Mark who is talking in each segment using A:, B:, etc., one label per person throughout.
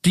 A: Do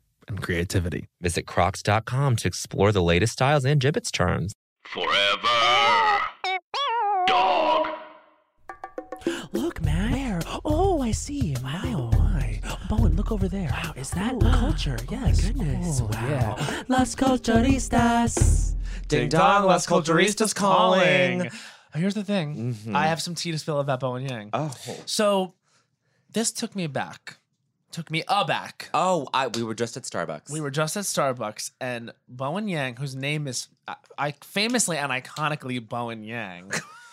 A: and creativity.
B: Visit crocs.com to explore the latest styles and gibbets charms.
C: Forever. Dog.
D: Look, Matt. Where? Oh, I see. Wow. Oh, my. Bowen, look over there.
E: Wow, is that culture? yes.
D: uh, my goodness. wow.
E: Yeah. Las Culturistas.
D: Ding dong, Las Culturistas calling. Mm-hmm.
E: Here's the thing. I have some tea to spill about Bowen Yang.
D: Oh.
E: So, this took me aback. Took me aback.
D: Oh, I, we were just at Starbucks.
E: We were just at Starbucks, and Bowen Yang, whose name is I, I famously and iconically Bowen Yang,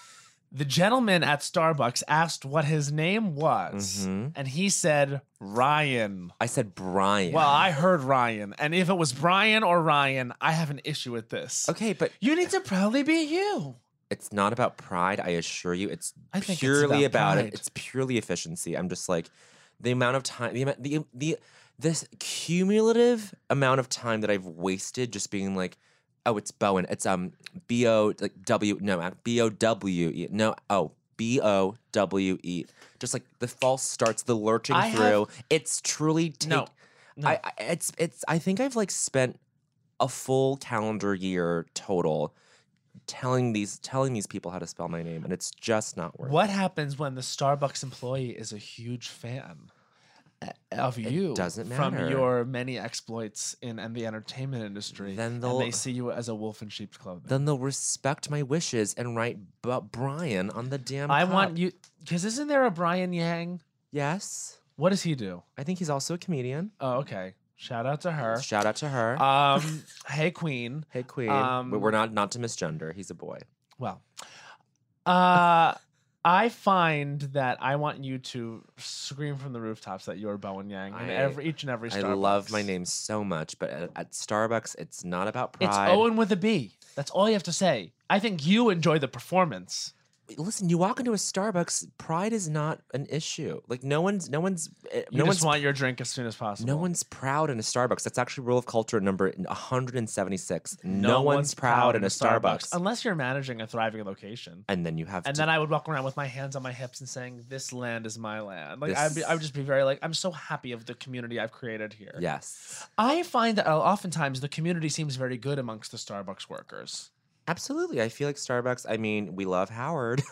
E: the gentleman at Starbucks asked what his name was,
D: Mhm.
E: and he said Ryan.
D: I said Brian.
E: Well, I heard Ryan, and if it was Brian or Ryan, I have an issue with this.
D: Okay, but
E: You need to proudly be you.
D: it's not about pride. I assure you, it's
E: I think it's
D: purely
E: about
D: about,
E: pride.
D: it. It's purely efficiency. I'm just like the amount of time, the amount, the the this cumulative amount of time that I've wasted just being like, oh, it's Bowen. It's um B O like W no uh, B O W E no oh. B O W E, just like the false starts, the lurching
E: I have-
D: through. it's truly take,
E: No, no.
D: I, I it's it's. I think I've like spent a full calendar year total telling these telling these people how to spell my name, and it's just not working.
E: What happens when the Starbucks employee is a huge fan of you?
D: doesn't
E: From
D: matter.
E: your many exploits in and the entertainment industry.
D: Then
E: and they
D: they'll-
E: see you as a wolf in sheep's clothing.
D: Then they'll respect my wishes and write B- Brian on the damn.
E: I
D: cup.
E: want you because isn't there a Brian Yang?
D: Yes,
E: What does he do?
D: I think he's also a comedian.
E: Oh, okay. Shout out to her.
D: Shout out to her.
E: Um, hey Queen.
D: hey Queen,
E: um,
D: but we're not not to misgender. He's a boy.
E: Well, uh, I find that I want you to scream from the rooftops that you're Bowen Yang in
D: I-
E: every each and every.
D: I
E: Starbucks.
D: love my name so much, but at, at Starbucks, it's not about pride.
E: It's Owen with a B. That's all you have to say. I think you enjoy the performance.
D: listen, you walk into a Starbucks, pride is not an issue. Like no one's no one's eh,
E: You
D: no
E: just
D: one's
E: want your drink as soon as possible.
D: no one's proud in a Starbucks. That's actually rule of culture number 176. No, one's, proud, in a Starbucks.
E: unless you're managing a thriving location.
D: And then you have
E: And
D: to,
E: then I would walk around with my hands on my hips and saying, "This land is my land." Like I'd be,
D: This-
E: I would just be very like, "I'm so happy of the community I've created here."
D: yes.
E: I find that oftentimes the community seems very good amongst the Starbucks workers.
D: Absolutely. I feel like Starbucks, I mean, we love Howard.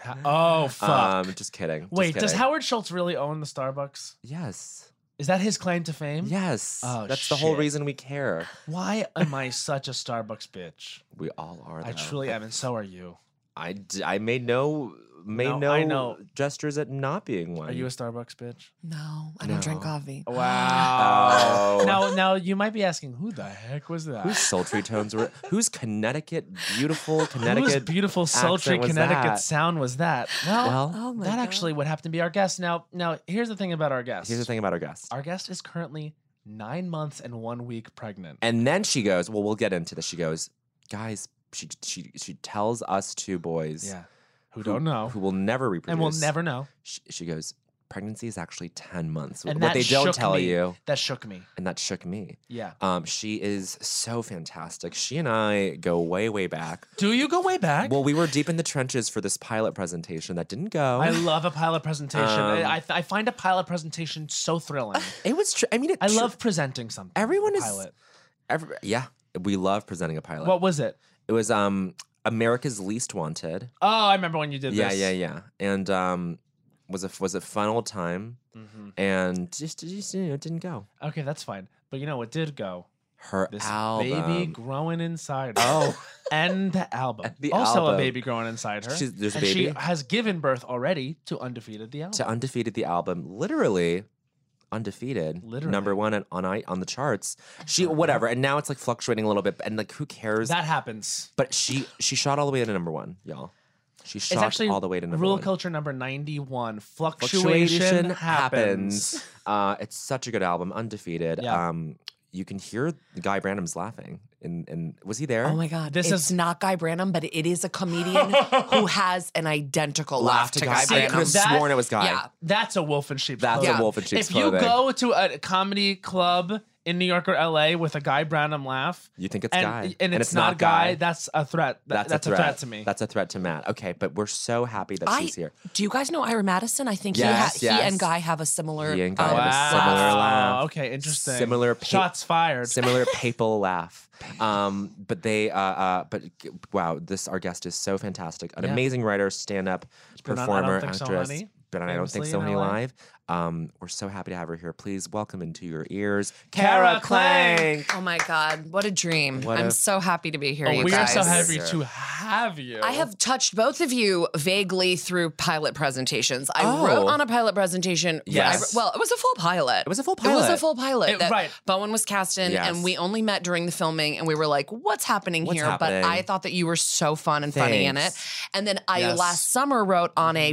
E: Ha- oh fuck!
D: um just kidding. Just
E: Wait, does
D: kidding.
E: Howard Schultz really own the Starbucks?
D: Yes.
E: Is that his claim to fame?
D: Yes.
E: Oh,
D: That's the whole
E: shit.
D: reason we care.
E: Why am I such a Starbucks bitch?
D: We all are.
E: I
D: though.
E: truly am, and so are you.
D: I, d- I made no made no,
E: No, I know.
D: gestures at not being one.
E: Are you a Starbucks bitch?
F: No, I don't drink
D: No.
F: coffee.
D: Oh.
E: now, now you might be asking, who the heck was that?
D: Whose sultry tones were? Whose Connecticut, beautiful
E: Whose
D: Connecticut?
E: beautiful sultry
D: was
E: Connecticut
D: that?
E: sound was that? Well,
D: Well,
F: Oh my
E: that
F: God.
E: actually would happen to be our guest. Now, now here's the thing about our guest.
D: here's the thing about our guest.
E: Our guest is currently nine months and one week pregnant.
D: And then she goes, "Well, we'll get into this." She goes, "Guys, she she she tells us two boys
E: yeah, who don't know,
D: who will never reproduce
E: and will never know.
D: She, she goes, "Pregnancy is actually ten months."
E: And
D: what
E: that
D: they don't
E: shook
D: tell
E: me.
D: you,
E: That shook me.
D: and that shook me.
E: Yeah.
D: Um, she is so fantastic. She and I go way way back.
E: Do you go way back?
D: Well, we were deep in the trenches for this pilot presentation that didn't go.
E: I love a pilot presentation.
D: Um,
E: I, I- I find a pilot presentation so thrilling.
D: it was. Tr- I mean, it
E: I
D: tr-
E: love presenting something.
D: Everyone
E: a
D: is-
E: pilot.
D: Every, yeah, we love presenting a pilot.
E: What was it?
D: it was um America's Least Wanted.
E: Oh, I remember when you did
D: Yeah,
E: this.
D: yeah, yeah. And um, was a was a fun old time,
E: hmm
D: and just just you know, it didn't go.
E: Okay, that's fine. But you know what did go?
D: Her
E: This
D: album.
E: baby growing inside her.
D: oh,
E: And the album.
D: The
E: also
D: album.
E: a baby growing inside her.
D: she's, there's a
E: and she
D: baby.
E: has given birth already to Undefeated the album.
D: to undefeated the album, literally undefeated,
E: Literally. Uh-huh.
D: number one on on, I- on the charts. She whatever, and now it's like fluctuating a little bit, and like who cares?
E: that happens.
D: but she she shot all the way to number one, y'all. She shot
E: actually
D: all the way to number
E: Rule
D: one.
E: of culture number 91. Fluctuation,
D: Fluctuation
E: happens.
D: happens. Uh, it's such a good album, undefeated.
E: Yeah.
D: Um, you can hear Guy Branum's laughing, and and was he there?
F: Oh my God.
E: This
F: This it's
E: is-
F: is not Guy Branum, but it is a comedian who has an identical laugh, to Guy
E: Guy
D: I could have
F: Branum.
E: Branum. That-
D: sworn it was Guy.
F: Yeah.
E: That's a wolf in sheep's
D: That's
E: clothing.
D: a wolf in sheep's
E: If you
D: clothing.
E: go to a comedy club in New York or LA with a Guy Branum laugh,
D: you think it's
E: and,
D: Guy,
E: and, it's, not, guy, that's a threat. Th-
D: That's,
E: that's
D: a, threat.
E: to me.
D: That's a threat to Matt. Okay, but we're so happy that
F: I-
D: she's here.
F: Do you guys know Ira Madison? I think
D: Yes,
F: he, ha- he
D: yes.
F: and Guy have a similar.
D: He and Guy
F: um,
D: have a similar
F: laugh.
D: laugh.
E: Okay, interesting.
D: Similar pa-
E: shots fired.
D: Similar papal laugh. Um, but they, uh, uh, but g- wow, this our guest is so fantastic. An
E: Yeah.
D: amazing writer, stand-up
E: been on I
D: performer,
E: Don't Think So,
D: actress.
E: Honey,
D: But I don't think
E: famously
D: so.
E: in
D: Honey
E: LA.
D: live. Um, we're so happy to have her here. Please welcome into your ears, Kara
E: Kara Clank.
D: Clank.
F: Oh my God. What a dream.
D: What
F: I'm
D: a-
F: so happy to be here.
D: Oh,
F: you
E: we are
F: guys.
E: so
D: guys.
E: happy to have you.
F: I have touched both of you vaguely through pilot presentations. I
D: Oh.
F: wrote on a pilot presentation. I-
D: Yes.
F: well, it was a full pilot.
D: It was a full
F: It was a
D: pilot.
F: full pilot.
E: It-
F: that
E: right.
F: Bowen was cast in,
D: Yes.
F: and we only met during the filming, and we were like, "What's happening
D: What's
F: here?"
D: happening?
F: But I thought that you were so fun and funny in it.
D: Thanks.
F: And then I
E: Yes.
F: last summer wrote on a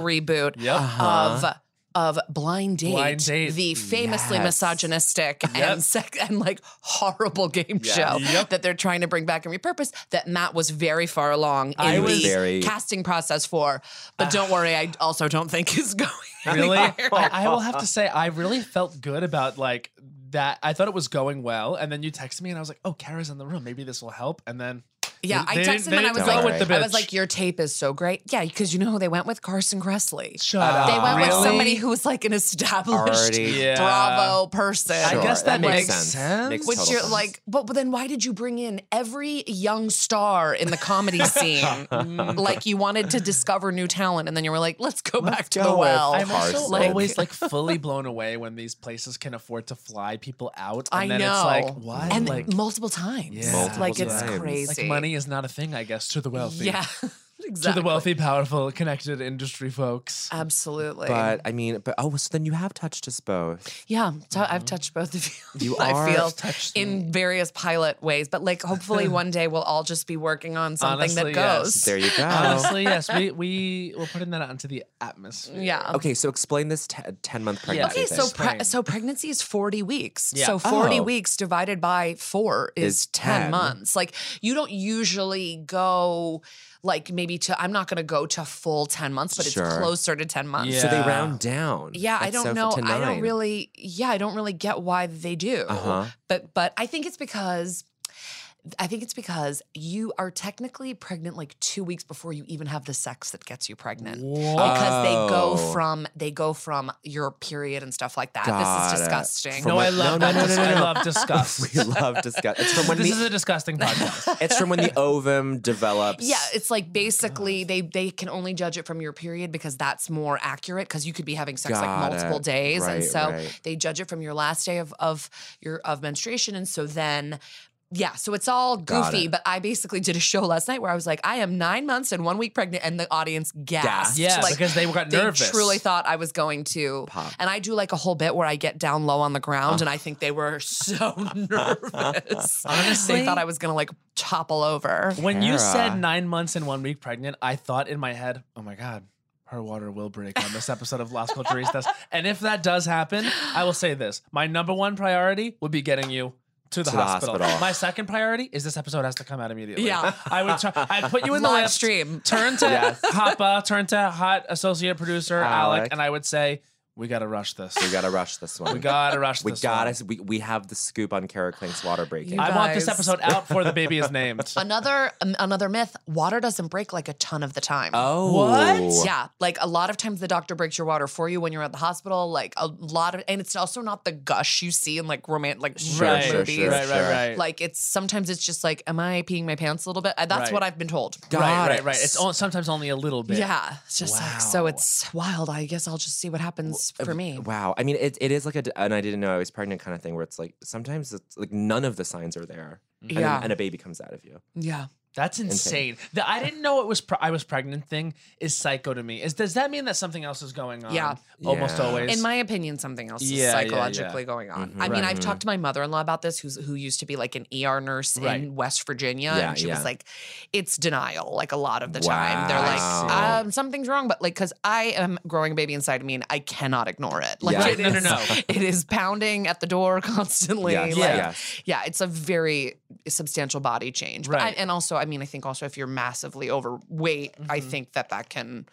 F: reboot
E: Yep.
D: Uh-huh.
F: of. Of blind date,
E: Blind Date.
F: the famously
D: Yes.
F: misogynistic and sex and like horrible game
D: Yes.
F: show
E: Yep.
F: that they're trying to bring back and repurpose. That Matt was very far along in
E: I was
F: the
D: very-
F: casting process for. But don't worry, I also don't think is going
A: Uh,
E: really I,
F: anywhere.
E: I will have to say i really felt good about like that i thought it was going well and then you texted me and i was like oh kara's in the room maybe this will help and then
F: Yeah,
E: They
F: I
E: didn't-
F: texted him
E: they
F: and I
E: didn't
F: was
D: go
F: like,
D: with
E: the
F: I was
E: bitch.
F: like, your tape is so great. Yeah, because you know who they went with? Carson Kressley.
E: shut
D: Uh,
E: up
F: They went with
D: Really?
F: somebody who was like an established
D: Already.
E: Yeah.
F: Bravo person.
E: I
D: Sure,
E: guess
D: that
E: that
D: makes
E: makes
D: sense.
E: sense.
D: Makes
F: Which
D: total
F: you're
D: sense.
F: like, but, but then why did you bring in every young star in the comedy scene?
D: Mm-hmm.
F: like you wanted to discover new talent, and then you were like, let's go back to
D: go
F: the
D: with
F: well.
E: I'm also
D: Carson.
E: always like fully blown away when these places can afford to fly people out. And
F: I
E: then
F: know.
E: it's like, what?
F: And
E: like,
F: multiple times.
E: Yeah.
D: Multiple
F: like it's
D: times.
F: crazy.
E: like money is not a thing, I guess, to the wealthy.
F: Yeah.
E: To
F: exactly.
E: the wealthy, powerful, connected industry folks.
F: Absolutely.
D: But I mean, but oh, so then you have touched us both.
F: Yeah, t- I've touched both of you.
D: Mm-hmm. You are
F: I feel
E: touched
F: in various pilot ways, but like hopefully one day we'll all just be working on something
E: Honestly,
F: that
E: yes.
F: goes.
D: There you go.
E: Honestly, yes, we we will put in that out into the atmosphere.
F: Yeah.
D: Okay, so explain this te- ten month pregnancy.
F: um, Okay,
D: thing.
F: so pre-
E: Explain.
F: so pregnancy is 40 weeks.
E: Yeah.
F: So 40
D: Oh.
F: weeks divided by 4 is,
D: Is
F: 10.
D: 10.
F: months. Like you don't usually go like maybe to I'm not going to go to full 10 months, but
D: Sure.
F: it's closer to 10 months.
D: So they
E: Yeah.
D: round down.
F: Yeah, I
D: That's
F: don't
D: so f-
F: know.
D: to
F: I don't
D: nine.
F: really. Yeah, I don't really get why they do.
D: Uh-huh.
F: But but I think it's because. I think it's because you are technically pregnant like two weeks before you even have the sex that gets you pregnant. Because they go
D: Oh.
F: from they go from your period and stuff like that.
D: Got it.
F: this is disgusting.
D: From
E: No,
D: when-
E: I love
D: no,
E: no,
D: no, no, no,
E: I
D: no.
E: love disgust.
D: we love discuss. It's from when
E: this
D: the
E: is a disgusting podcast.
D: it's from when the ovum develops.
F: Yeah, it's
D: Oh
F: like basically they they can only judge it from your period because that's more accurate because you could be having sex
D: Got
F: like multiple
D: it.
F: days
D: Right,
F: and so
D: right.
F: they judge it from your last day of of your of menstruation and so then yeah, so it's all
D: Got
F: goofy,
D: it.
F: but I basically did a show last night where I was like, I am nine months and one week pregnant, and the audience gasped.
D: Gasped.
E: Yeah,
F: like,
E: because they got
F: they
E: nervous.
F: truly thought I was going to
D: Pop.
F: And I do like a whole bit where I get down low on the ground, and I think they were so nervous.
E: Honestly?
F: they thought I was gonna like topple over.
E: When you said
D: Tara.
E: nine months and one week pregnant, I thought in my head, oh my God, her water will break on this episode of Las Culturistas. and if that does happen, I will say this my number one priority would be getting you. To the,
D: To the
E: hospital.
D: hospital.
E: My second priority is this episode has to come out immediately.
F: Yeah.
E: I would. Try, I'd put you in the
F: Live
E: lift,
F: stream.
E: Turn to Papa. Turn to hot associate producer Alec,
D: Alec.
E: and I would say we gotta rush this.
D: We gotta rush this one.
E: We gotta rush
D: We
E: this.
D: gotta.
E: one.
D: We, we have the scoop on Kara Klink's water breaking.
F: You
E: I want this
F: guys.
E: episode out before the baby is named.
F: Another um, another myth: water doesn't break like a ton of the time.
D: oh,
E: What?
F: Yeah, like a lot of times the doctor breaks your water for you when you're at the hospital. Like a lot of, and it's also not the gush you see in like romantic, like
D: Sure,
F: romantic
E: right,
D: sure,
F: movies.
D: sure,
E: right, right,
D: sure.
E: right.
F: Like it's sometimes it's just like, am I peeing my pants a little bit? Uh, That's
E: Right.
F: what I've been told.
D: Got
E: right, right,
D: it.
E: right. It's on, sometimes only a little bit.
F: Yeah, it's just like so.
E: Wow.
F: It's wild. I guess I'll just see what happens
D: uh,
F: for me.
D: Wow. I mean, it, it is like a, d- and I didn't know I was pregnant kind of thing where it's like sometimes it's like none of the signs are there. And, then-
F: Yeah.
D: and a baby comes out of you.
F: Yeah,
E: That's insane. The I didn't know it was pre- I was pregnant thing is psycho to me. Is does that mean that something else is going on?
F: Yeah.
E: almost
D: Yeah.
E: always.
F: in my opinion, something else
E: Yeah, yeah,
F: is
E: yeah.
F: psychologically going on. I mean, I've talked to my mother-in-law about this, who's who used to be like an ER nurse
E: Right.
F: in West Virginia,
D: Yeah,
F: and she
D: yeah.
F: was like, "It's denial, like a lot of the time. They're
D: Wow.
F: like, um, something's wrong, but like, because I am growing a baby inside of me, and I cannot ignore it. Like,
D: Yeah.
F: it
E: Right, no, no,
F: is-
E: no.
F: it is pounding at the door constantly.
D: Yes,
F: like,
D: yes.
F: yeah, it's a very substantial body change. But I-
E: Right.
F: and also, I mean, I think also if you're massively overweight, I
E: Mm-hmm.
F: think that that can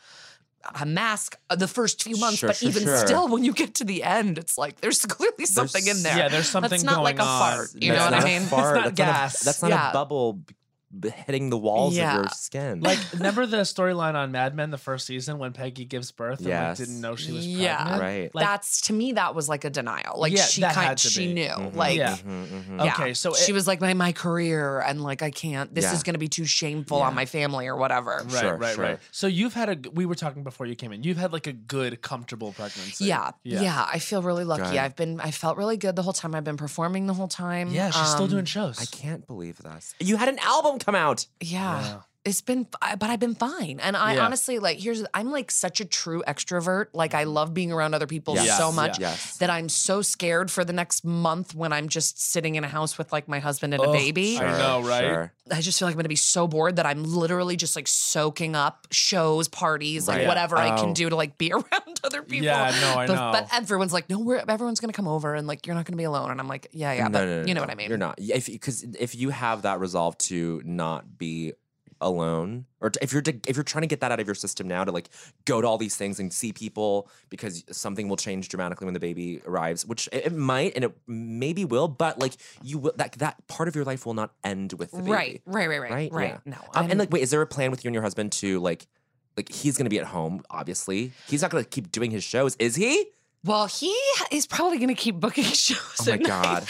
F: uh, mask uh, the first few months.
D: Sure,
F: but
D: sure,
F: even
D: sure.
F: still, when you get to the end, it's like there's clearly something in there.
E: yeah, there's something
F: That's not like
E: going
F: a
E: on.
F: fart. You
D: Uh, That's
F: know what
D: not
F: I
D: a
F: mean?
D: fart,
E: It's not
D: that's not a-
E: gas.
D: that's not
F: Yeah.
D: a bubble b- b- hitting the walls
F: Yeah.
D: of your skin.
E: like remember the storyline on Mad Men the first season when Peggy gives birth and like,
D: Yes.
E: didn't know she was
F: Yeah.
E: pregnant.
D: right.
E: Like-
F: That's to me, that was like a denial. Like
E: Yeah,
F: she
E: that
F: kind,
E: had to
F: she
E: be. Mm-hmm.
F: knew.
D: Mhm.
F: Like uh,
E: Yeah.
D: Mhm, mhm.
F: Yeah.
E: Okay, so
F: she
E: it-
F: was like my my career and like I can't. This
D: Yeah.
F: is going to be too shameful on
D: Yeah.
F: my family or whatever.
E: Right,
D: Sure,
E: right,
D: sure.
E: right. So you've had a. g- We were talking before you came in. You've had like a good, comfortable pregnancy.
F: Yeah, yeah, I feel really lucky.
D: Good.
F: I've been, I felt really good the whole time. I've been performing the whole time.
E: Yeah, she's still
F: Um,
E: doing shows.
D: I can't believe this. You had an album come out.
F: Yeah.
E: Wow.
F: It's been, f- I- but I've been fine. And I
E: Yeah.
F: honestly, like, here's, I'm like such a true extrovert. Like, I love being around other people
E: Yes,
F: so much
D: Mm-hmm. Yes.
F: that I'm so scared for the next month when I'm just sitting in a house with like my husband and a
E: Ugh,
F: baby.
E: I know, right?
D: Sure.
F: I just feel like I'm gonna be so bored that I'm literally just like soaking up shows, parties, like
D: Right.
F: whatever I
D: Oh.
F: can do to like be around other people.
E: Yeah, no, I
F: but,
E: know.
F: But everyone's like, no, we're everyone's gonna come over and like you're not gonna be alone. And I'm like, yeah, yeah, but you know what I mean.
D: You're not. If because if you have that resolve to not be alone, or to- if you're to, if you're trying to get that out of your system now to like go to all these things and see people because something will change dramatically when the baby arrives, which it, it might and it maybe will, but like you will that that part of your life will not end with the baby.
F: Right, right, right, right,
D: Right?
F: right.
D: Yeah.
F: No,
D: Um,
F: I'm-
D: and like, wait, is there a plan with you and your husband to like? Like he's gonna be at home, obviously. He's not gonna keep doing his shows, is he?
F: well, he is probably gonna keep booking shows.
D: Oh my
F: at night.
D: god.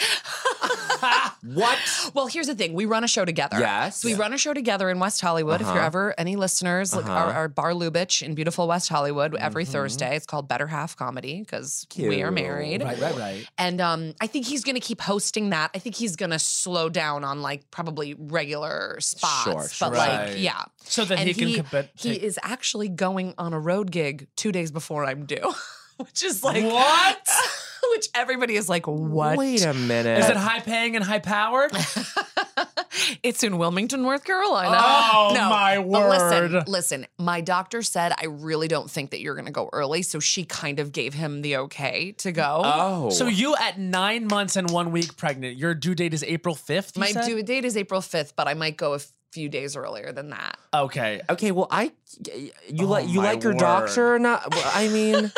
D: what?
F: Well, here's the thing: we run a show together.
D: Yes.
F: So we run a show together in West Hollywood. If
D: Uh-huh.
F: you're ever any listeners, like our,
D: Uh-huh. Mm-hmm.
F: our Bar Lubitsch in beautiful West Hollywood every Thursday. It's called Better Half Comedy because we are
D: Cute.
F: married.
D: Right, right, right.
F: And um, I think he's going to keep hosting that. I think he's going to slow down on like probably regular spots,
D: Sure, sure.
F: but
E: Right.
F: like yeah.
E: So that
F: and
E: he can
F: he,
E: compet-
F: he
E: take-
F: is actually going on a road gig two days before I'm due, which is like
E: What?
F: which everybody is like, what?
D: Wait a minute.
E: Is it high paying and high powered?
F: it's in Wilmington, North Carolina.
E: Oh,
F: no.
E: my
F: But listen,
E: word.
F: listen, my doctor said I really don't think that you're going to go early, so she kind of gave him the okay to go.
D: Oh.
E: So you at nine months and one week pregnant, your due date is April fifth.
F: my due date is April 5th, but I might go a few days earlier than that.
E: Okay.
D: Okay, well, I you
E: Oh,
D: like you
E: my
D: like your
E: word.
D: doctor or not? Well, I mean,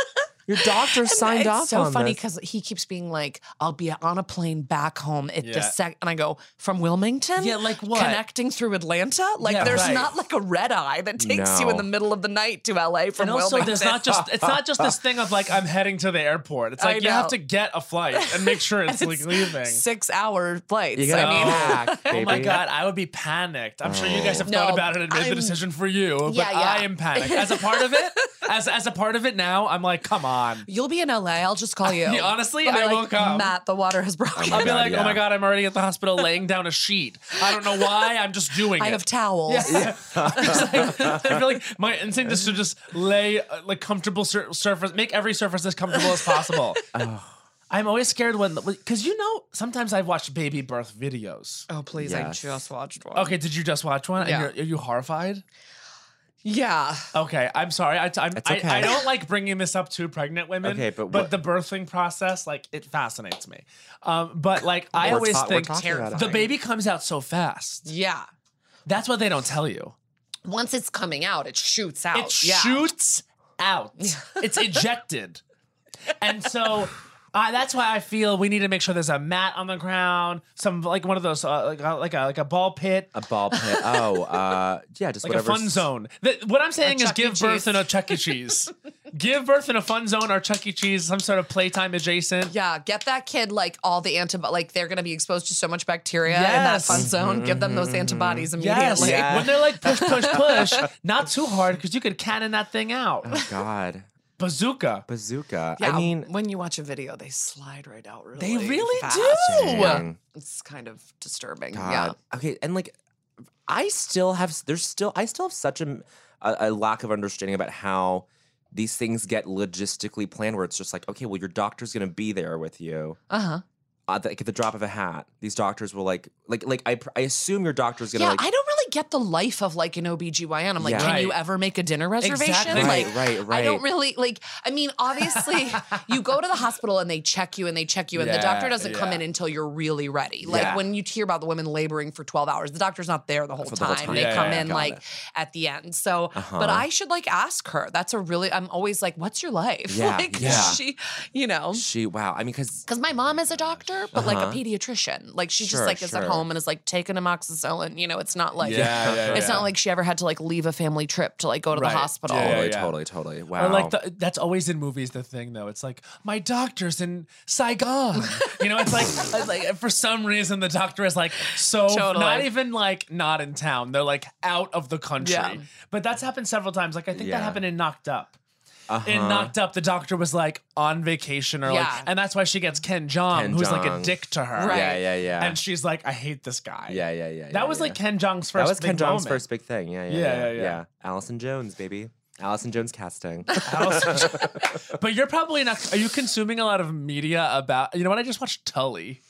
D: your doctor signed
F: it's
D: off
F: so
D: on
F: funny
D: this.
F: because he keeps being like, "I'll be on a plane back home at
E: Yeah.
F: the sec," and I go from Wilmington.
E: Yeah, like what?
F: Connecting through Atlanta, like
E: Yeah,
F: there's
E: right.
F: not like a red eye that takes you
D: No.
F: in the middle of the night to LA from
E: and also,
F: Wilmington.
E: there's not just it's not just this thing of like I'm heading to the airport. It's
F: I
E: like you have
F: know.
E: to get a flight and make sure it's, like leaving.
F: six hour flights.
D: You
F: I
D: gotta
F: mean,
D: pack,
E: Oh my
D: baby.
E: god, I would be panicked. I'm sure you guys have
F: Oh. No,
E: thought about it and made the
F: I'm-
E: decision for you, but
F: Yeah, yeah.
E: I am panicked. As a part of it, as as a part of it now, I'm like, come on.
F: You'll be in LA. I'll just call you.
E: Yeah, honestly,
F: I'll be
E: I
F: like,
E: will come.
F: Matt, the water has broken.
D: Oh my
E: I'll be
D: God,
E: like, oh
D: yeah.
E: my god, I'm already at the hospital laying down a sheet. I don't know why. I'm just doing
F: I
E: it.
F: have towels.
E: Yeah. It's like- I feel like my instinct is to just lay uh, like comfortable sur- surface, make every surface as comfortable as possible. I'm always scared when, because you know, sometimes I've watched baby birth videos.
F: Oh please! I
D: Yes.
F: just watched one.
E: Okay, did you just watch one? And
F: Yeah.
E: you're, are you horrified?
F: Yeah.
E: Okay, I'm sorry. I, am
D: It's okay.
E: I, I don't like bringing this up to pregnant women.
D: Okay, but what-
E: the birthing process, like, it fascinates me. Um, but like, I
D: We're
E: always
D: ta- we're
E: think
D: talking about it.
E: the baby comes out so fast.
F: Yeah.
E: That's what they don't tell you.
F: Once it's coming out, it shoots out.
E: It
F: yeah.
E: shoots out. it's ejected. And so uh, that's why I feel we need to make sure there's a mat on the ground, some like one of those uh, like a, like a like a ball pit,
D: A ball pit. Oh, uh, yeah, just
E: like
D: whatever.
E: a fun zone. Th- what I'm saying is
F: Chuck E.
E: give birth
F: Cheese.
E: in a Chuck E. Cheese. give birth in a fun zone or Chuck E. Cheese, some sort of playtime adjacent.
F: Yeah, get that kid like all the antibodies. Like they're going to be exposed to so much bacteria in that
E: Yes.
F: fun zone. Give them those
E: Yes,
F: antibodies immediately.
D: Yeah.
E: when they're like push, push, push, not too hard because you could cannon that thing out.
D: Oh, God,
E: Bazooka.
D: bazooka.
F: Yeah,
D: I mean,
F: when you watch a video, they slide right out. Really,
E: They really
F: fast.
E: do.
D: dang,
F: It's kind of disturbing.
D: God. Okay, and like, I still have. There's still. I still have such a, a a lack of understanding about how these things get logistically planned. Where it's just like, okay, well, your doctor's gonna be there with you.
F: Yeah. Uh huh.
D: at the, like at the drop of a hat, these doctors will like like like I pr- I assume your doctor's gonna
F: Yeah,
D: like
F: I don't really get the life of like an OBGYN. I'm like,
D: Yeah.
F: can you
E: Right.
F: ever make a dinner reservation?
E: Exactly.
F: Like,
D: right right right.
F: I don't really like. I mean, obviously, you go to the hospital and they check you and they check you, and the
E: Yeah,
F: doctor doesn't come
E: yeah.
F: in until you're really ready. Like
D: Yeah.
F: when you hear about the women laboring for 12 hours, the doctor's not there the whole,
D: For
F: time.
D: the whole time.
F: They
E: Yeah,
F: come
E: yeah,
F: in
D: got
F: like
D: it.
F: at the end. So,
D: Uh-huh.
F: but I should like ask her. That's a really. I'm always like, what's your life?
D: Yeah,
F: like
D: yeah.
F: she, you know.
D: she wow. I mean, because
F: Because my mom is a doctor, but like
D: Uh-huh.
F: a pediatrician. Like she
D: Sure,
F: just like is at
D: sure.
F: home and is like taking amoxicillin. You know, it's not like
E: Yeah, yeah,
F: it's
E: yeah.
F: not like she ever had to like leave a family trip to like go to
E: Right.
F: the hospital.
E: Yeah,
D: totally
E: yeah.
D: totally totally wow.
E: Or like the, that's always in movies the thing though. It's like my doctor's in Saigon. you know, it's like it's like for some reason the doctor is like so
F: Totally.
E: not even like not in town. They're like out of the country.
F: Yeah.
E: But that's happened several times. Like I think
D: Yeah.
E: that happened in Knocked Up.
D: uh-huh.
E: In Knocked Up, the doctor was like on vacation or
F: Yeah.
E: like, and that's why she gets Ken Jong,
D: Ken
E: who's like
D: Jeong.
E: a dick to her.
F: Right.
D: Yeah yeah yeah.
E: And she's like, I hate this guy.
D: yeah yeah yeah. yeah,
E: That was
D: yeah.
E: like Ken Jong's first.
D: that was Ken
E: big
D: Jong's
E: moment.
D: first big thing. Yeah yeah
E: Yeah,
D: yeah
E: yeah, yeah.
D: Allison Jones baby. Allison Jones casting.
E: but you're probably not. Are you consuming a lot of media about? You know what? I just watched Tully.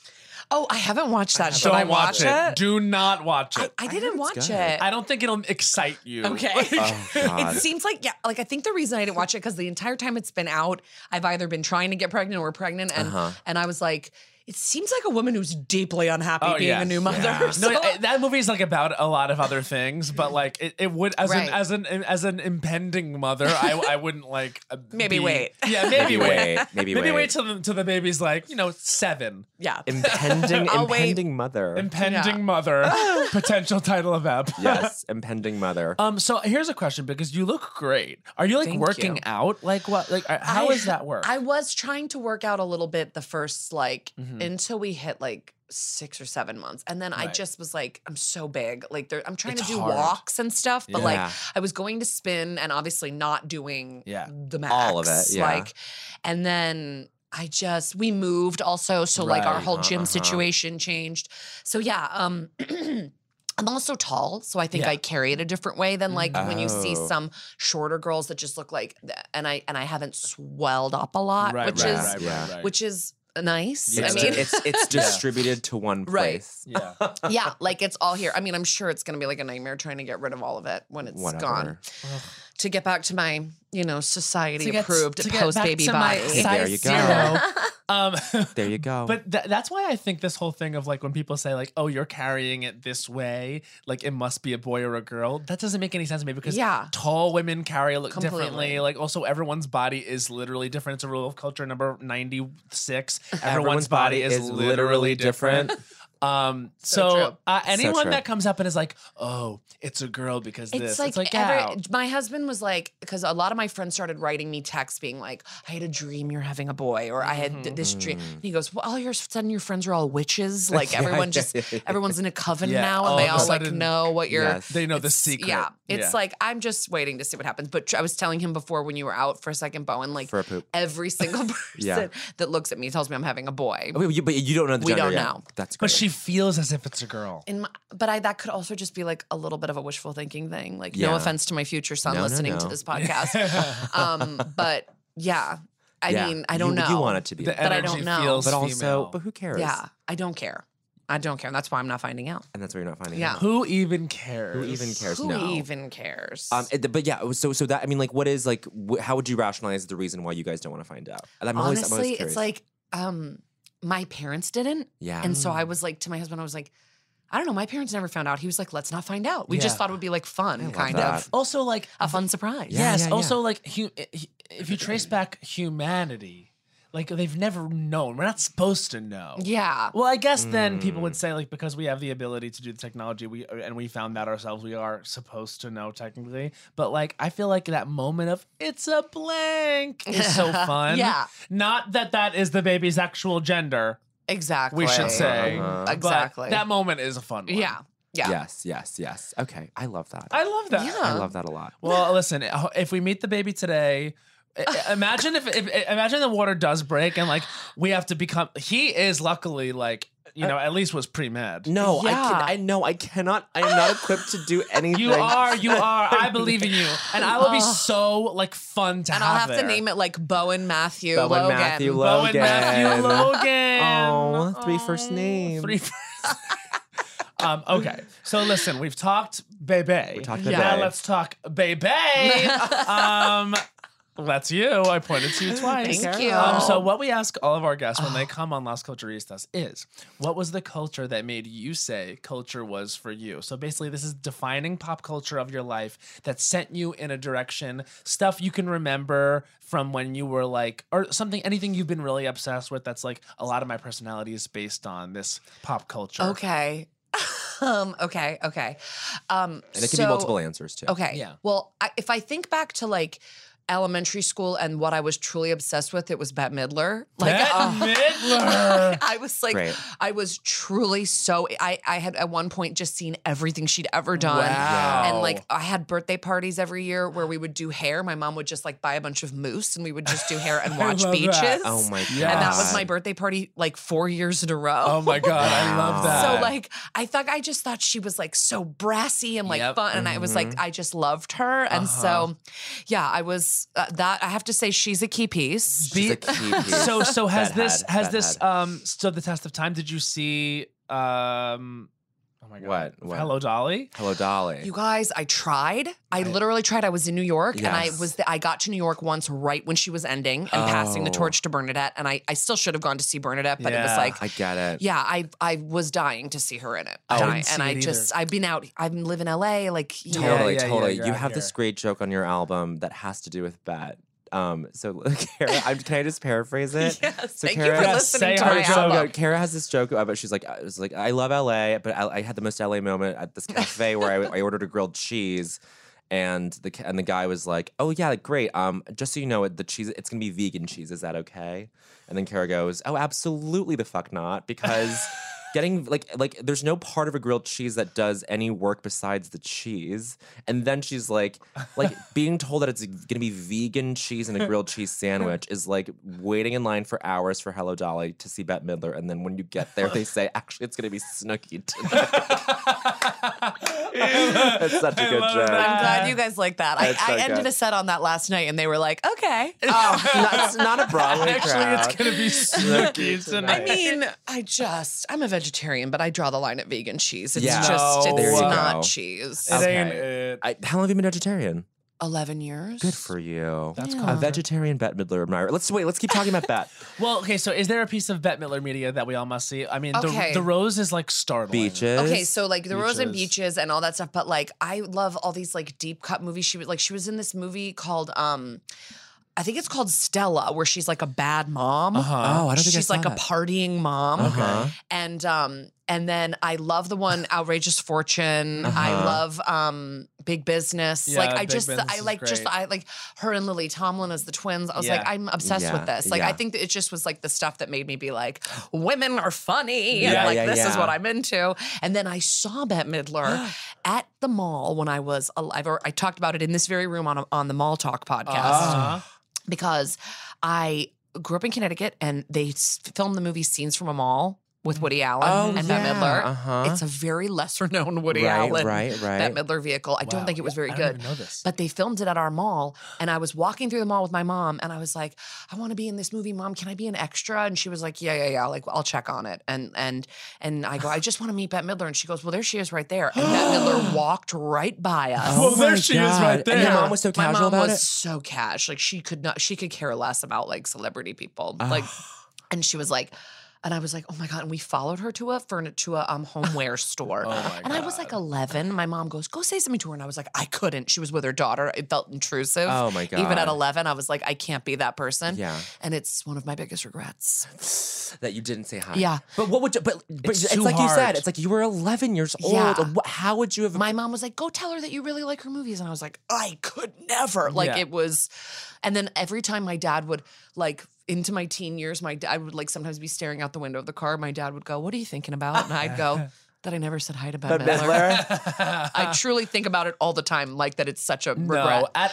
F: Oh, I haven't watched that. Should
E: Don't
F: I watch, it?
E: Do not watch
F: I,
E: it.
F: I didn't watch
D: good.
F: it.
E: I, don't think it'll excite you.
F: okay.
D: oh God.
F: it seems like yeah, like I think the reason I didn't watch it because the entire time it's been out, I've either been trying to get pregnant or pregnant, and
E: Uh-huh.
F: and I was like, it seems like a woman who's deeply unhappy
E: Oh,
F: being
E: yes.
F: a new mother.
D: Yeah.
F: So-
E: No, I- that movie is like about a lot of other things, but like it, it would as
F: Right.
E: an as an as an impending mother, I I wouldn't like uh,
F: Maybe
E: be-
F: wait.
E: Yeah, maybe, wait.
D: Maybe,
E: Maybe wait
D: wait.
E: till the, till the baby's like you know seven.
F: yeah.
D: impending
F: I'll wait.
D: impending mother.
E: Impending mother, potential title of app.
D: yes, impending mother.
E: Um. So here's a question because you look great. Are you like
F: Thank
E: working
F: you.
E: out? Like what? Like uh, how
F: I-
E: does that work?
F: I was trying to work out a little bit the first like
E: Mhm.
F: until we hit like six or seven months, and then I
E: Right.
F: just was like, I'm so big. Like there, I'm trying
E: It's
F: to do
E: hard.
F: walks and stuff, but
D: Yeah.
F: like I was going to spin and obviously not doing
E: Yeah.
F: the max.
D: All of it, yeah.
F: Like, and then. I just we moved also, so like our
E: Right,
F: whole gym
D: uh-huh.
F: situation changed. So yeah, um I'm also tall, so I think
E: Yeah.
F: I carry it a different way than like when you see
D: Oh.
F: some shorter girls that just look like th- and I and I haven't swelled up a lot,
E: right,
F: which
E: right,
F: is
E: right, right,
D: yeah.
E: right.
F: which is nice.
E: Yeah.
F: I
D: it's,
F: mean,
D: it's it's distributed to one
F: Right.
D: place.
E: yeah.
F: yeah, like it's all here. I mean, I'm sure it's going to be like a nightmare trying to get rid of all of it when it's gone.
D: Whatever.
F: To get back to my, you know, society approved
E: to get
F: post
E: back
F: baby
E: to my
F: body.
E: size
D: There you go.
E: zero. um,
D: There you
F: Oh.
D: go.
E: but th- that's why I think this whole thing of like when people say like, "Oh, you're carrying it this way," like it must be a boy or a girl. That doesn't make any sense to me because
F: Yeah.
E: tall women carry it look
F: Completely.
E: differently. Like also, everyone's body is literally different. It's a rule of culture number ninety six. Everyone's,
D: Everyone's
E: body,
D: body
E: is,
D: is
E: literally
D: literally
E: different. Um,
F: So
E: so
F: true.
E: uh, anyone
D: true.
E: that comes up and is like, "Oh, it's a girl because
F: It's
E: this,"
F: like,
E: it's like,
F: every-
E: yeah,
F: my husband was like, because a lot of my friends started writing me texts being like, I had a dream you're having a boy, or I had th- this dream. And he goes, Well, all your sudden your friends are all witches. Like everyone just everyone's in a coven
E: Yeah,
F: now and
E: all
F: they
E: of a
F: all like
E: sudden-
F: know what you're
D: Yes.
E: they know the
F: It's-
E: secret.
F: Yeah. It's like I'm just waiting to see what happens. But tr- I was telling him before when you were out for a second, Bowen, like
D: for a poop.
F: every single person
D: Yeah.
F: that looks at me tells me I'm having a boy.
D: Oh, wait, you- but you don't know the
F: We
D: gender
F: don't
D: yet.
F: know.
D: That's great.
E: but she feels as if it's a girl.
F: In my, but I that could also just be like a little bit of a wishful thinking thing. Like no
D: Yeah.
F: offense to my future son
D: No, no,
F: listening to
D: no.
F: this podcast, um, but yeah, I
D: Yeah.
F: mean I don't
D: You-
F: know.
D: You want it to be,
E: The
F: But I
E: energy
F: don't know.
E: feels
D: but also,
E: female.
D: but who cares?
F: yeah, I don't care. I don't care. And that's why I'm not finding out.
D: and that's what you're not finding.
F: Yeah.
D: out.
E: who even cares?
D: who even cares?
F: Who
D: no.
F: even cares?
D: Um, it- but yeah, so so that I mean, like, what is like? Wh- how would you rationalize the reason why you guys don't want to find out? And I'm always,
F: Honestly,
D: I'm always
F: it's
D: curious.
F: like um, my parents didn't,
D: yeah,
F: and so I was like to my husband, I was like, I don't know. My parents never found out. He was like, let's not find out. We
E: Yeah.
F: just thought it would be like fun,
D: I love
F: kind
D: that.
F: of
E: Also, like
F: a fun surprise.
D: Yeah,
E: yes.
D: yeah, yeah.
E: Also, like hu- i- i- if you trace back humanity, like they've never known. We're not supposed to know.
F: Yeah.
E: Well, I guess then people
D: Mm.
E: would say like because we have the ability to do the technology, we uh, and we found that ourselves, we are supposed to know technically. But like, I feel like that moment of it's a blank is so fun.
F: Yeah.
E: Not that that is the baby's actual gender.
F: Exactly.
E: We should say
D: Uh-huh.
E: but
F: Exactly.
E: that moment is a fun. one.
F: Yeah. Yeah.
D: yes, yes, yes. Okay, I love that.
E: I love that.
F: Yeah.
D: I love that a lot.
E: Well, listen, if we meet the baby today, i- i- imagine if, if imagine the water does break and like we have to become. He is luckily like you know at least was pre med.
D: No, I
F: Yeah.
D: can, I know I cannot. I am not equipped to do anything.
E: You are, you are. I believe in you, and I will be so like fun to
F: And I'll
E: have.
F: have to name it like Bowen Matthew
D: Bowen
F: Logan.
D: Matthew
E: Bowen
D: Logan.
E: Matthew Logan.
D: Oh, three first
E: Oh,
D: names.
E: Three. first- um. Okay. So listen, we've talked baby.
D: We talked
F: Yeah.
E: Now
D: baby.
E: let's talk baby. um, that's you. I pointed to you twice.
F: Thank you.
E: Um, so what we ask all of our guests
F: Oh.
E: when they come on Las Culturistas is, what was the culture that made you say culture was for you? So basically, this is defining pop culture of your life that sent you in a direction, stuff you can remember from when you were like, or something, anything you've been really obsessed with. That's like a lot of my personality is based on this pop culture.
F: Okay. um, okay. Okay. Um,
D: and it can
F: so-
D: be multiple answers too.
F: Okay.
E: Yeah.
F: Well, I, if I think back to like elementary school and what I was truly obsessed with, it was Bette Midler. Like,
E: Bette
F: uh,
E: Midler.
F: I was like,
D: Great.
F: I was truly so. I I had at one point just seen everything she'd ever done.
E: Wow.
F: And like I had birthday parties every year where we would do hair. My mom would just like buy a bunch of moose and we would just do hair and watch
E: love that.
F: beaches.
D: Oh my god.
E: Yeah.
F: And that was my birthday party like four years in a row.
E: Oh my god, I love that.
F: So like I thought I just thought she was like so brassy and like
E: Yep. Mm-hmm. Uh-huh.
F: fun and I was like I just loved her and so yeah I was uh, that I have to say she's a key piece.
D: She's a
E: Be-
D: key piece.
E: so so has
D: Fat
E: this
D: head,
E: has
D: fat
E: this
D: head.
E: um stood the test of time? Did you see um oh my god
D: What? What?
E: Hello Dolly?
D: Hello, Dolly.
F: You guys, I tried. I literally tried. I was in New York and I
D: Yes.
F: was the, I got to New York once right when she was ending and passing the
D: Oh.
F: torch to Bernadette and I I still should have gone to see Bernadette but it
E: Yeah.
F: was like
D: I get it.
F: yeah, I I was dying to see her in it,
E: I
F: and
E: didn't
F: I,
E: see
F: and
E: it
F: I
E: either.
F: just I've been out. I live in L.A. Like you know,
D: Totally,
E: yeah, yeah,
D: totally.
E: you're
D: you
E: out
D: have
E: here.
D: this great joke on your album that has to do with bet. Um, so Kara, I, can I just paraphrase it?
F: Yes,
D: So
F: thank you
D: Kara-
F: for
E: Yes, say
F: listening to
E: her
F: my
E: joke.
F: album.
D: No, Kara has this joke about she's like, I was like, I love LA, but I, I had the most LA moment at this cafe where I, I ordered a grilled cheese, and the ca- and the guy was like, Oh yeah, great. Um, just so you know, the cheese it's gonna be vegan cheese. Is that okay? And then Kara goes, Oh, absolutely the fuck not, because. Getting like like there's no part of a grilled cheese that does any work besides the cheese, and then she's like, like being told that it's gonna be vegan cheese and a grilled cheese sandwich is like waiting in line for hours for Hello Dolly to see Bette Midler, and then when you get there, they say actually it's gonna be Snooki. That's such a
E: I
D: good
E: love
D: joke.
E: that.
F: I'm glad you guys like that. I,
D: That's so
F: I ended
D: good.
F: a set on that last night, and they were like, "Okay." Um,
D: Oh, not, it's not a Broadway
E: Actually
D: crowd.
E: it's gonna be Snooki tonight.
F: I mean, I just I'm a vegetarian, but I draw the line at vegan cheese. It's
D: Yeah.
F: just
E: No.
D: There
F: it's
D: you
F: not
D: go.
F: cheese.
E: it ain't
D: okay.
E: it.
D: I, how long have you been vegetarian?
F: Eleven years.
D: Good for you.
E: That's
F: Yeah.
D: A
E: cool.
D: vegetarian Bette Midler admirer. Let's wait. Let's keep talking about that.
E: Well, okay, so is there a piece of Bette Midler media that we all must see? I mean,
F: Okay.
E: the, the rose is like startling.
D: Beaches.
F: Okay, so like the Rose and
E: Beaches.
F: Beaches and all that stuff, but like I love all these like deep cut movies. She was like she was in this movie called um I think it's called Stella, where she's like a bad mom.
E: Uh-huh.
D: Oh, I don't think I
F: she's
D: saw
F: like a
D: that.
F: partying mom.
D: Uh-huh.
F: And um, and then I love the one Outrageous Fortune. I
D: Uh-huh.
F: love um Big Business.
E: Yeah,
F: like I
E: Big
F: just
E: Business
F: I
E: is
F: like just
E: great.
F: I like her and Lily Tomlin as the twins. I was like,
E: Yeah.
F: I'm obsessed with
D: Yeah,
F: this. Like I
D: yeah.
F: think that it just was like the stuff that made me be like, women are funny.
D: Yeah,
F: and like
D: yeah,
F: this is
D: yeah.
F: what I'm into. And then I saw Bette Midler at the mall when I was alive. Or I talked about it in this very room on on the Mall Talk podcast
E: Uh-huh.
F: because I grew up in Connecticut and they s- filmed the movie Scenes from a Mall with Woody Allen
D: Oh,
F: and
D: yeah.
F: Bette Midler.
D: Uh-huh.
F: It's a very lesser known Woody
D: right,
F: Allen
D: right, right.
F: Bette Midler vehicle. I don't
E: Wow.
F: think it was
E: Yeah,
F: very
E: I don't
F: good.
E: even know this.
F: But they filmed it at our mall, and I was walking through the mall with my mom, and I was like, "I want to be in this movie, mom. Can I be an extra?" And she was like, "Yeah, yeah, yeah. Like I'll check on it." And and and I go, "I just want to meet Bette Midler," and she goes, "Well, there she is, right there." And Bette Midler walked right by us.
E: Well, there
D: Oh, my
E: she is right
D: God.
E: there.
D: And your
F: Yeah.
D: mom was so
F: my
D: casual
F: mom
D: about
F: was
D: it?
F: so cash. Like she could not. She could care less about like celebrity people. Like, and she was like. And I was like, oh my God. And we followed her to a furniture, to a um, homeware store.
D: Oh
E: my
F: and I was like 11. My mom goes, go say something to her. And I was like, I couldn't. She was with her daughter. It felt intrusive.
D: Oh my
F: Even
D: God.
F: at 11, I was like, I can't be that person.
D: Yeah.
F: And it's one of my biggest regrets.
D: that you didn't say hi.
F: Yeah.
D: But what would you, but, but
E: It's
D: it's,
E: too
D: like you
E: hard.
D: said, it's like you were 11 years old.
F: Yeah.
D: Wh- How would you have,
F: my mom was like, "Go tell her that you really like her movies," and I was like, "I could never." Like
E: Yeah.
F: it was, and then every time my dad would like into my teen years, my dad would like sometimes be staring out the window of the car. My dad would go, "What are you thinking about?" And I'd go, "That I never said hi to Bette Midler." I truly think about it all the time, like that it's such a regret. Oh.
E: No, at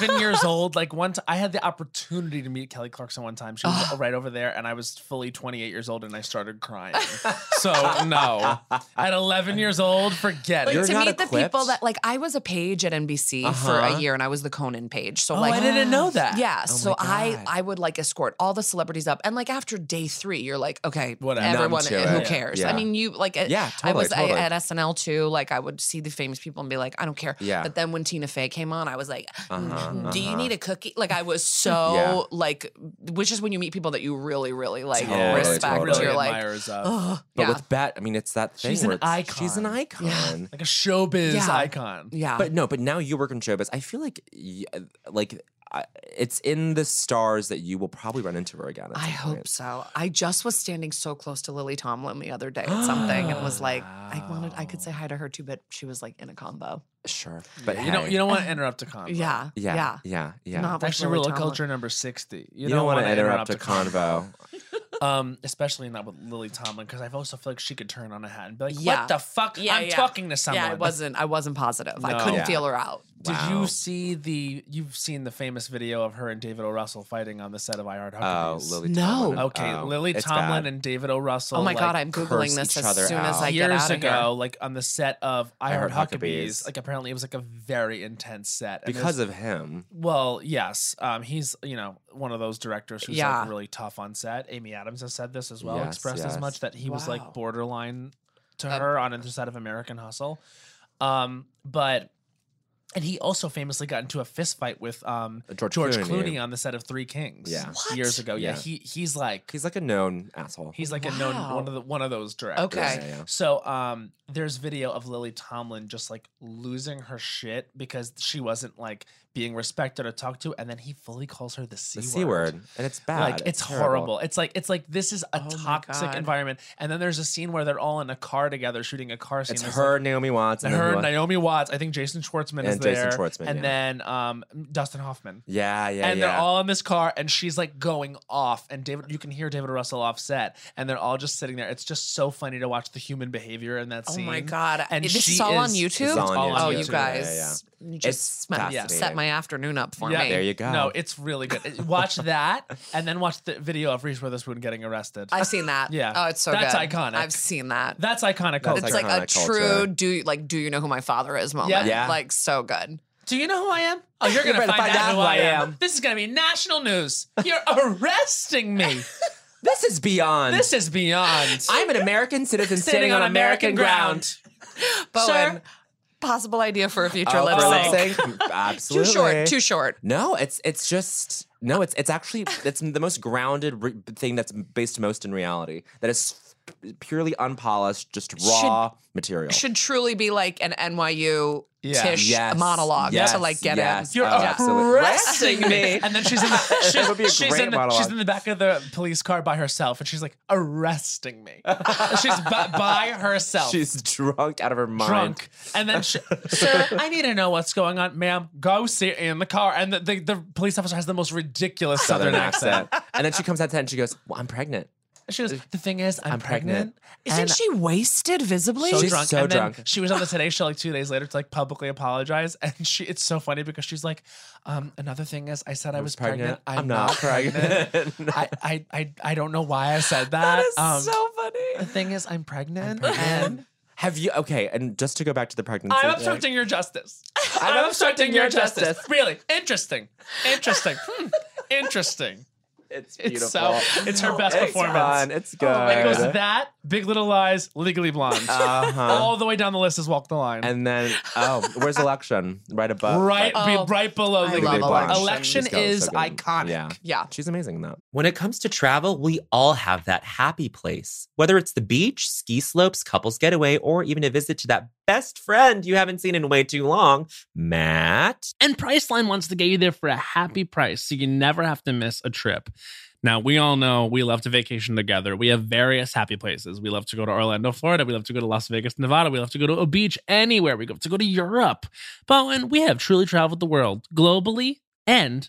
E: 11 years old, like once I had the opportunity to meet Kelly Clarkson one time. She
F: Oh.
E: was right over there, and I was fully 28 years old, and I started crying. so no, at 11 years old, forget
F: Like,
E: it.
D: You're
F: to
D: not Uh-huh.
F: meet the people
D: equipped?
F: that like I was a page at NBC for a year and I was the Conan page.
D: Oh,
F: So like
E: I didn't know that.
F: Yeah. so I
D: God.
F: I would like escort all the celebrities up, and like after day three, you're like, okay,
E: Whatever.
F: everyone,
D: Numb
F: who
D: to it.
F: cares? I
D: Yeah.
F: mean, you like, at-
D: Yeah,
F: I
D: totally,
F: was I-
D: totally.
F: at SNL too. Like, I would see the famous people and be like, I don't care.
D: Yeah.
F: But then when Tina Fey came on, I was like, "Mm,
D: Uh-huh,
F: Do you
D: uh-huh.
F: need a cookie? Like, I was so
D: Yeah.
F: like, which is when you meet people that you really, really like
D: Totally,
F: respect.
D: totally.
F: You're like,
E: admirers of.
F: oh,
D: but
F: yeah,
D: with Bat, I mean, it's that thing.
E: She's an
D: where it's- She's an
F: icon.
D: icon.
F: Yeah.
E: like a showbiz
F: Yeah.
E: icon.
F: yeah.
D: But no, but now you work in showbiz. I feel like, y- like, I, it's in the stars that you will probably run into her again. at
F: I
D: some
F: hope
D: point.
F: so. I just was standing so close to Lily Tomlin the other day at something and was like, I wanted, I could say hi to her too, but she was like in a combo.
D: Sure, but
E: You don't.
D: hey.
E: You don't want to interrupt a convo.
F: Yeah.
D: yeah,
F: Yeah.
D: yeah, yeah,
F: Not with
E: Actually,
F: Lily
E: real
F: Tomlin.
E: culture number 60.
D: You,
E: You,
D: don't, want to interrupt, a
E: convo.
D: convo.
E: Um, especially not with Lily Tomlin, because I've also feel like she could turn on a hat and be like,
F: Yeah.
E: "What the fuck?
F: Yeah,
E: I'm
F: yeah.
E: talking to someone."
F: Yeah, I wasn't, I wasn't positive. I
E: No.
F: couldn't
E: Yeah.
F: feel her out. Oh
E: Did
D: Wow.
E: you see the? You've seen the famous video of her and David O. Russell fighting on the set of I Heart
D: Oh,
E: Huckabees.
D: Lily.
F: No.
D: Tomlin.
E: Okay,
D: Oh,
E: Lily
D: it's
E: Tomlin
D: bad.
E: and David O. Russell.
F: oh my God,
E: like,
F: I'm Googling
D: curse
F: this
D: each
F: as
D: other
F: soon as
D: out.
F: I get
E: years
F: out of
E: ago,
F: here.
E: like on the set of I,
D: I
E: Heart
D: Heart
E: Huckabees,
D: Huckabees.
E: like apparently it was like a very intense set and
D: because
E: there's-
D: of him.
E: Well, yes, um, he's you know one of those directors who's
F: Yeah.
E: like really tough on set. Amy Adams has said this as well,
D: Yes,
E: expressed as
D: yes.
E: much that he was
F: Wow. Uh,
E: like borderline to her on the side of American Hustle, um, but and he also famously got into a fist fight with um,
D: uh, George
E: Clooney.
D: Clooney.
E: on the set of Three Kings,
D: Yeah.
E: years ago. Yeah,
D: Yeah.
E: he he's like
D: He's like a known asshole.
E: He's like a known
F: Wow.
E: one of the one of those directors.
F: Okay.
D: Yeah, yeah.
E: So um there's video of Lily Tomlin just like losing her shit because she wasn't like being respected or talked to, and then he fully calls her the C
D: the
E: word.
D: c word, and it's bad.
E: Like it's,
D: terrible.
E: horrible. It's like it's like this is a
F: Oh my
E: toxic
F: God.
E: environment. And then there's a scene where they're all in a car together shooting a car scene.
D: It's
E: There's,
D: her,
E: like,
D: Naomi Watts, and
E: her,
D: then who-
E: Naomi Watts. I think Jason Schwartzman is
D: And Jason
E: there,
D: Schwartzman,
E: and
D: yeah.
E: then um, Dustin Hoffman
D: Yeah, yeah,
E: and
D: yeah.
E: they're all in this car, and she's like going off, and David, you can hear David Russell offset, and they're all just sitting there. It's just so funny to watch the human behavior in that
F: Oh
E: scene.
F: my God.
E: And
F: this is
E: she
F: all on
E: is-
F: YouTube?
D: It's on
F: oh,
E: YouTube.
F: you
E: Yeah,
F: guys. You just
D: It's
F: sma- set
D: fascinating.
F: my afternoon up for
E: Yeah.
F: me.
D: There you go.
E: No, it's really good. Watch that, and then watch the video of Reese Witherspoon getting arrested.
F: I've seen that.
E: Yeah.
F: Oh, it's so
E: That's
F: good.
E: iconic.
F: I've seen that.
E: That's iconic
D: That's
E: culture.
F: it's
D: It's
F: like a
D: iconic culture.
F: true do like do you know who my father is moment.
D: Yeah.
F: Like so good.
E: Do you know who I am? Oh, you're gonna
D: better
E: find, out, who I am. This is gonna be national news. You're arresting me.
D: this is beyond.
E: this is beyond.
D: I'm an American citizen
E: Standing on American
F: Bowen, possible idea for a future
D: Oh,
F: lip
D: for
F: sync.
D: lip sync?
F: Too
D: Absolutely.
F: short. Too short.
D: No, it's it's just no. It's it's actually it's the most grounded re- thing that's based most in reality. That is purely unpolished, just raw material.
F: Should truly be like an NYU
E: Yeah.
F: Tish
D: Yes.
F: monologue
D: Yes.
F: to like get
D: Yes.
F: in.
E: You're
D: Oh, absolutely.
E: arresting me. And then she's in the she's,
D: That would be a
E: she's
D: great
E: in the,
D: monologue.
E: she's in the back of the police car by herself, and she's like arresting me. she's by, by herself,
D: She's drunk out of her mind.
E: drunk, and then she, sir, I need to know what's going on, ma'am. Go sit in the car. And the, the, the police officer has the most ridiculous
D: Southern
E: southern accent.
D: accent. and then she comes out to and she goes, Well, I'm pregnant.
E: She goes, "The thing is, I'm,
D: I'm
E: pregnant."
D: pregnant.
F: Isn't
E: and
F: she wasted visibly?
E: so
D: She's
E: drunk.
D: so
E: and then
D: drunk.
E: She was on the Today Show like two days later to like publicly apologize, and she it's so funny because she's like, um, another thing is I said I was pregnant.
D: I'm, not pregnant.
E: I, I I I don't know why I said that. um, the
D: funny.
E: thing is I'm pregnant, and
D: Have you okay? And just to go back to the pregnancy,
E: I'm
D: thing.
E: obstructing your justice. I'm, obstructing your justice. Really interesting, interesting, Hmm. interesting.
D: It's beautiful.
E: It's so it's her best
D: It's
E: performance. Oh
D: fun. It's good.
E: It goes that Big Little Lies, Legally Blonde.
D: uh-huh.
E: All the way down the list is Walk the Line.
D: And then oh, where's election? Right above.
E: right,
D: like,
E: be,
F: Oh,
E: right below
F: I
D: Big
E: Legally
F: love
D: Big
E: Blonde.
D: Blonde.
E: Election
D: She's so
E: is
D: good.
E: iconic.
D: Yeah,
F: yeah.
D: she's amazing in that.
G: When it comes to travel, we all have that happy place. Whether it's the beach, ski slopes, couples getaway, or even a visit to that best friend you haven't seen in way too long, Matt.
A: And Priceline wants to get you there for a happy price so you never have to miss a trip. Now, we all know we love to vacation together. We have various happy places. We love to go to Orlando, Florida. We love to go to Las Vegas, Nevada. We love to go to a beach anywhere. We love to go to Europe. Bowen, we have truly traveled the world globally and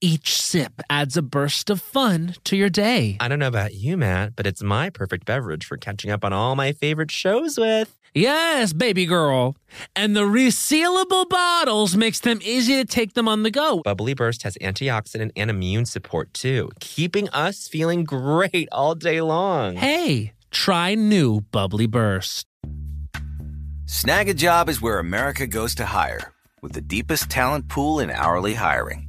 A: Each sip adds a burst of fun to your day.
G: I don't know about you, Matt, but it's my perfect beverage for catching up on all my favorite shows with.
A: Yes, baby girl. And the resealable bottles makes them easy to take them on the go.
G: Bubbly Burst has antioxidant and immune support too, keeping us feeling great all day long.
A: Hey, try new Bubbly Burst.
H: Snag a job is where America goes to hire, with the deepest talent pool in hourly hiring.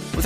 H: With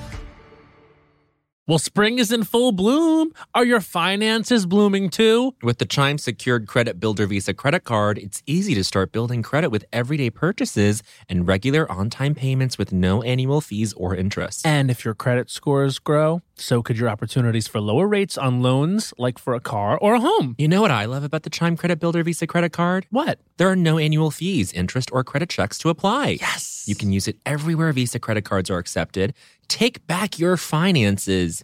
A: Well, spring is in full bloom. Are your finances blooming too?
G: With the Chime Secured Credit Builder Visa credit card, it's easy to start building credit with everyday purchases and regular on time payments with no annual fees or interest.
A: And if your credit scores grow, so could your opportunities for lower rates on loans, like for a car or a home.
G: You know what I love about the Chime Credit Builder Visa credit card?
A: What?
G: There are no annual fees, interest, or credit checks to apply. Yes. You can use it everywhere Visa credit cards are accepted. Take back your finances.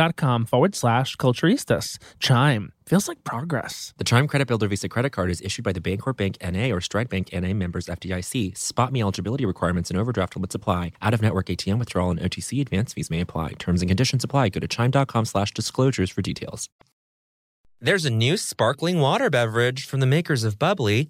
A: Chime.com forward slash culturistas. Chime feels like progress.
G: The Chime Credit Builder Visa credit card is issued by the Bancorp Bank NA or Stride Bank NA members FDIC. Spot me eligibility requirements and overdraft limits apply. Out of network ATM withdrawal and OTC advance fees may apply. Terms and conditions apply. Go to chime.com slash disclosures for details.
B: There's a new sparkling water beverage from the makers of Bubbly,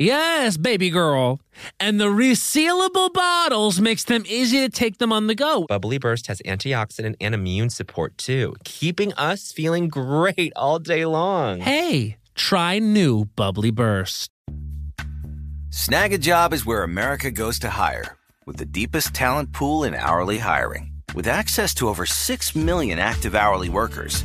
A: Yes, baby girl. And the resealable bottles makes them easy to take them on the go.
G: Oh.
B: Bubbly Burst has antioxidant and immune support too, keeping us feeling great all day long.
A: Hey, try new Bubbly Burst.
H: Snag a job is where America goes to hire, with the deepest talent pool in hourly hiring. With access to over 6 million active hourly workers,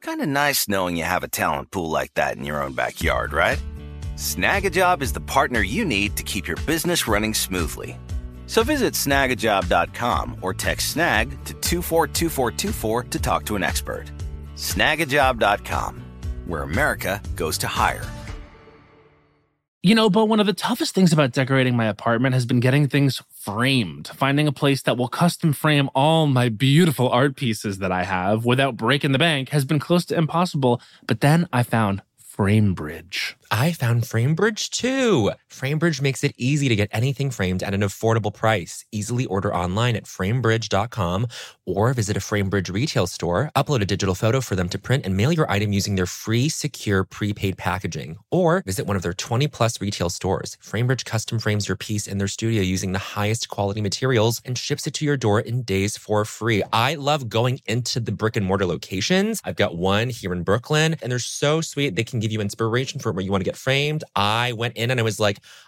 H: Kind of nice knowing you have a talent pool like that in your own backyard, right? Snagajob is the partner you need to keep your business running smoothly. So visit snagajob.com or text snag to 242424 to talk to an expert. Snagajob.com, where America goes to hire.
A: You know, but one of the toughest things about decorating my apartment has been getting things framed, finding a place that will custom frame all my beautiful art pieces that I have without breaking the bank has been close to impossible. But then I found FrameBridge.
B: I found FrameBridge too. FrameBridge makes it easy to get anything framed at an affordable price. Easily order online at framebridge.com or visit a FrameBridge retail store, upload a digital photo for them to print and mail your item using their free, secure, prepaid packaging. Or visit one of their 20 plus retail stores. FrameBridge custom frames your piece in their studio using the highest quality materials and ships it to your door in days for free. I love going into the brick and mortar locations. I've got one here in Brooklyn, and they're so sweet. They can give you inspiration for where you want to get framed. I went in and I was like,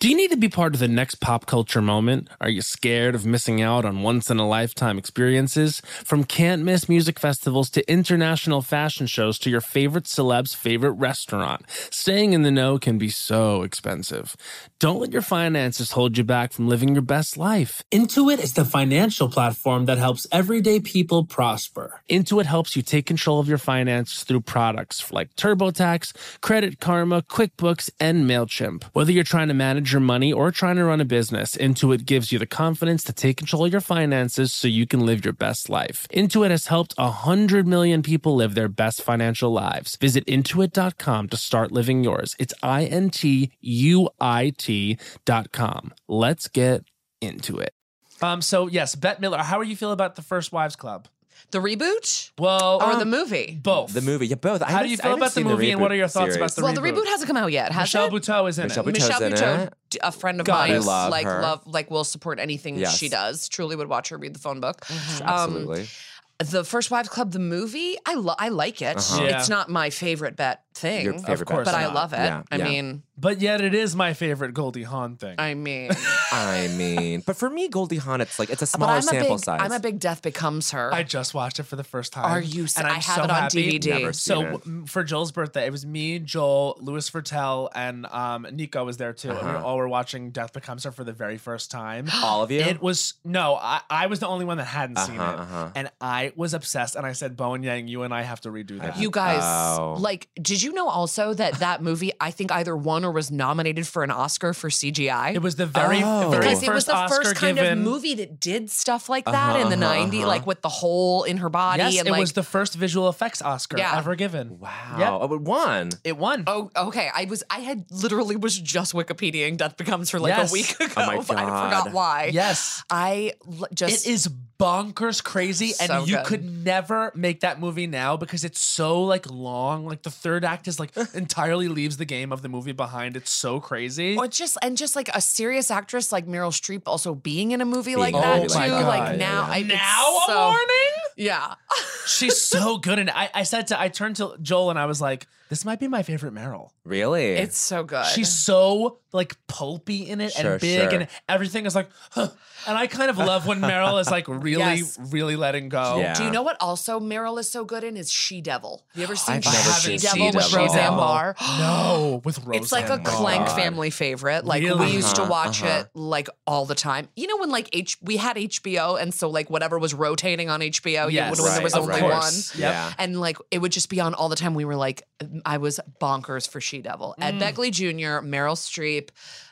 A: Do you need to be part of the next pop culture moment? Are you scared of missing out on once in a lifetime experiences? From can't miss music festivals to international fashion shows to your favorite celeb's favorite restaurant, staying in the know can be so expensive. Don't let your finances hold you back from living your best life. Intuit is the financial platform that helps everyday people prosper. Intuit helps you take control of your finances through products like TurboTax, Credit Karma, QuickBooks, and MailChimp. Whether you're trying to manage your money or trying to run a business, Intuit gives you the confidence to take control of your finances so you can live your best life. Intuit has helped 100 million people live their best financial lives. Visit intuit.com to start living yours. It's I N T U I T.com. Let's get into it.
E: Um. So yes, Bette Miller. How are you feel about the First Wives Club?
F: The reboot
E: Well,
F: or
D: Uh,
E: um,
F: the movie?
E: Both.
D: The movie, yeah, both. I
E: How
D: haven't-
E: do you
D: I
E: feel
D: haven't
E: about the
D: seen
E: movie and what are your
D: reboot
E: thoughts about
D: series.
E: the
F: well,
E: reboot?
F: the reboot hasn't come out yet, has
E: Michelle
F: it?
E: Buteau is in
D: Michelle
E: it.
D: Buteau's
F: Michelle
D: in
F: Buteau,
D: it.
F: d- a friend of
E: God, I
F: mine,
D: love
F: like
D: her.
F: love, like will support anything
D: Yes. Mm-hmm.
F: she does. Truly, would watch her read the phone book. Um,
D: Absolutely.
F: the First Wives Club, the movie, I lo- I like it.
D: Uh-huh.
E: Yeah.
F: It's not my favorite bet thing,
D: Your favorite
E: course
F: but I
E: not.
F: love it.
D: Yeah,
F: I
D: yeah.
F: mean,
E: But yet it is my favorite Goldie Hawn thing.
F: I mean,
D: I mean, but for me, Goldie Hawn, it's like it's a
F: but
D: smaller
F: I'm a
D: sample
F: big,
D: size.
F: I'm a big Death Becomes Her.
E: I just watched it for the first time.
F: Are you s-
E: And
F: I
E: I'm
F: have
E: so
F: it on
E: happy.
F: DVD.
D: seen
F: Never
E: so
D: it.
E: w- for Joel's birthday, it was me, Joel, Louis Vertel, and um, Nico was there too, and we
D: Uh-huh.
E: all were watching Death Becomes Her for the very first time.
D: All of you?
E: It was no, I, I was the only one that hadn't seen it,
D: Uh-huh, uh-huh.
E: and I was obsessed. And I said, Bowen Yang, you and I have to redo that.
F: you guys,
D: Oh.
F: like, did you you know also that that movie I think either won or was nominated for an Oscar for CGI?
E: It was the very,
D: Oh.
E: the very
F: because
E: first
F: it was the
E: Oscar
F: first kind
E: given.
F: of movie that did stuff like that
D: Uh-huh,
F: in the
D: uh-huh,
F: 90s,
D: uh-huh.
F: like with the hole in her body
E: Yes,
F: and
E: it
F: like
E: was the first visual effects Oscar
F: Yeah.
E: ever given.
D: Wow.
E: Yep.
D: Oh, it won.
E: It won.
F: Oh, okay. I was I had literally was just Wikipediaing Death Becomes for like
E: Yes.
F: a week ago.
D: Oh my
F: but I
D: God.
F: forgot why.
E: Yes.
F: I l- just
E: It is bonkers crazy, and
F: So
E: you
F: good.
E: could never make that movie now because it's so like long. Like the third act is like entirely leaves the game of the movie behind. It's so crazy.
F: Or just and just like a serious actress like Meryl Streep also being in a movie
D: Being Oh
F: like
D: in a
F: that
E: movie
F: too.
E: like that. Yeah,
F: Like
D: yeah,
F: now,
D: yeah.
F: I, it's
E: Now a
F: so-
E: warning?
F: Yeah,
E: She's so good, and I, I said to I turned to Joel and I was like, "This might be my favorite Meryl.
D: Really?
F: it's so good.
E: She's so like pulpy in it
D: Sure,
E: and big,
D: sure.
E: and everything is like." Huh. And I kind of love when Meryl is like really,
F: Yes.
E: really letting go.
D: Yeah.
F: Do you know what? Also, Meryl is so good in is She Devil. You ever seen
D: I've
F: She,
D: never seen
F: Devil with
D: She-Devil.
F: Roseanne Barr?
E: No, with Roseanne.
F: It's like a
E: Barr.
F: Clank
D: God.
F: family favorite. Like
E: Really?
F: we used to
D: Uh-huh,
F: watch
D: uh-huh.
F: it like all the time. You know when like H we had HBO and so like whatever was rotating on HBO,
E: Yes.
F: you would when there was
D: Right,
F: only
D: of
F: one.
D: course.
E: Yep.
D: Yeah.
F: And like it would just be on all the time. We were like, I was bonkers for She Devil. Ed
E: Mm.
F: Begley Jr., Meryl Streep,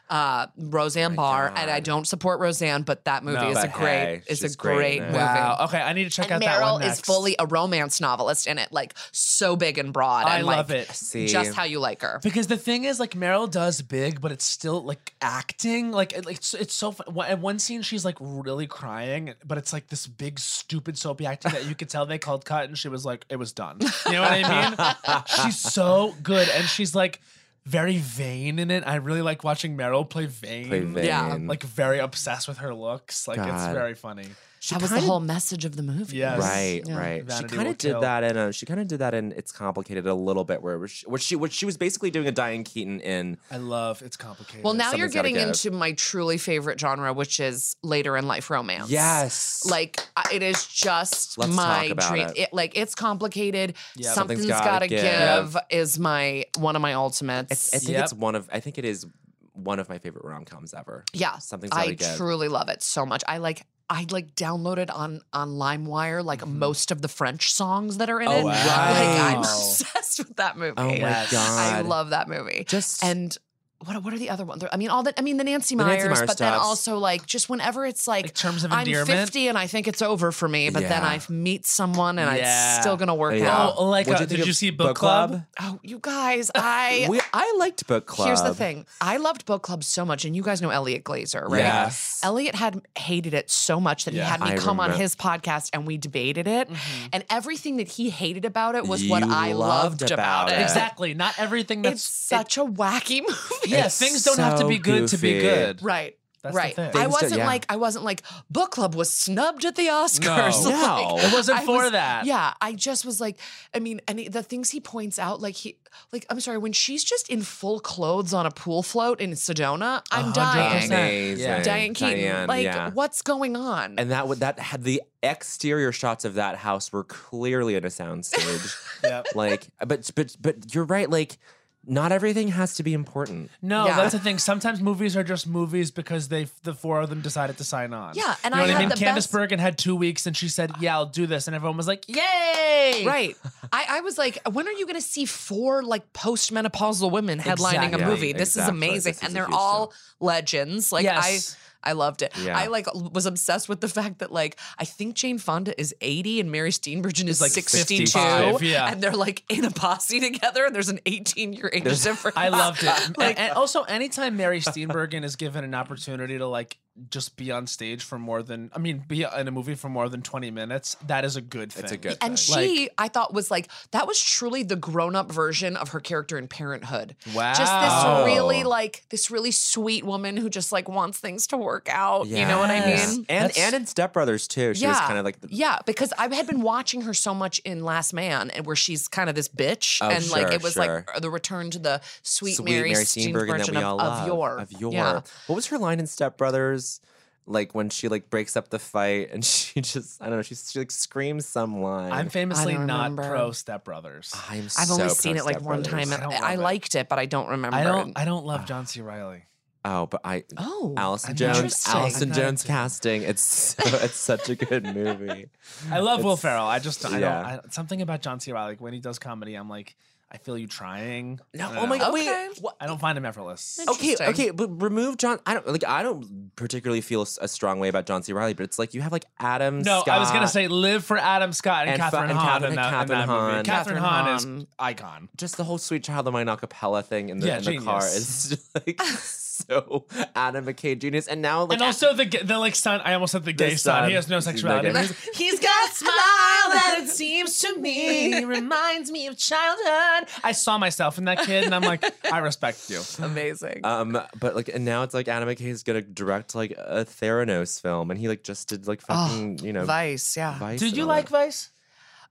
F: uh, Roseanne Barr, and I don't support Roseanne, but that movie
E: Oh No,
F: is a
D: but
F: great
D: hey,
F: is
D: she's
F: a
D: great
F: great
D: in it.
F: movie.
E: Wow. Okay, I need to check
F: And
E: out that
F: Meryl
E: one next.
F: is fully a romance novelist in it, like so big and broad.
E: I
F: and,
E: love
F: like,
E: it.
D: See.
F: Just how you like her.
E: Because the thing is, like Meryl does big, but it's still like acting. Like it- it's it's so fun. One- At one scene, she's like really crying, but it's like this big stupid soapy acting that you could tell they called cut, and she was like, it was done. You know what I mean? she's so good, and she's like very vain in it. I really like watching Meryl play vain.
D: Play vain.
F: Yeah.
E: Mm, Like very obsessed with her looks. Like it's
D: God.
E: very funny.
D: She
F: that was the
D: kinda-
F: whole message of the movie.
E: Yes.
D: Right,
F: Yeah.
D: right.
E: Vanity
D: she kind
E: will
D: of did
E: kill.
D: that in a, she kind of did that in it's complicated a little bit where it was- what she what she was basically doing a Diane Keaton in
E: I love it's complicated.
F: Well, now you're
D: Something's gotta
F: getting
D: give.
F: into my truly favorite genre, which is later in life romance.
D: yes
F: Like I- it is just
D: Let's
F: my
D: talk about
F: dream.
D: it.
F: like it's complicated.
E: Yeah.
F: Something's,
D: Something's gotta
F: gotta,
D: give.
F: give is my one of my ultimates.
D: It's, I think
E: Yep.
D: it's one of I think it is one of my favorite rom coms ever.
F: yeah,
D: something's gotta
F: I
D: give.
F: truly love it so much. I like I like downloaded on on LimeWire like most of the French songs that are in
D: Oh,
F: it.
D: wow.
F: Like I'm
E: Wow.
F: obsessed with that movie.
D: Oh
E: Yes.
D: my god!
F: I love that movie.
D: just
F: and what what are the other ones? I mean, all that. I mean, the Nancy
D: The
F: Myers,
D: Nancy Myers
F: but then
D: stuffs.
F: also like just whenever it's
E: in
F: like
E: terms of
F: I'm
E: endearment.
F: 50 and I think it's over for me, but then
D: Yeah.
F: I meet someone and
E: Yeah.
F: it's still gonna work
D: Yeah.
F: out.
E: Oh, like
D: What'd
E: uh,
D: you think
E: did
D: of
E: you see book, club?
F: Oh, you guys, I.
D: we, I liked book club.
F: Here's the thing. I loved book club so much, and you guys know Elliot Glazer, right?
D: Yes.
F: Elliot had hated it so much that
E: Yeah.
F: he had me
D: I
F: come
D: remember. Mm-hmm.
F: on his podcast and we debated it.
E: Mm-hmm.
F: And everything that he hated about it was what
D: You
F: I
D: loved
F: loved about,
D: about
F: it.
D: it.
E: Exactly. Not everything that's
F: Uh, It's such a wacky movie.
E: Yeah,
D: It's
E: things don't have to
D: so
E: be good to be
D: goofy.
E: good.
F: Right.
E: That's the
F: right.
E: thing.
F: I
D: Things
F: wasn't
D: that- yeah.
F: like I wasn't like book club was snubbed at the Oscars.
E: No.
F: Like,
D: No.
E: It wasn't
F: I
E: for
F: was-
E: that.
F: Yeah, I just was like, I mean, and the things he points out, like he, like I'm sorry, when she's just in full clothes on a pool float in Sedona, I'm
E: 100%.
F: dying.
D: Amazing.
E: Yeah.
F: Diane Keaton,
D: Diane,
F: like
D: yeah.
F: what's going on?
D: And that would that had the exterior shots of that house were clearly in a soundstage.
E: Yep.
D: like, but but but you're right. Like, not everything has to be important.
E: No,
F: Yeah.
E: that's the thing. Sometimes movies are just movies because they the four of them decided to sign on.
F: Yeah,
E: you
F: and
E: know
F: I
E: what I
F: had
E: mean.
F: the
E: Candace
F: best-
E: Bergen had two weeks, and she said, "Yeah, I'll do this," and everyone was like, "Yay!"
F: Right. I, I was like, when are you going to see four like postmenopausal women headlining
E: Exactly.
F: a movie? This is
D: Exactly.
F: amazing.
D: This is a
F: and they're
D: huge
F: all legends. Like
E: yes.
F: I I loved it.
D: Yeah.
F: I like was obsessed with the fact that like I think Jane Fonda is 80 and Mary Steenburgen is
E: like,
F: 62
E: 55, yeah.
F: and they're like in a posse together and there's an 18 year age difference.
E: I loved it. And-
F: Like-
E: and also, anytime Mary Steenburgen is given an opportunity to like just be on stage for more than I mean, be in a movie for more than twenty minutes, that is a good thing.
D: It's a good.
F: And
D: thing.
F: she, I thought, was like that was truly the grown-up version of her character in Parenthood.
E: Wow.
F: Just
D: Wow.
F: this really like this really sweet woman who just like wants things to work out. You know what I
D: Yes.
F: mean?
D: And
E: That's-
D: and in Step Brothers too, she was kind of like the,
F: yeah, because I had been watching her so much in Last Man, and where she's kind of this bitch,
D: Oh,
F: and like
D: sure,
F: it was
D: sure.
F: like the return to the sweet, Mary, Steenburgen,
D: that we all
F: of,
D: love
F: of yore,
D: Of yore.
F: Yeah.
D: What was her line in Step Brothers? Like when she like breaks up the fight and she just I don't know she, she like screams some line.
E: I'm famously
F: I don't
E: not
F: remember.
E: pro Step Brothers.
D: I'm
F: I've
D: so
F: only
D: pro
F: seen it like
D: Step
F: one
D: Brothers.
F: time, and
E: I don't
F: I, I
E: love it.
F: liked it, but I don't remember.
E: I don't.
F: it.
E: I don't
D: Ah.
E: love John C. Riley.
D: Oh, but I
F: oh,
D: Allison
E: I'm
D: Jones
F: interesting.
D: Allison
E: I'm not
D: Jones
E: into it.
D: casting. It's so, it's such a good movie.
E: I love Will
D: It's-
E: Ferrell. I just
D: yeah.
E: I don't I, something about John C. Riley like, when he does comedy. I'm like I feel you trying.
D: No,
E: I
D: oh
E: don't
D: my
E: know.
D: god, wait. what-
E: I don't find him effortless.
D: Okay,
F: Interesting.
D: okay, but remove John. I don't like. I don't particularly feel s- a strong way about John C. Riley, but it's like you have like Adam.
E: No, I was gonna
D: Scott,
E: say live for Adam Scott and,
D: And fu-
E: Catherine
D: and
E: Hahn
D: Catherine-
E: in that, in
D: Catherine
E: that movie.
D: Hahn.
E: Catherine
F: Catherine
E: Hahn is
F: Hahn.
E: icon.
D: just the whole "Sweet Child of Mine" acapella thing in the,
E: Yeah,
D: in the car
E: genius.
D: is just, like so Adam McKay genius, and now like um,
E: and also the g- the like son. I almost said the gay son.
D: son.
E: He has no
D: He's no
E: sexuality.
D: gay.
E: He's-
F: He's got a smile that it seems to me reminds me of childhood.
E: I saw myself in that kid, and I'm like, I respect you.
F: Amazing.
D: Um, but like, and now it's like Adam McKay is gonna direct like a Theranos film, and he like just did like fucking you know
F: Vice, yeah.
D: Vice
E: Ah, Did
D: and
E: you
D: all
E: like
D: that.
E: Vice?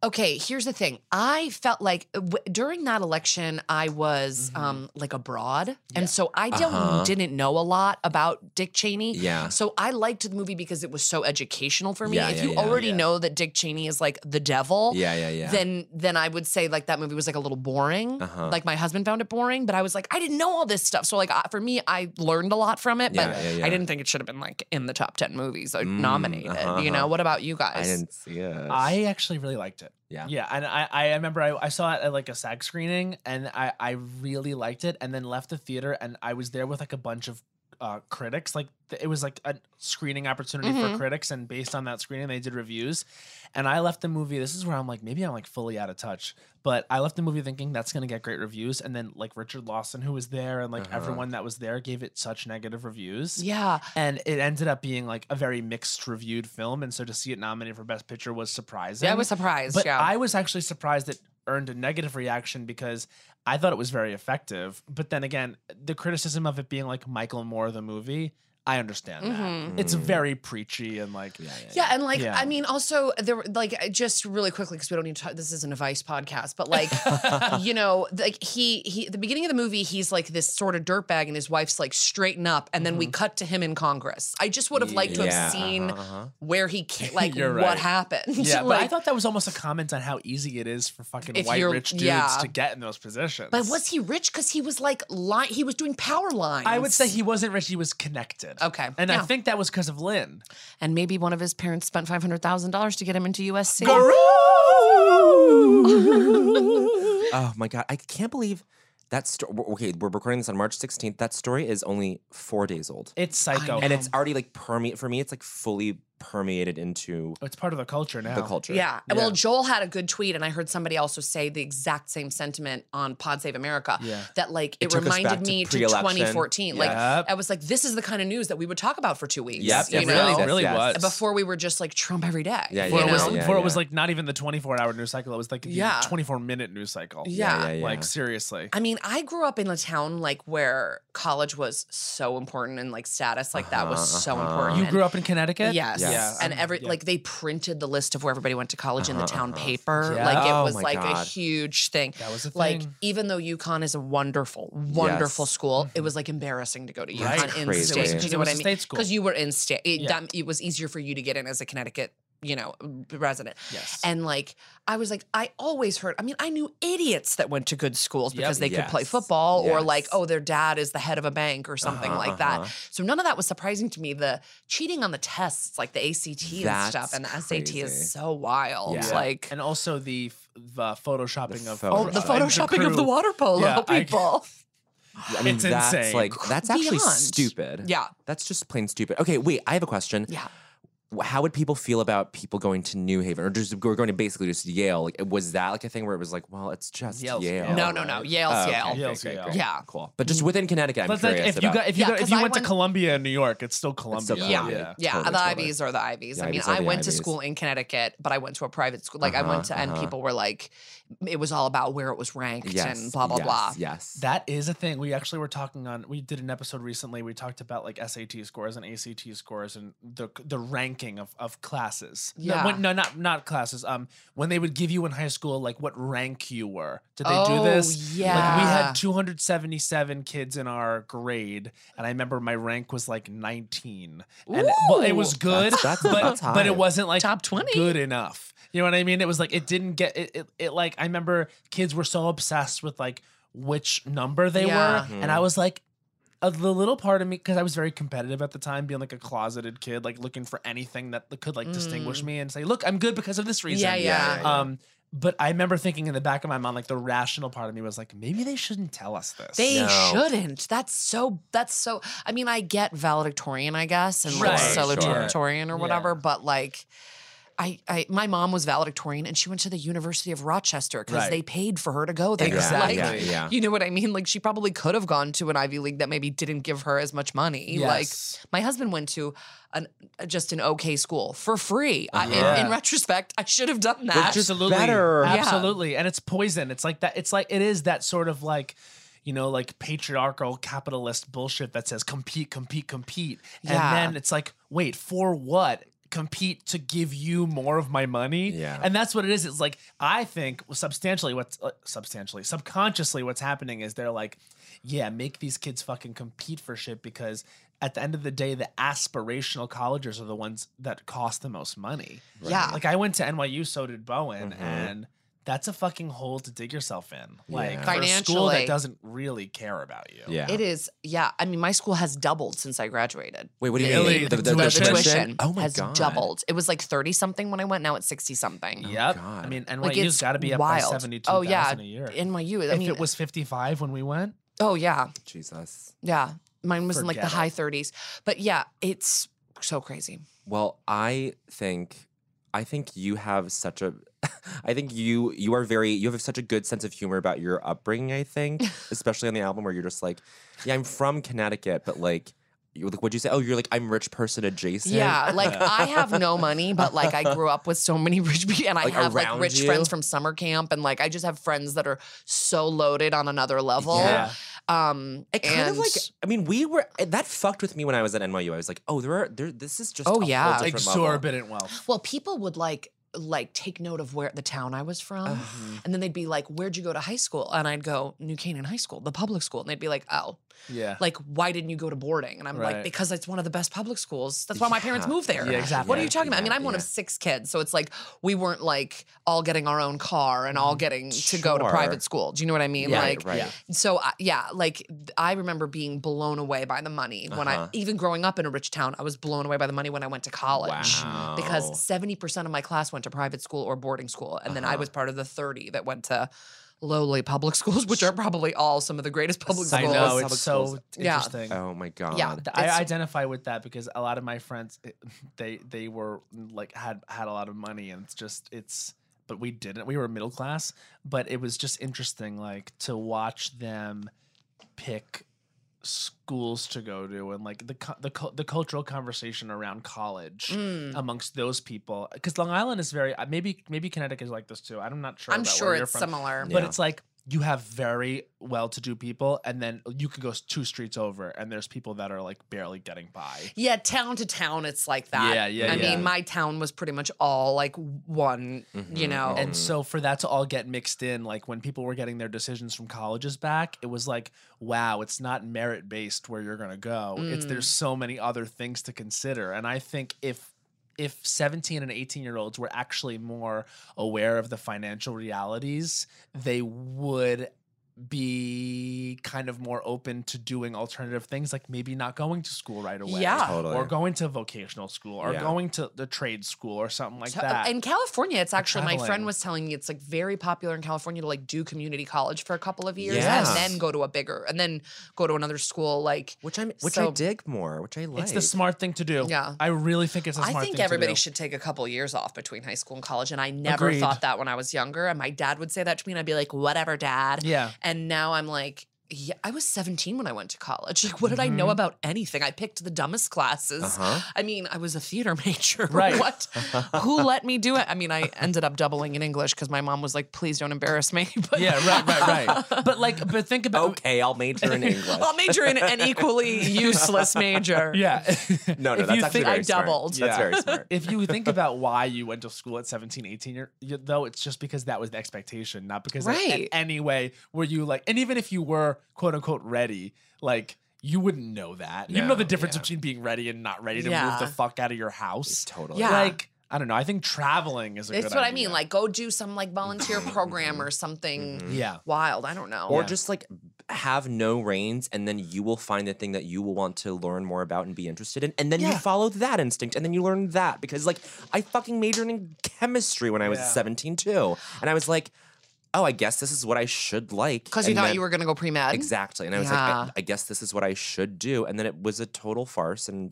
F: Okay, here's the thing. I felt like uh, w- during that election, I was um, like abroad, and so I don't
D: Mm-hmm. Uh-huh.
F: didn't know a lot about Dick Cheney.
D: Yeah.
F: So I liked the movie because it was so educational for me.
D: Yeah,
F: if
D: yeah,
F: you
D: yeah,
F: already
D: yeah.
F: know that Dick Cheney is like the devil,
D: Yeah, yeah, yeah.
F: then then I would say like that movie was like a little boring.
D: Uh-huh.
F: Like my husband found it boring, but I was like I didn't know all this stuff. So like I, for me, I learned a lot from it, but
D: Yeah, yeah, yeah.
F: I didn't think it should have been like in the top ten movies like
D: Mm,
F: nominated.
D: uh-huh,
F: You
D: uh-huh.
F: know what about you guys?
D: I didn't see it.
E: I actually really liked it.
D: Yeah.
E: Yeah. And I, I remember I, I saw it at like a SAG screening and I, I really liked it and then left the theater and I was there with like a bunch of uh, critics. Like th- it was like a screening opportunity for
F: Mhm.
E: critics. And based on that screening, they did reviews. And I left the movie. This is where I'm like, maybe I'm like fully out of touch. But I left the movie thinking that's going to get great reviews. And then like Richard Lawson, who was there and like
D: Uh-huh.
E: everyone that was there gave it such negative reviews.
F: Yeah.
E: And it ended up being like a very mixed reviewed film. And so to see it nominated for Best Picture was surprising.
F: Yeah, I was surprised.
E: But
F: yeah.
E: I was actually surprised it earned a negative reaction because I thought it was very effective. But then again, the criticism of it being like Michael Moore the movie, I understand
F: Mhm.
E: that. It's very preachy and like yeah,
F: yeah, and like
E: Yeah.
F: I mean, also there were like I- just really quickly because we don't need to. Talk, this isn't a Vice podcast, but like you know, like he he at the beginning of the movie, he's like this sort of dirtbag, and his wife's like straighten up, and then we
E: Mm-hmm.
F: cut to him in Congress. I just would have liked to
D: Yeah,
F: have seen
D: uh-huh, uh-huh.
F: where he ca- like
E: You're right.
F: what happened.
E: Yeah, but I
F: Like,
E: thought that was almost a comment on how easy it is for fucking
F: If
E: white
F: you're-
E: rich dudes
F: yeah.
E: to get in those positions.
F: but was he rich? Because he was like li- he was doing power lines.
E: I would say he wasn't rich, he was connected.
F: Okay,
E: And I
F: yeah.
E: think that was because of Lynn.
F: and maybe one of his parents spent five hundred thousand dollars to get him into USC.
D: oh my god, I can't believe that story. Okay, we're recording this on March 16th. That story is only four days old,
E: It's psycho.
D: and it's already like permeate for me. It's like fully permeated into
E: it's part of the culture now.
D: the culture.
F: Yeah. Well, Joel had a good tweet, and I heard somebody also say the exact same sentiment on Pod Save America.
E: Yeah.
F: That like
D: It
F: it,
D: took us back
F: reminded
D: to
F: me to,
D: pre-election.
F: 2014. Like
E: Yep.
F: I was like, this is the kind of news that we would talk about for two weeks.
D: Yep, yes,
F: you
E: it
F: know?
E: really,
D: yes,
E: really
D: yes.
E: was.
F: Before we were just like Trump every day.
D: Yeah,
F: you
E: Before, it, was,
F: know?
D: yeah,
E: before it was
D: yeah.
E: like not even the 24 hour news cycle. It was like the
F: Yeah.
E: 24 minute news cycle.
F: Yeah.
D: Yeah, yeah, yeah.
E: Like seriously.
F: I mean, I grew up in a town like where college was so important and like status like that was so
D: Uh-huh, uh-huh.
F: important.
E: you
F: And-
E: grew up in Connecticut?
F: Yes.
E: Yeah,
F: And
E: I'm-
F: every
E: yeah.
F: like they printed the list of where everybody went to college in the
D: Uh-huh,
F: town
D: uh-huh.
F: paper.
E: Yeah.
F: Like
D: Oh
F: it was
D: my
F: like a
D: God.
F: huge thing.
E: That was a
F: Like
E: thing.
F: even though UConn is a wonderful, wonderful
D: Yes.
F: school, it was like embarrassing to go to UConn
E: Right.
F: in
D: Crazy.
F: state.
D: Because
E: Mm-hmm.
F: Do
E: it
F: you know what
E: was
F: I
E: a
F: mean?
E: state school.
F: Because you were in state. It,
E: Yeah.
F: that, it was easier for you to get in as a Connecticut, you know, resident.
E: Yes.
F: And like I was like, I always heard. I mean, I knew idiots that went to good schools
E: Yep.
F: because they could play
D: Yes.
F: football, or
D: Yes.
F: like, oh, their dad is the head of a bank or something
D: Uh-huh,
F: like
D: uh-huh.
F: that. So none of that was surprising to me. The cheating on the tests, like the ACT and
D: That's
F: stuff, and the SAT
D: crazy.
F: is so wild.
D: Yeah.
F: Like,
E: and also the f- the photoshopping
D: The
E: of
D: photo- Oh,
F: the
D: and the
F: photoshopping of the
E: crew.
F: water polo
E: Yeah, I-
F: people.
D: I mean,
E: It's
D: that's
E: insane.
D: like that's actually
F: Beyond.
D: stupid.
F: Yeah.
D: that's just plain stupid. Okay, wait, I have a question.
F: Yeah.
D: Wh- How would people feel about people going to New Haven or just we're going to basically just Yale? Like, was that like a thing where it was like, well, it's just
E: Yale's
D: Yale?
E: Yale,
F: No, no, no. Yale's
D: Oh, okay,
F: Yale.
D: okay,
E: Yale's
D: great,
E: Yale.
D: great.
F: Yeah. Mm-hmm.
D: cool. But just within Connecticut, I'm
E: But like
D: curious
E: if you
D: about.
E: got if you
F: Yeah,
E: got, if
F: 'cause
E: you
F: I
E: went to
F: went-
E: Columbia in New York, it's still Columbia.
D: still Columbia.
E: Yeah.
F: Yeah,
D: Totally,
F: the
D: totally.
F: Ivies are the Ivies.
D: The
F: I mean,
D: Ivies are
F: I
D: the
F: went to
D: Ivies.
F: school in Connecticut, but I went to a private school. Like I
D: Uh-huh,
F: went to, and
D: uh-huh.
F: people were like, it was all about where it was ranked
D: yes,
F: and blah blah
D: yes,
F: blah.
D: Yes.
E: That is a thing. We actually were talking on. We did an episode recently. We talked about like SAT scores and ACT scores and the the ranking of of classes. No,
F: Yeah.
E: when- No, not not classes. Um, when they would give you in high school like what rank you were. Did they do
F: Oh,
E: this? Like we
F: yeah.
E: had 277 kids in our grade, and I remember my rank was like 19. And well, it was
F: Ooh.
E: good,
D: That's- that's-
E: but
D: that's
E: but
D: high.
E: it wasn't like
F: Top 20.
E: good enough. You know what I mean? It was like it didn't get it. It, it like I remember kids were so obsessed with like which number they were,
F: Yeah.
E: and
D: Mm-hmm.
E: I was like. A, the little part of me, because I was very competitive at the time, being like a closeted
D: Mm.
E: kid, like looking for anything that could like distinguish me and say, "Look, I'm good because of this reason."
F: Yeah, yeah.
E: Um, But I remember thinking in the back of my mind, like the rational part of me was like, maybe they shouldn't tell us this.
F: They
D: No.
F: shouldn't. That's so. That's so. I mean, I get valedictorian, I guess, and like
E: Right, sure.
F: salutatorian
E: Yeah.
F: or whatever, but like. I, I, my mom was valedictorian and she went to the University of Rochester because
E: Right.
F: they paid for her to go there.
E: Exactly.
F: Like,
D: Yeah, yeah.
F: You know what I mean? Like, she probably could have gone to an Ivy League that maybe didn't give her as much money. Like,
E: Yes.
F: my husband went to an just an okay school for free. I, in-
E: Yeah.
F: in, retrospect, I should have done that.
D: just better. Yeah.
E: Absolutely. And it's poison. It's like that. It's like, it is that sort of like, you know, like patriarchal capitalist bullshit that says compete, compete, compete.
F: Yeah.
E: And then it's like, wait, for what? Compete to give you more of my money.
D: Yeah.
E: And that's what it is. It's like, I think substantially what's uh, substantially, subconsciously, what's happening is they're like, yeah, make these kids fucking compete for shit because at the end of the day, the aspirational colleges are the ones that cost the most money.
F: Yeah.
E: Like I went to NYU, so did Bowen,
D: Mm-hmm.
E: and that's a fucking hole to dig yourself in. Like for a school
F: Financially.
E: that doesn't really care about you.
D: Yeah.
F: It is, yeah. I mean, my school has doubled since I graduated.
D: Wait, what do you
E: Really?
D: mean?
E: The
F: The
E: tuition?
F: tuition
D: Oh my
F: has
D: god.
F: doubled. It was like thirty something when I went. Now it's sixty something.
E: Yep.
D: Oh, God.
E: I mean, NYU's
F: like it's
E: got to be up
F: wild.
E: by seventy-two
F: oh
E: thousand
F: yeah,
E: a year.
F: NYU. I
E: if
F: mean,
E: it was fifty-five when we went,
F: Oh yeah,
D: Jesus.
F: yeah. Mine was in like the
E: Forget it.
F: high thirties, but yeah, it's so crazy.
D: Well, I think I think you have such a I think you you are very you have such a good sense of humor about your upbringing, I think, especially on the album where you're just like, yeah, I'm from Connecticut, but like you like what'd you say? Oh, you're like I'm rich person adjacent.
F: Yeah, like I have no money, but like I grew up with so many rich people, and I
D: Like,
F: have like
D: around
F: rich
D: you?
F: friends from summer camp, and like I just have friends that are so loaded on another level.
D: Yeah.
F: Um,
D: It kind
F: and
D: of like I mean, we were that fucked with me when I was at NYU. I was like, oh, there are there this is just a
F: Oh,
D: whole
F: yeah.
D: different level.
E: exorbitant wealth.
F: well, people would like like take note of where the town I was from,
D: Mm-hmm.
F: and then they'd be like, "Where'd you go to high school?" And I'd go New Canaan High School, the public school, and they'd be like, "Oh,
E: Yeah.
F: like why didn't you go to boarding and i'm like
E: Right.
F: because it's one of the best public schools that's why my parents moved there
E: Yeah, exactly.
F: what are
E: Yeah,
F: you talking about i mean i'm one of six kids so it's like we weren't like all getting our own car and
E: Mm-hmm.
F: all getting to go to
D: Sure.
F: private school do you know what i mean
D: Yeah,
F: like
D: right.
F: so I, yeah like th- i remember being blown away by the money when i
D: Uh-huh.
F: even growing up in a rich town i was blown away by the money when i went to college
D: Wow.
E: Oh.
F: because 70% of my class went to private school or boarding school and then i
D: Uh-huh.
F: was part of the 30 that went to lowly public schools which are probably all some of the greatest public
E: I
F: schools
E: know
D: Public
E: it's
D: schools.
E: so
F: Yeah.
E: interesting.
D: Oh my god.
F: Yeah.
E: I
F: It's- mm,
E: identify with that because a lot of my friends, it- they they were mm, like had had a lot of money, and it's just it's. But we didn't. We were middle class, but it was just interesting, like to watch them pick schools to go to, and like the cu- the cu- the cultural conversation around college
F: Mm.
E: amongst those people. Because Long Island is very uh, maybe maybe Connecticut is like this too. I'm not sure.
F: I'm
E: about
F: sure
E: where you're
F: it's
E: from.
F: similar.
E: But
D: Yeah.
E: it's like you have very well to do people, and then you could go s- two streets over, and there's people that are like barely getting by.
F: Yeah, town to town, it's like that.
E: Yeah, yeah,
F: I
E: yeah.
F: mean, my town was pretty much all like one,
E: Mm-hmm,
F: you know.
E: And so for that to all get mixed in, like when people were getting their decisions from colleges back, it was like, wow, it's not merit based where you're gonna go. It's there's so many other things to consider. And I think if if 17 and 18 year olds were actually more aware of the financial realities, they would be kind of more open to doing alternative things like maybe not going to school right away
F: Yeah.
D: Totally.
E: or going to vocational school or
D: Yeah.
E: going to the trade school or something like
F: So-
E: that
F: In California, it's actually my friend
E: traveling.
F: was telling me it's like very popular in California to like do community college for a couple of years
D: Yes.
F: and then go to a bigger and then go to another school. Like,
D: Which I'm which I
F: So-
D: dig more, which I like.
E: It's the smart thing to do.
F: Yeah.
E: I really think it's a
F: I
E: smart
F: think
E: thing
F: everybody
E: to do.
F: should take a couple years off between high school and college, and I never
E: Agreed.
F: thought that when I was younger. And my dad would say that to me, and I'd be like, "Whatever, dad."
E: Yeah.
F: And now I'm like, yeah, I was 17 when I went to college. Like, what did I
E: Mm-hmm.
F: know about anything? I picked the dumbest classes.
D: Uh-huh.
F: I mean, I was a theater major.
E: Right.
F: What? Who let me do it? I mean, I ended up doubling in English because my mom was like, please don't embarrass me. But
E: Yeah, right, right, right. but like, but think about.
D: okay, I'll major in English.
F: I'll major in an equally useless major.
E: Yeah.
D: No, no,
E: If
D: that's
E: you
D: actually
E: think-
D: very
F: I
D: smart.
F: doubled.
D: That's
E: Yeah.
D: very smart.
E: If you think about why you went to school at 17, 18, year, you, though, it's just because that was the expectation, not because like, in
F: Right.
E: any way were you like, and even if you were quote unquote ready, like you wouldn't know that. you you know the
D: No,
E: difference
D: yeah.
E: between being ready and not ready to move
F: Yeah.
E: the fuck out of your house.
D: Totally.
F: Yeah.
E: Like, I don't know. I think traveling is a
F: That's
E: good
F: what
E: idea.
F: I
E: Mm-hmm.
F: mean. Like, go do some like volunteer program or something
E: yeah.
F: wild. I don't know.
D: Or just like have no reins and then you will find the thing that you will want to learn more about and be interested in and then you
E: Yeah.
D: follow that instinct and then you learn that because like i fucking majored in chemistry when i was
E: Yeah.
D: 17 too and i was like oh i guess this is what i should like
F: Because you
D: And
F: thought
D: then-
F: you were going to go pre med.
D: exactly and i was like
F: Yeah.
D: I, I guess this is what i should do and then it was a total farce and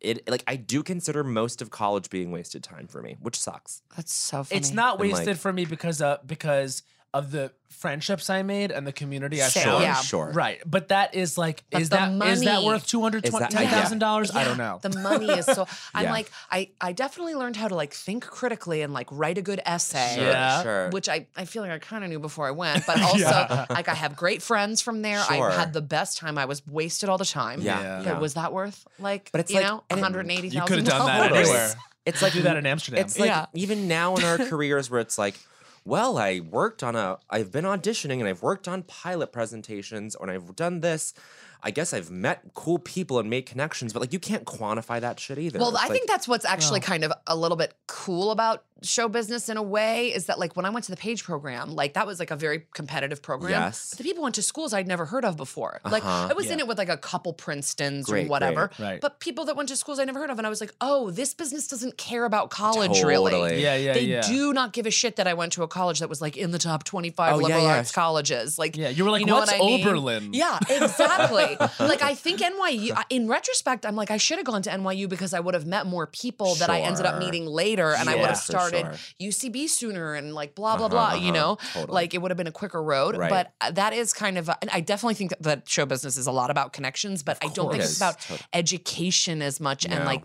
D: it like i do consider most of college being wasted time for me which sucks
F: That's so funny.
E: It's not
D: And, like-
E: wasted for me because uh because of the friendships I made and the community I
F: Sure,
E: found.
F: yeah.
D: sure.
E: Right. But that is like
F: But
E: is
F: the
E: that is that
F: money-
E: worth two hundred
D: Is that-
E: ten thousand dollars? I
F: Yeah,
E: don't know.
F: The money is so. I'm
D: Yeah.
F: like, I, I definitely learned how to like think critically and like write a good essay.
E: Sure. Yeah.
D: sure
F: Which I, I feel like I kind of knew before I went, but also like I have great friends from there.
D: Sure.
F: I had the best time. I was wasted all the time.
D: Yeah,
F: But
D: yeah.
F: was that worth like
D: But it's
F: you
D: like-
F: know
D: and
F: one
D: it-
F: hundred eighty thousand?
E: you could have done that
D: dollars.
E: anywhere.
D: it's like
E: do that in Amsterdam.
D: It's like
F: Yeah.
D: even now in our careers where it's like, well, I worked on a, I've been auditioning and I've worked on pilot presentations and I've done this. I guess I've met cool people and made connections, but like you can't quantify that shit either.
F: Well,
D: It's
F: I think
D: like,
F: that's what's actually kind of a little bit cool about show business in a way is that like when I went to the Page program, like that was like a very competitive program.
D: Yes.
F: But the people went to schools I'd never heard of before. Like
D: Uh-huh.
F: I was in
E: Yeah.
F: it with like a couple Princetons
D: Great,
F: or whatever.
E: great, right.
F: But people that went to schools I never heard of, and I was like, oh, this business doesn't care about college
D: Totally.
F: really.
E: yeah, yeah,
F: they
E: yeah.
F: do not give a shit that I went to a college that was like in the top 25
D: Oh, yeah,
F: liberal
D: yeah.
F: arts colleges. Like,
E: Yeah, you were like,
F: know
E: "What's
F: what I mean?
E: Oberlin?"
F: Yeah, exactly. like, I think NYU, I- in retrospect, I'm like, I should have gone to NYU because I would have met more people that I ended
D: Sure.
F: up meeting later and I would
D: Yeah,
F: have
D: for
F: started
D: sure.
F: UCB sooner and like blah, blah,
D: Uh-huh,
F: blah,
D: uh-huh,
F: you know?
D: totally.
F: Like, it would have been a quicker road.
D: Right.
F: But uh, that is kind of, a, and I definitely think that, that show business is a lot about connections, but I don't think it's
D: course.
F: about education as much and
D: No.
F: like,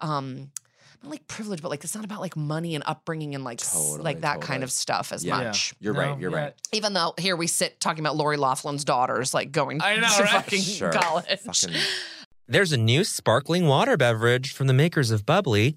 F: um, not like privilege, but like it's not about like money and upbringing and like s-
D: Totally,
F: like that
D: totally.
F: kind of stuff as
D: Yeah.
F: much.
D: you're
E: No,
D: right. You're
E: yeah.
D: right.
F: Even though here we sit talking about Lori Laughlin's daughters like going
E: I know,
F: to
E: right?
F: fucking
D: Sure.
F: college.
D: Fucking-
B: There's a new sparkling water beverage from the makers of Bubbly,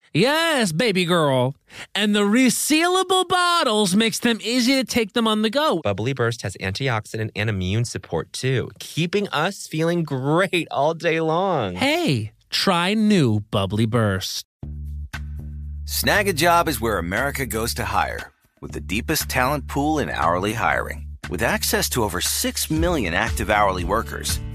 A: Yes, baby girl. And the resealable bottles makes them easy to take them on the go.
B: Bubbly Burst has antioxidant and immune support too, keeping us feeling great all day long.
A: Hey, try new Bubbly Burst.
H: Snag a job is where America goes to hire, with the deepest talent pool in hourly hiring. With access to over 6 million active hourly workers,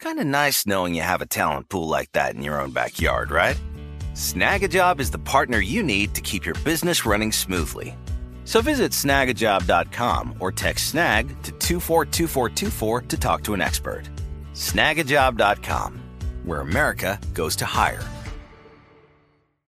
H: Kind of nice knowing you have a talent pool like that in your own backyard, right? Snagajob is the partner you need to keep your business running smoothly. So visit snagajob.com or text snag to 242424 to talk to an expert. Snagajob.com, where America goes to hire.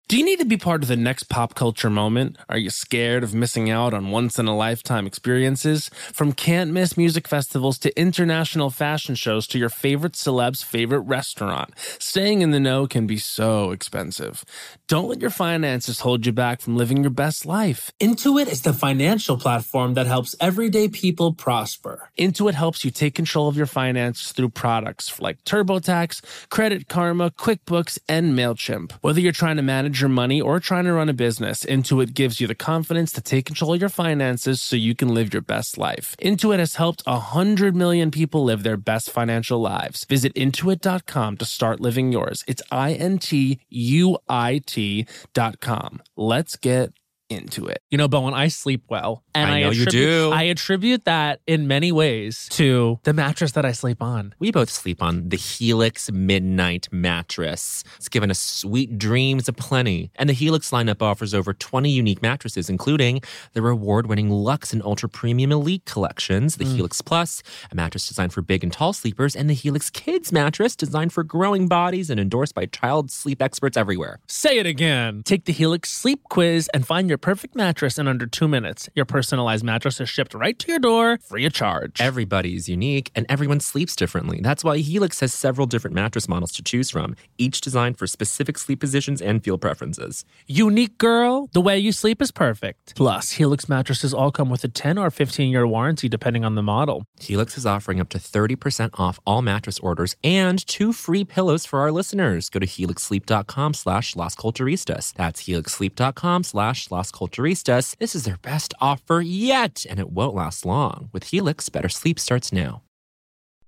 A: Do you need to be part of the next pop culture moment? Are you scared of missing out on once in a lifetime experiences? From can't miss music festivals to international fashion shows to your favorite celeb's favorite restaurant, staying in the know can be so expensive. Don't let your finances hold you back from living your best life.
I: Intuit is the financial platform that helps everyday people prosper.
A: Intuit helps you take control of your finances through products like TurboTax, Credit Karma, QuickBooks, and MailChimp. Whether you're trying to manage your money or trying to run a business, Intuit gives you the confidence to take control of your finances so you can live your best life. Intuit has helped 100 million people live their best financial lives. Visit intuit.com to start living yours. It's I N T U I T.com. Let's get into it. You know, but when I sleep well, and
G: I
A: I,
G: know you
A: attribute,
G: do.
A: I attribute that in many ways to the mattress that I sleep on.
G: We both sleep on the Helix Midnight Mattress. It's given us sweet dreams aplenty. And the Helix lineup offers over 20 unique mattresses, including the award winning Luxe and Ultra Premium Elite collections, the Helix Plus, a mattress designed for big and tall sleepers, and the Helix Kids mattress designed for growing bodies and endorsed by child sleep experts everywhere.
A: Say it again. Take the Helix sleep quiz and find your perfect mattress in under two minutes. Your personalized mattress is shipped right to your door, free of charge.
G: Everybody is unique and everyone sleeps differently. That's why Helix has several different mattress models to choose from, each designed for specific sleep positions and feel preferences.
A: Unique girl, Oh, the way you sleep is perfect. Plus, Helix mattresses all come with a 10 or 15 year warranty depending on the model.
G: Helix is offering up to 30% off all mattress orders and two free pillows for our listeners. Go to helixsleep.com slash Las Culturistas. That's helixsleep.com slash Las Culturistas. This is their best offer yet, and it won't last long. With Helix, better sleep starts now.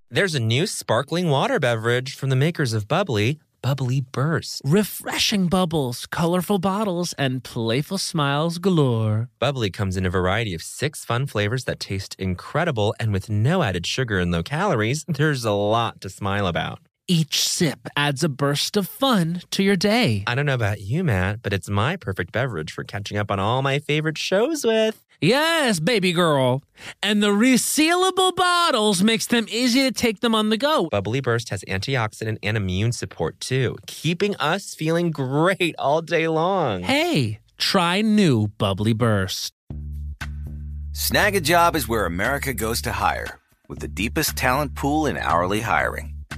G: There's a new sparkling water beverage from the makers of Bubbly, Bubbly Burst.
A: Refreshing bubbles, colorful bottles, and playful smiles galore.
G: Bubbly comes in a variety of six fun flavors that taste incredible, and with no added sugar and low calories, there's a lot to smile about.
A: Each sip adds a burst of fun to your day.
G: I don't know about you, Matt, but it's my perfect beverage for catching up on all my favorite shows with.
A: Yes, baby girl. And the resealable bottles makes them easy to take them on the go.
G: Bubbly Burst has antioxidant and immune support too, keeping us feeling great all day long.
A: Hey, try new Bubbly Burst.
H: Snag a job is where America goes to hire, with the deepest talent pool in hourly hiring.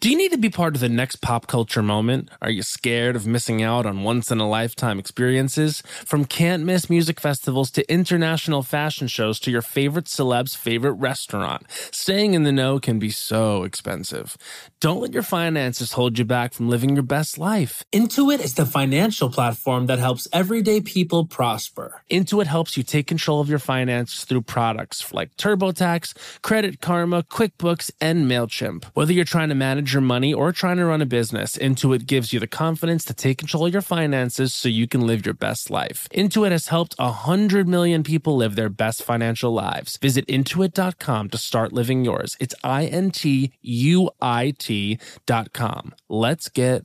A: Do you need to be part of the next pop culture moment? Are you scared of missing out on once in a lifetime experiences? From can't miss music festivals to international fashion shows to your favorite celeb's favorite restaurant, staying in the know can be so expensive. Don't let your finances hold you back from living your best life.
I: Intuit is the financial platform that helps everyday people prosper.
A: Intuit helps you take control of your finances through products like TurboTax, Credit Karma, QuickBooks, and MailChimp. Whether you're trying to manage your money or trying to run a business, Intuit gives you the confidence to take control of your finances so you can live your best life. Intuit has helped 100 million people live their best financial lives. Visit intuit.com to start living yours. It's I N T U I T.com. Let's get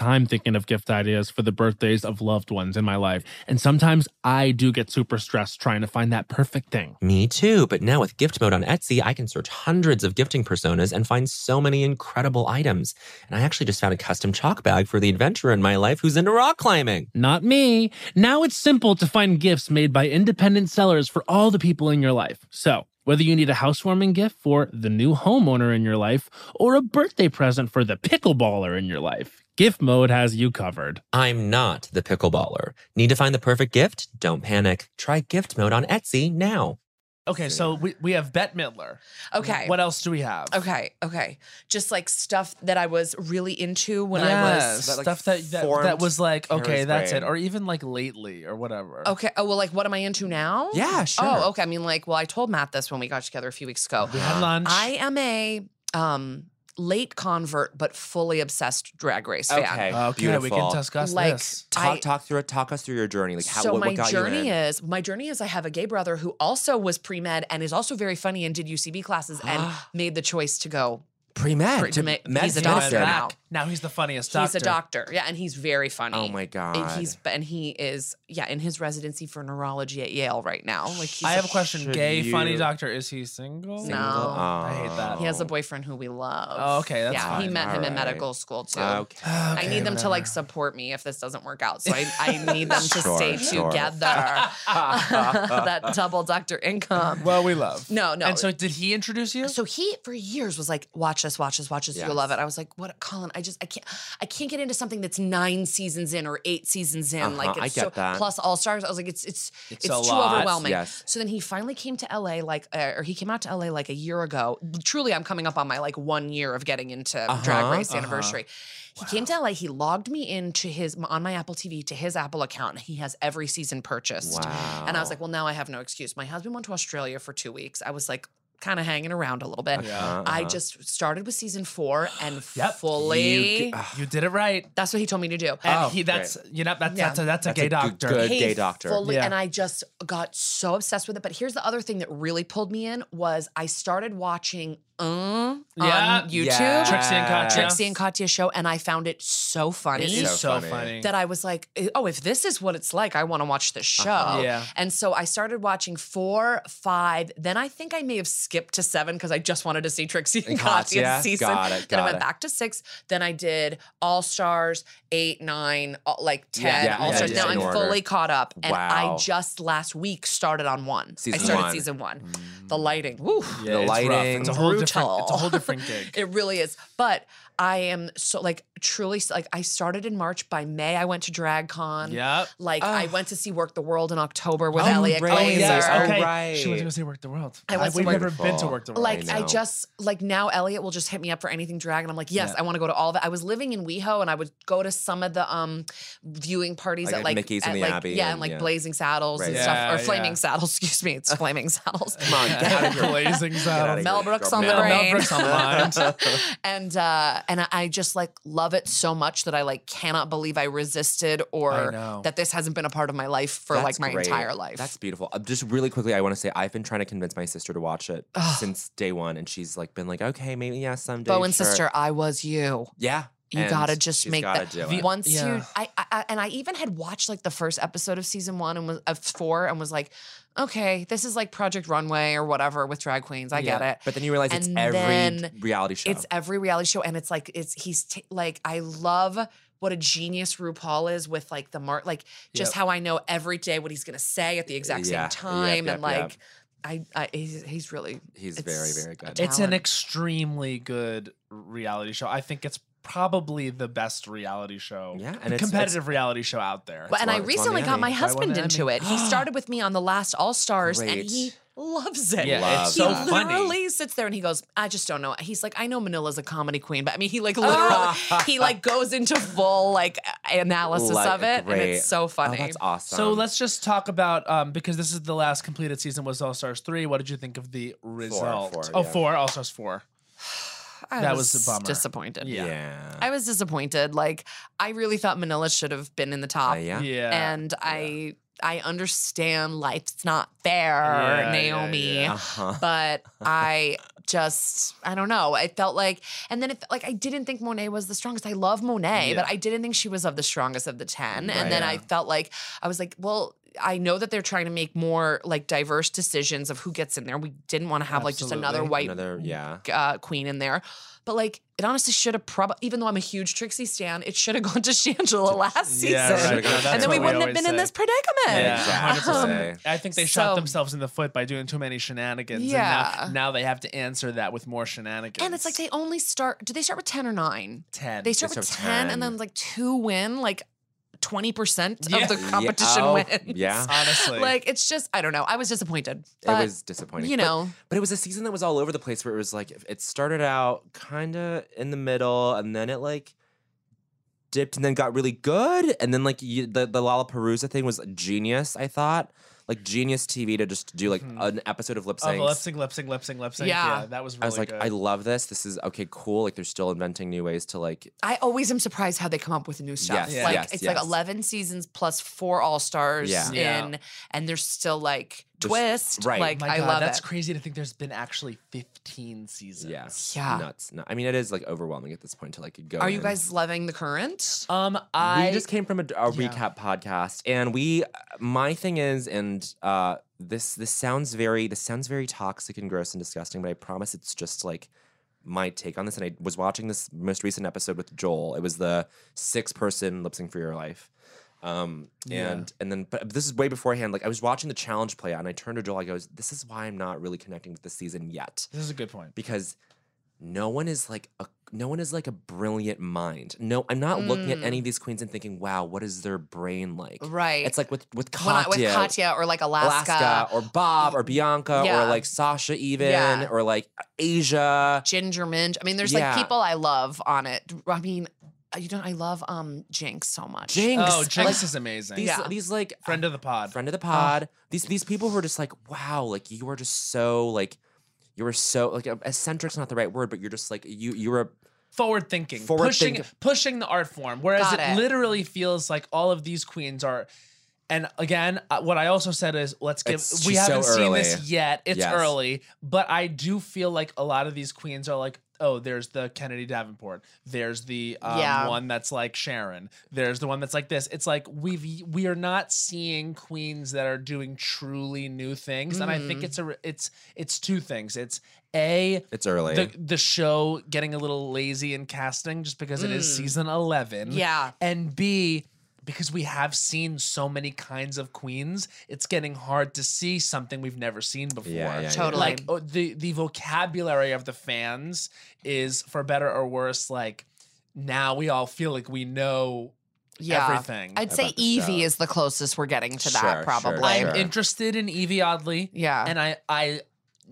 A: time thinking of gift ideas for the birthdays of loved ones in my life. And sometimes I do get super stressed trying to find that perfect thing.
G: Me too, but now with gift mode on Etsy, I can search hundreds of gifting personas and find so many incredible items. And I actually just found a custom chalk bag for the adventurer in my life who's into rock climbing.
A: Not me. Now it's simple to find gifts made by independent sellers for all the people in your life. So, whether you need a housewarming gift for the new homeowner in your life or a birthday present for the pickleballer in your life, gift mode has you covered.
G: I'm not the pickleballer. Need to find the perfect gift? Don't panic. Try gift mode on Etsy now.
E: Okay, so we, we have Bette Midler.
F: Okay.
E: What else do we have?
F: Okay, okay. Just like stuff that I was really into when I
E: yes,
F: was.
D: that, like,
E: stuff that that,
D: formed
E: that was like okay,
D: Kara's
E: that's it,
D: brain.
E: or even like lately or whatever.
F: Okay. Oh well, like what am I into now?
G: Yeah, sure.
F: Oh, okay. I mean, like, well, I told Matt this when we got together a few weeks ago.
E: we had lunch.
F: I am a um late convert, but fully obsessed drag race fan.
D: Oh, Okay,
E: Uh, Okay, we can
D: beautiful.
E: discuss
F: Like,
E: this.
D: Talk,
F: I-
D: talk through it. Talk us through your journey. Like how
F: so
D: what,
F: my
D: what got
F: journey
D: you in?
F: is my journey is I have a gay brother who also was pre med and is also very funny and did UCB classes and made the choice to go.
D: pre med.
F: Pre-
D: to
F: ma-
D: med
F: he's a
D: school.
F: doctor now.
E: Now he's the funniest doctor.
F: He's a doctor, yeah, and he's very funny.
D: Oh my god.
F: And he's and he is yeah in his residency for neurology at Yale right now. Like he's
E: I
F: a-
E: have a question.
D: Should
E: Gay funny
D: you-
E: doctor. Is he single?
F: No.
D: Oh,
E: I hate that.
F: He has a boyfriend who we love.
E: Oh, okay, that's
F: yeah. He
E: fine.
F: met him in
D: Alright.
F: medical school too.
D: Okay.
F: I need them to like support me if this doesn't work out. So I, I need them to
D: Sure,
F: stay
D: sure.
F: together. that double doctor income.
E: Well, we love.
F: No, no.
E: And so did he introduce you?
F: So he for years was like, "Watch this, watch this, watch this.
D: Yes.
F: You'll love it." I was like, "What, Colin? I just I can't I can't get into something that's nine seasons in or eight seasons in.
D: Uh-huh,
F: like it's
D: I get
F: so,
D: that.
F: plus All Stars. I was like, it's it's
E: It's
F: it's,
E: a
F: too
E: lot.
F: overwhelming.
D: Yes.
F: So then he finally came to LA like, uh, or he came out to LA like a year ago. Truly, I'm coming up on my like one year of getting into
D: Uh-huh,
F: Drag Race
D: uh-huh.
F: anniversary. He came to LA. He logged me into his on my Apple TV to his Apple account. and He has every season purchased.
D: wow.
F: And I was like, well, now I have no excuse. My husband went to Australia for two weeks. I was like, kind of hanging around a little bit.
D: Uh-huh,
F: I
D: uh-huh.
F: just started with season four and
E: Yep.
F: fully.
E: You, you did it right.
F: that's what he told me to do.
E: And
D: Oh,
E: he that's you know that's
F: Yeah.
E: that's a, that's a
D: That's
E: gay
D: a good-
E: doctor.
D: good-
F: He
D: gay doctor.
F: fully-
E: Yeah.
F: And I just got so obsessed with it. But here's the other thing that really pulled me in was I started watching uh,
E: Yeah.
F: on YouTube,
D: Yeah.
E: Trixie and Katya.
F: Trixie and Katya show, and I found it so funny.
E: It is so funny.
F: that I was like, oh, if this is what it's like, I want to watch this show.
D: Uh-huh.
E: Yeah.
F: And so I started watching four, five. Then I think I may have skipped to seven because I just wanted to see Trixie and Katya's
D: Katya.
F: season.
D: Got it,
F: then I
D: got
F: went
D: it.
F: back to six. Then I did All Stars, eight, nine, all, like
D: Yeah,
F: 10,
D: yeah,
F: All
D: yeah,
F: Stars.
D: yeah,
F: now
D: in
F: I'm
D: order.
F: fully caught up. And
D: Wow.
F: I just last week started on one.
D: Season
F: I started
D: one. Mm.
F: season one. The lighting. Woo.
E: Yeah,
D: The
E: it's rough.
D: lighting.
E: It's a whole different.
F: Brutal.
E: It's a whole different gig.
F: It really is. But I am so like truly like I started in March. By May, I went to DragCon.
E: Yep.
F: Like I
D: Ugh.
F: went to see Work the World in October with
D: Oh,
F: Elliot
D: right.
F: Glazer.
D: Oh, yes.
E: Yeah, okay.
D: right.
E: She went to go see Work the World.
F: I went to
E: We've
F: Work-
E: never been to Work the World.
F: Like I,
D: know.
F: just like now Elliot will just hit me up for anything drag, and I'm like, yes,
E: Yeah.
F: I want to go to all of it. I was living in WeHo, and I would go to some of the um viewing parties
D: Like
F: at
D: at
F: like
D: Mickey's
F: at,
D: and the
F: like,
D: Abbey
F: yeah, and,
D: and-
F: like
D: yeah.
F: Blazing Saddles and
D: Right.
E: Yeah,
F: stuff, or
E: yeah.
F: Flaming Saddles. Excuse me, it's Flaming Saddles.
D: Come on, get out of here.
E: Blazing Saddles.
F: Mel
D: Girl,
F: Brooks on
D: Mel.
F: the brain.
E: Mel Brooks on the
F: and uh and I- I just like love it so much that I like cannot believe I resisted or
E: know.
F: that this hasn't been a part of my life for
D: That's
F: like my
D: great.
F: entire life.
D: That's beautiful. Uh, Just really quickly, I want to say I've been trying to convince my sister to watch it
F: Ugh.
D: since day one, and she's like been like, okay, maybe yeah, someday.
F: Bowen
D: sure."
F: sister, I was you.
D: Yeah,
F: You
D: and
F: gotta just
D: she's
F: make
D: gotta
F: that
D: do
E: The-
D: it.
F: once
E: Yeah.
F: you. I, I I- and I even had watched like the first episode of season one and was of four and was like, okay, this is like Project Runway or whatever with drag queens. I get
D: Yeah.
F: it.
D: But then you realize it's
F: And
D: every
F: then
D: reality show.
F: It's every reality show, and it's like it's he's t- like I love what a genius RuPaul is with like the mark, like just
E: Yep.
F: how I know every day what he's gonna say at the
D: Yeah,
F: exact same
D: yep,
F: time,
D: yep, yep.
F: and like I, I he's, he's really
D: He's
F: it's
D: very, very good.
F: a
E: It's an
F: talent.
E: extremely good reality show. I think it's probably the best reality show.
D: Yeah, and it's-
E: competitive reality show out there.
F: Well, and
D: won-
F: I
D: it's won the
F: recently got
D: Emmy.
F: my
D: Why
F: husband
E: an
F: into
E: Emmy?
F: it. He started with me on the last All Stars, and
D: Great.
F: he loves it.
E: Yeah,
D: Love
E: it's
F: He
E: so
D: that.
E: funny.
F: literally sits there and he goes, I just don't know. He's like, I know Manila's a comedy queen, but I mean, he like literally,
E: Oh.
F: he like goes into full like a- analysis
D: Like,
F: of it, and
D: great.
F: it's so
D: Oh,
F: funny.
D: that's awesome.
E: So let's just talk about um, because this is the last completed season was All Stars three. What did you think of the result?
D: four,
E: oh,
D: yeah.
E: four All Stars four.
F: I
E: that
F: was,
E: was a bummer.
F: disappointed.
E: Yeah.
D: Yeah.
F: I was disappointed. Like I really thought Manila should have been in the top.
D: Uh, yeah.
E: Yeah,
F: And I I understand life's not fair,
E: Yeah, yeah,
F: Naomi.
E: yeah.
D: Uh-huh.
F: But I just I don't know. I felt like and then it like I didn't think Monet was the strongest. I love Monet,
E: Yeah.
F: but I didn't think she was of the strongest of the 10.
E: Right.
F: And then
E: Yeah.
F: I felt like I was like, well, I know that they're trying to make more like diverse decisions of who gets in there. We didn't want to have like just another
E: Absolutely.
F: white
D: Another, yeah.
F: uh, queen in there. But like, it honestly should have probably, even though I'm a huge Trixie stan, it should have gone to Shangela last season.
E: Yeah,
D: right.
E: No, that's
F: And
E: what
F: then we
E: we
F: wouldn't have
E: always
F: been in
E: say.
F: this predicament.
E: Yeah,
D: Exactly.
E: 100%. I think they shot
F: So-
E: themselves in the foot by doing too many shenanigans.
F: Yeah.
E: And now, now they have to answer that with more shenanigans.
F: And it's like they only start, do they start with 10 or 9?
E: 10.
F: They start
D: They
F: with
D: start
F: 10,
D: 10.
F: and then like two win, like 20%
E: Yeah.
F: of the
E: Yeah.
F: competition
D: oh,
F: wins.
D: Yeah.
E: Honestly.
F: Like, it's just, I don't know. I was disappointed.
D: it
F: But,
D: was disappointing.
F: you
D: But-
F: know,
D: But it was a season that was all over the place where it was like it started out kind of in the middle and then it like dipped and then got really good and then like you, the the Lollapalooza thing was genius I thought. like Genius TV to just do like
E: Mhm.
D: an episode of lip
E: Oh,
D: sync.
E: lip sync, lip sync, lip sync, lip sync. Yeah,
F: Yeah.
E: that was really
D: I was like,
E: good.
D: I love this. This is okay, cool. Like they're still inventing new ways to like.
F: I always am surprised how they come up with new stuff.
D: Yes,
F: like
D: yes,
F: it's
D: yes.
F: like eleven seasons plus four all stars
D: Yeah.
E: Yeah.
F: in, and there's still like
D: Just-
F: twist.
D: right.
F: Like
E: My
F: I
E: God,
F: love
E: that's
F: it.
E: crazy to think there's been actually 15 seasons.
D: Yeah.
F: uh, yeah.
D: Nuts. No, I mean, it is like overwhelming at this point to like go.
F: Are you
D: in.
F: guys loving the current?
D: Oh,
E: Um, I
D: we just came from a, a
E: Yeah.
D: recap podcast, and we. My thing is, and uh, this this sounds very this sounds very toxic and gross and disgusting, but I promise it's just like my take on this. And I was watching this most recent episode with Joel. It was the six person lip sync for your life. Um
E: Yeah.
D: and and then but this is way beforehand. Like I was watching the challenge play out, and I turned to Joel. I goes, "This is why I'm not really connecting with this season yet."
E: This is a good point.
D: because no one is like a no one is like a brilliant mind. No, I'm not looking at
F: Mm.
D: any of these queens and thinking, "Wow, what is their brain like?"
F: Right.
D: It's like with with Katya,
F: When I- with Katya or like Alaska,
D: or Bob or Bianca
F: Yeah.
D: or like Sasha even
F: Yeah.
D: or like Asia.
F: Ginger Minge. I mean, there's
D: Yeah.
F: like people I love on it. I mean, uh, you know, I love um Jinx so much.
D: Jinx.
E: Oh, Jinx
D: Like,
E: is amazing.
D: These
F: Yeah. Oh.
D: these like
E: Friend of the pod.
D: friend of the pod. These these people who are just like, wow, like you are just so like you were so like uh, eccentric's not the right word, but you're just like you you were
E: Forward thinking.
D: Forward
E: pushing
D: think-
E: pushing the art form. Whereas
F: Got
E: it,
F: it.
E: literally feels like all of these queens are and again, uh, what I also said is, let's give.
D: It's
E: we
D: just so
E: haven't seen this
D: early.
E: yet. It's
D: Yes.
E: early, but I do feel like a lot of these queens are like, oh, there's the Kennedy Davenport. There's the um,
F: Yeah.
E: one that's like Sharon. There's the one that's like this. It's like we've we are not seeing queens that are doing truly new things, and I think
F: Mhm.
E: it's a re- it's it's two things. It's a
D: it's early.
E: the, the show getting a little lazy in casting just because it is
F: Mm.
E: season 11
F: Yeah.
E: and b because we have seen so many kinds of queens it's getting hard to see something we've never seen before
D: yeah, yeah.
F: Totally.
E: like oh, the the vocabulary of the fans is for better or worse like now we all feel like we know
F: Yeah.
E: everything
F: I'd say
D: about the
F: Evie
D: show.
F: is the closest we're getting to that,
D: Sure, sure,
F: probably.
E: i'm
D: sure.
E: interested in evie oddly
F: Yeah.
E: and I I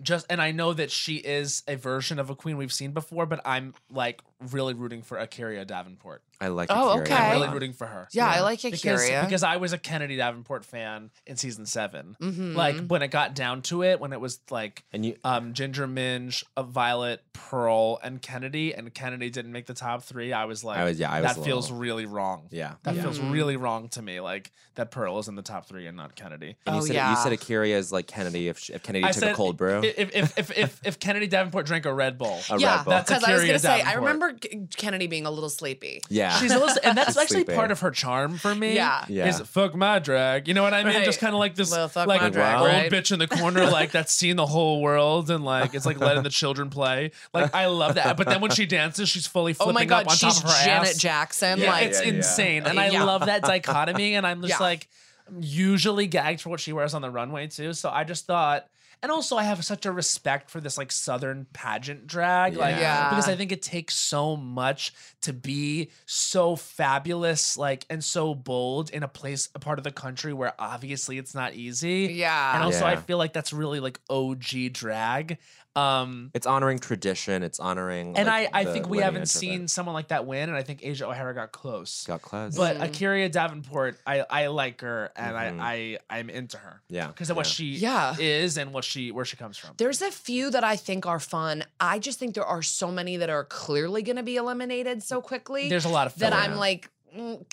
E: just and I know that she is a version of a queen we've seen before, but I'm like really rooting for Akaria Davenport.
D: I like
F: Oh,
D: Akira a
F: okay.
E: I'm really
D: lot.
E: rooting for her.
F: yeah, I like
E: Because,
F: Ikaria.
E: because I was a Kennedy Davenport fan in season 7
F: Mhm.
E: Like when it got down to it, when it was like
D: And you
E: um Ginger Minge, uh, Violet, Pearl, and Kennedy, and Kennedy didn't make the top three, I was like
D: I was yeah, I was
E: that
D: a
E: feels
D: little-
E: really wrong.
D: yeah.
E: That
D: yeah.
E: feels
F: Mhm.
E: really wrong to me. Like that Pearl is in the top three and not Kennedy.
D: And you
F: Oh,
D: said you
F: yeah.
D: said Akira is like Kennedy if, she, if Kennedy
E: I
D: took
E: said
D: a cold brew.
E: If if, if if if Kennedy Davenport drank a Red Bull,
D: a
F: yeah,
D: Red Bull.
E: That's
F: because I was
E: Ikaria
F: gonna say I
E: Davenport.
F: remember K- Kennedy being a little sleepy.
D: yeah.
E: She's a little, and that's
D: She's
E: actually
D: sleepy.
E: part of her charm for me.
F: Yeah.
D: Yeah.
E: Is fuck my drag. You know what I mean?
F: Right.
E: Just kind of like this,
F: Little fuck
E: like
F: my
D: drag,
E: old
F: right?
E: bitch in the corner, like that's seen the whole world, and like it's like letting the children play. Like I love that. But then when she dances, she's fully
F: Oh
E: flipping
F: my
E: up
F: god,
E: on
F: she's
E: top of her
F: Janet
E: ass.
F: Jackson.
D: Yeah,
F: like
E: it's
D: yeah, yeah.
E: insane, and I
F: Yeah.
E: love that dichotomy. And I'm just
F: Yeah.
E: like I'm usually gagged for what she wears on the runway too. So I just thought. And also, I have such a respect for this like Southern pageant drag, like
F: Yeah.
E: because I think it takes so much to be so fabulous, like and so bold in a place, a part of the country where obviously it's not easy.
F: yeah.
E: And also, I
D: Yeah.
E: feel like that's really like OG drag. Um,
D: it's honoring tradition. It's honoring.
E: and
D: like,
E: I, I
D: the
E: think we
D: lineage
E: haven't
D: of it.
E: seen someone like that win. And I think Asia O'Hara got close.
D: Got close.
E: But
F: Mm.
E: Akira Davenport, I, I like her and
D: Mhm.
E: I, I I'm into her
D: yeah.
E: because of what she
F: Yeah.
E: is and what she where she comes from.
F: There's a few that I think are fun. I just think there are so many that are clearly going to be eliminated so quickly
E: There's a lot of
D: Oh,
F: that
E: filler.
F: I'm like, mm,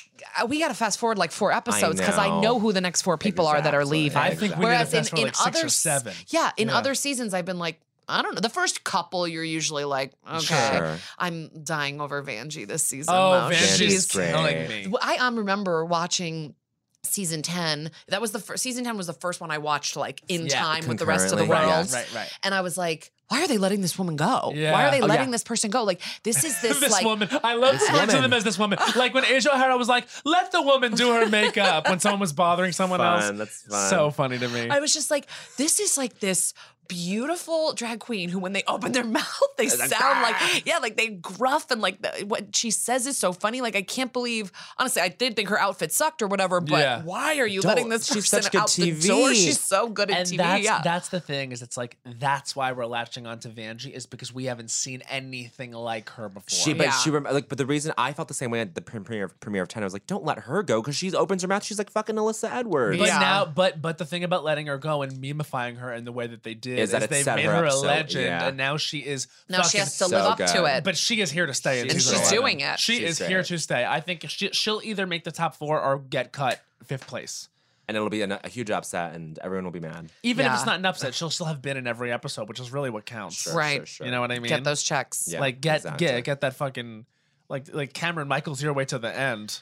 F: we got to fast forward like four episodes because I
D: know.
F: know who the next four people are that are
D: Exactly.
F: leaving.
E: I think we need to
F: Whereas in,
E: fast forward
F: in
E: like six
F: other
E: or seven.
F: yeah, in
E: Yeah.
F: other seasons, I've been like, I don't know. The first couple, you're usually like, okay,
D: Sure.
F: I'm dying over Vanjie this season.
E: Oh,
F: though.
E: Vanjie's
F: She's-
D: great.
E: killing me.
F: Well, I um, remember watching season 10 that was the first season 10 was the first one i watched like in
E: Yeah.
F: time with the rest of the
D: Concurrently,
F: world
D: Right,
E: Right,
D: yes.
E: right, right.
F: and I was like, why are they letting this woman go? Why
E: Yeah.
F: are they
E: Oh,
F: letting
E: yeah.
F: this person go? Like, this is this,
E: This,
F: like,
E: woman, I love
D: This
E: referring to
D: woman.
E: them as this woman. Like when Asia O'Hara was like, "Let the woman do her makeup" when someone was bothering someone
D: Fun.
E: else.
D: That's fun.
E: So funny to me.
F: I was just like, this is like this beautiful drag queen who, when they open their mouth, they
D: like,
F: sound
D: "Ah."
F: like, yeah, like they gruff and like the, what she says is so funny. Like, I can't believe, honestly, I did think her outfit sucked or whatever, but
E: Yeah.
F: why are you
D: Don't.
F: letting this
D: She's
F: person
D: such good
F: out the
D: TV.
F: door? She's so good at
E: and
F: TV.
E: that's
F: yeah.
E: that's the thing is it's like that's why we're latched latching onto Vanjie is because we haven't seen anything like her before.
D: She, but she, rem- like, but the reason I felt the same way at the pre- premiere of, premiere of Ten, I was like, don't let her go because she opens her mouth, she's like fucking Alyssa Edwards.
E: But now, but but the thing about letting her go and memifying her in the way that they did
D: Is
E: is,
D: that it
E: they
D: set
E: made
D: her
E: her,
D: up
E: a
D: so-
E: legend,
D: yeah.
E: and now she is.
F: Now she
E: fucking-
F: has to live So up to good. it.
E: But she is here to stay, in
F: And
E: season
F: she's
E: 11.
F: doing it.
E: She
D: She's
E: is here
D: great.
E: to stay. I think she she'll either make the top four or get cut fifth place.
D: and it'll be an, a huge upset, and everyone will be mad.
E: Even if it's
F: Yeah.
E: not an upset, she'll still have been in every episode, which is really what counts.
F: Sure, Right. sure,
D: sure.
E: You know what I mean?
F: Get those checks.
D: Yeah,
E: like get
D: exactly.
E: get get that fucking like like Cameron Michaels your way to the end.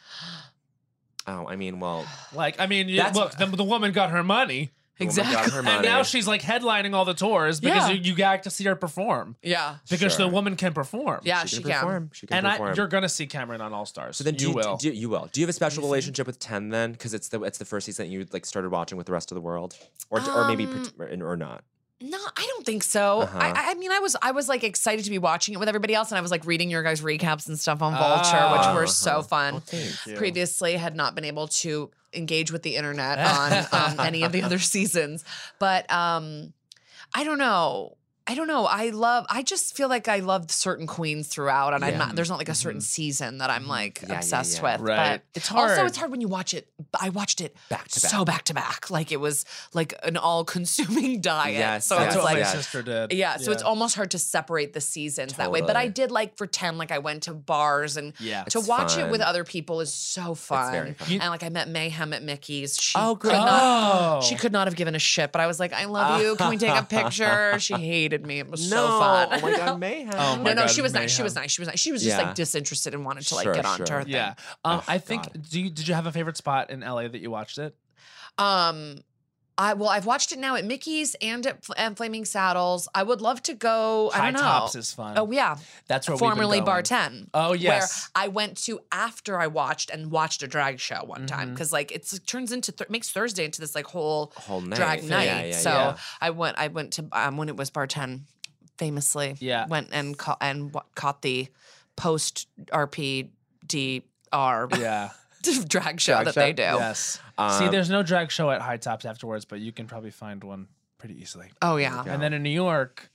D: Oh, I mean, well,
E: Like I mean, you-
D: That's-
E: look, the, the woman got her money.
D: the woman got her
E: And now
D: money.
E: she's like headlining all the tours because
F: Yeah.
E: you, you got to see her perform
F: Yeah.
E: because
D: Sure.
E: the woman can perform.
F: Yeah,
D: she
F: she
D: can
F: can.
D: perform. She can
E: and
D: perform.
E: I, you're gonna see Cameron on All Stars.
D: so then, do
E: you,
D: you,
E: will.
D: Do, you will. Do you have a special relationship with Ten then? Because it's the it's the first season that you like started watching with the rest of the world, or or maybe
F: Um,
D: pret- or, or not.
F: No, I don't think so.
D: Uh-huh.
F: I, I- I mean, I was I was like excited to be watching it with everybody else, and I was like reading your guys' recaps and stuff on Vulture,
E: Ah.
F: which were so
D: Uh-huh.
F: fun.
D: thank you.
F: Previously, had not been able to engage with the internet on um, any of the other seasons, but um, I don't know. I don't know. I love. I just feel like I loved certain queens throughout, and I'm
D: Yeah. Mm-hmm.
F: not. There's not like a certain
E: Mhm.
F: season that I'm like
D: Yeah, yeah,
F: obsessed
D: yeah.
F: with.
E: Right.
F: But
E: It's hard.
F: Also, it's hard when you watch it. I watched it
D: Back to
F: so back to back. Like it was like an all consuming diet.
D: Yes,
F: so
E: That's
F: it's
E: what
F: like
E: my
D: yeah.
E: sister did.
F: yeah, so it's almost hard to separate the seasons that way. But I
D: Totally.
F: did like pretend like I went to bars and
E: yeah.
F: to
D: It's
F: watch it with
D: fun.
F: other people is so fun.
D: very fun.
E: You-
F: And like I met Mayhem at Mickey's. She
D: Oh,
F: could
D: great.
F: not-
E: Oh.
F: she could not have given a shit, but I was like, I love you. Can we take a picture? She hated me. It was so fun.
D: Oh my god, mayhem.
E: Oh my
F: no, no,
E: God,
F: she was nice. She was
E: Mayhem.
F: nice. She was nice. She was just
D: Yeah.
F: like disinterested and wanted to like
D: Sure,
F: get on to
D: sure.
F: her thing.
E: Yeah. Um,
D: Oh,
E: I think.
D: God.
E: Do you did you have a favorite spot in LA that you watched it?
F: Um, I well, I've watched it now at Mickey's and at Fl- and Flaming Saddles. I would love to go. I
E: High
F: don't know.
E: Tops is fun.
F: Oh yeah,
E: That's where
F: formerly
E: we've been
F: Bar
E: going.
F: Ten.
E: Oh, yes.
F: where I went to after I watched and watched a drag show one time because like it's, it turns into th- makes Thursday into this like whole
D: Whole night.
F: drag
D: Yeah,
F: night.
D: yeah,
F: so
D: yeah.
F: I went. I went to um, when it was Bar Ten, famously.
E: Yeah.
F: went and ca- and wa- caught the post RPDR
E: Yeah.
F: drag show that
D: show?
F: they do.
E: Yes. See,
D: Um,
E: there's no drag show at High Tops afterwards, but you can probably find one pretty easily.
F: Oh yeah.
E: And then in New York,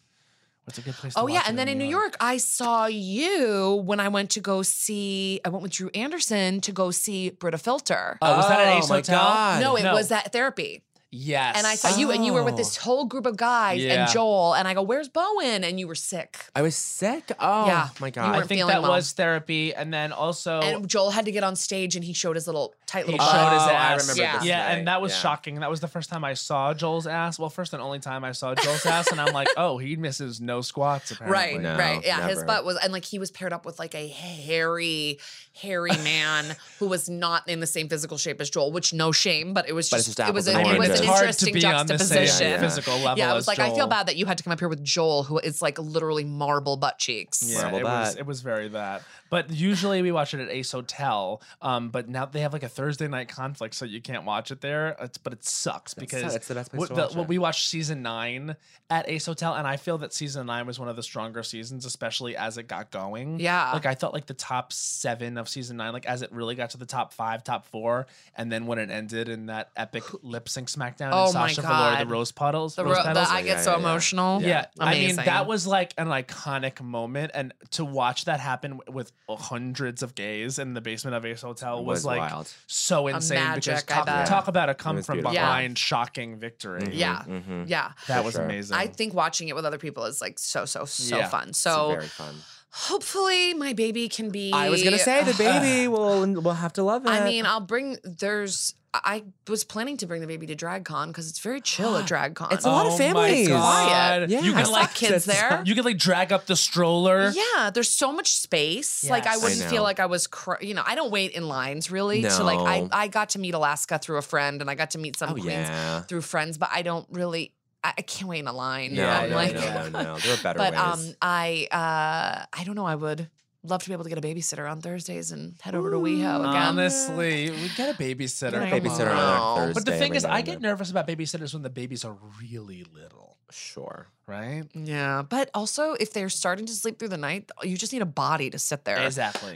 E: what's a good place? to
F: Oh yeah,
E: watch it
F: and then in New York, I saw you when I went to go see. I went with Drew Anderson to go see Britta Filter.
E: Oh, was that at
D: Oh,
E: Ace
D: my
E: Hotel?
D: God.
F: no, it was at therapy,
E: Yes.
F: and I saw you, and you were with this
D: Oh.
F: whole group of guys
E: Yeah.
F: and Joel, and I go, "Where's Bowen?" And you were sick,
D: I was sick. Oh
F: Yeah.
D: my
E: I
F: You
D: god.
F: weren't
E: think
F: feeling
E: that
F: well.
E: was therapy, and then also
F: and Joel had to get on stage, and he showed his little tight
E: Oh. he
F: little.
E: showed
F: butt.
E: his
D: Oh, I
E: ass.
D: remember
F: Yeah. this
E: yeah,
D: night.
E: and that was
D: Yeah.
E: shocking. That was the first time I saw Joel's ass. Well, first and only time I saw Joel's ass, and I'm like, oh, he misses no squats. Apparently.
F: Right,
D: No,
F: right. Yeah, his
D: never.
F: butt was, and like he was paired up with like a hairy, hairy man who was not in the same physical shape as Joel, which no shame, but it was
D: But it's
F: just,
D: just
F: it was,
D: apples
F: a,
D: and
F: it was
D: oranges.
F: an
D: It's hard
F: interesting juxtaposition.
D: Yeah, yeah.
E: physical level.
F: Yeah, I was
E: as
F: like, I feel
E: Joel.
F: bad that you had to come up here with Joel, who is like literally marble butt cheeks.
E: Yeah,
D: Marble
E: it was,
D: butt.
E: it was very that. But usually we watch it at Ace Hotel. Um, but now they have like a Thursday night conflict, so you can't watch it there. It's, but it sucks because
D: it's the best place
E: what,
D: to watch
E: what
D: it.
E: we watched season nine at Ace Hotel, and I feel that season nine was one of the stronger seasons, especially as it got going.
F: Yeah.
E: like I thought like the top seven of season nine, like as it really got to the top five, top four, and then when it ended in that epic lip sync smackdown
F: Oh
E: and
F: my
E: Sasha Velour, the
F: God.
E: rose puddles,
F: The,
E: rose
F: ro- the
E: petals.
F: I
D: Yeah,
F: get
D: yeah,
F: so
D: yeah.
F: emotional.
E: Yeah, I mean
F: Amazing.
E: that was like an iconic moment, and to watch that happen w- with hundreds of gays in the basement of Ace Hotel was,
D: Was
E: like
D: wild.
E: so insane. because
F: magic, I
E: talk,
F: bet.
E: talk about a come
D: was
E: from
D: beautiful.
F: Yeah.
E: behind shocking victory.
F: Yeah.
D: Mm-hmm.
F: Yeah.
E: that
D: For
E: was
D: sure.
E: amazing.
F: I think watching it with other people is like so, so, so
E: Yeah.
F: fun. So
D: very fun.
F: hopefully my baby can be.
D: I was gonna say the baby will will have to love it.
F: I mean, I'll bring. There's. I was planning to bring the baby to DragCon because it's very chill at DragCon.
D: It's a lot of families.
E: My God.
D: Yeah.
E: You
D: I
E: could
F: saw
E: like
F: kids there.
E: You could like drag up the stroller.
F: Yeah, there's so much space. Like I
E: Yes. I
F: wouldn't
D: know.
F: feel like I was, cr- you know, I don't wait in lines really. To like I,
D: No.
F: I got to meet Alaska through a friend, and I got to meet some
D: oh
F: queens
D: yeah.
F: through friends, but I don't really. I, I can't wait in a line.
D: No,
E: Yeah,
D: no,
F: like,
D: no, no, no. There are better
F: but
D: ways.
F: um, I, uh, I don't know. I would love to be able to get a babysitter on Thursdays and head over to WeHo again.
E: Honestly, we get a babysitter.
F: Get a
E: come
D: babysitter
E: on.
F: Wow.
D: on a Thursday.
E: But the thing
D: every
E: is,
D: now
E: I
D: and
E: get
D: then.
E: nervous about babysitters when the babies are really little,
D: Sure.
E: right?
F: Yeah, but also if they're starting to sleep through the night, you just need a body to sit there.
E: Exactly.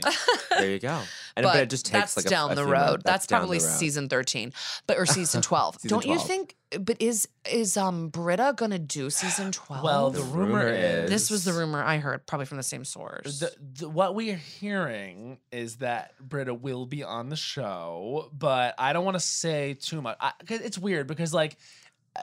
D: There you go. And
F: but
D: but it just takes
F: that's
D: like a-
F: down
D: a
F: the
D: few
F: road.
D: months.
F: that's
D: down the
F: probably
D: road.
F: season thirteen, but or season twelve.
D: Season
F: Don't you
D: 12.
F: think but is is um Britta gonna do season twelve?
E: Well, the The rumor rumor is-
F: this was the rumor I heard, probably from the same source.
E: The, the, what we are hearing is that Britta will be on the show, but I don't want to say too much. I, 'cause it's weird because, like, uh,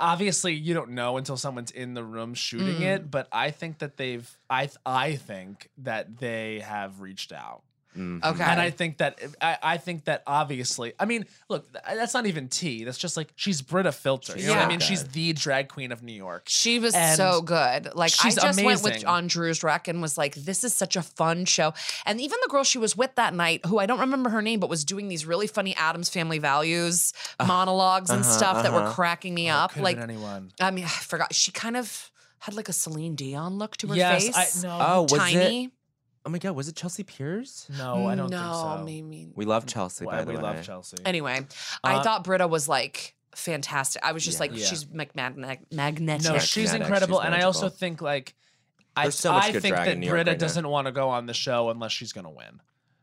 E: obviously you don't know until someone's in the room shooting
F: Mm.
E: it. But I think that they've, I, th- I think that they have reached out.
F: Okay.
E: And I think that I, I think that obviously, I mean, look, th- uh, that's not even tea. That's just like she's Britta Filter. You know what I
F: Yeah.
E: mean? She's the drag queen of New York.
F: She was
E: And
F: so good. Like I
E: she's
F: just went with
E: amazing.
F: on Drew's rec and was like, "This is such a fun show." And even the girl she was with that night, who I don't remember her name, but was doing these really funny Adams Family Values monologs and
E: Uh, uh-huh,
F: stuff that were
E: uh-huh.
F: cracking me up.
E: Could've
F: Like,
E: been anyone.
F: I mean, I forgot. She kind of had like a Celine Dion look to her
E: Yes, I-
F: face.
E: no.
D: Oh, was
F: tiny.
D: it? Oh my god, was it Chelsea Pierce?
E: No, I don't think
F: No,
E: so.
F: maybe.
D: We love Chelsea.
E: Why
D: by the
E: we
D: way.
E: love Chelsea.
F: Anyway, I
D: Uh,
F: thought Britta was like fantastic. I was just
D: Yeah.
F: like,
D: Yeah.
F: she's like magnetic. magnetic.
E: No, she's
D: magnetic,
E: incredible,
D: she's
E: and I also
D: magical.
E: think like I,
D: There's so much
E: I
D: good
E: think
D: drag
E: that
D: in New York
E: Britta
D: right now.
E: doesn't want to go on the show unless she's gonna win.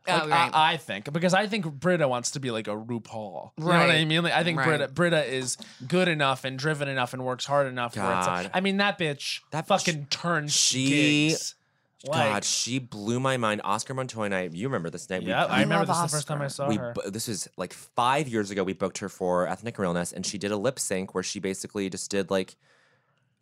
F: Oh,
E: Like,
F: right.
E: I, I think because I think Britta wants to be like a RuPaul. You know what I
F: Right.
E: mean? Like, I think
F: Right.
E: Britta Britta is good enough and driven enough and works hard enough. where it's like-
D: God.
E: I mean that bitch that fucking turns
D: She-
E: gigs. Like-
D: God, she blew my mind. Oscar Montoya and I, you remember this night?
E: Yeah, I remember this is the first time I saw
D: we,
E: her.
D: bu- This is like five years ago. We booked her for Ethnic Realness, and she did a lip sync where she basically just did like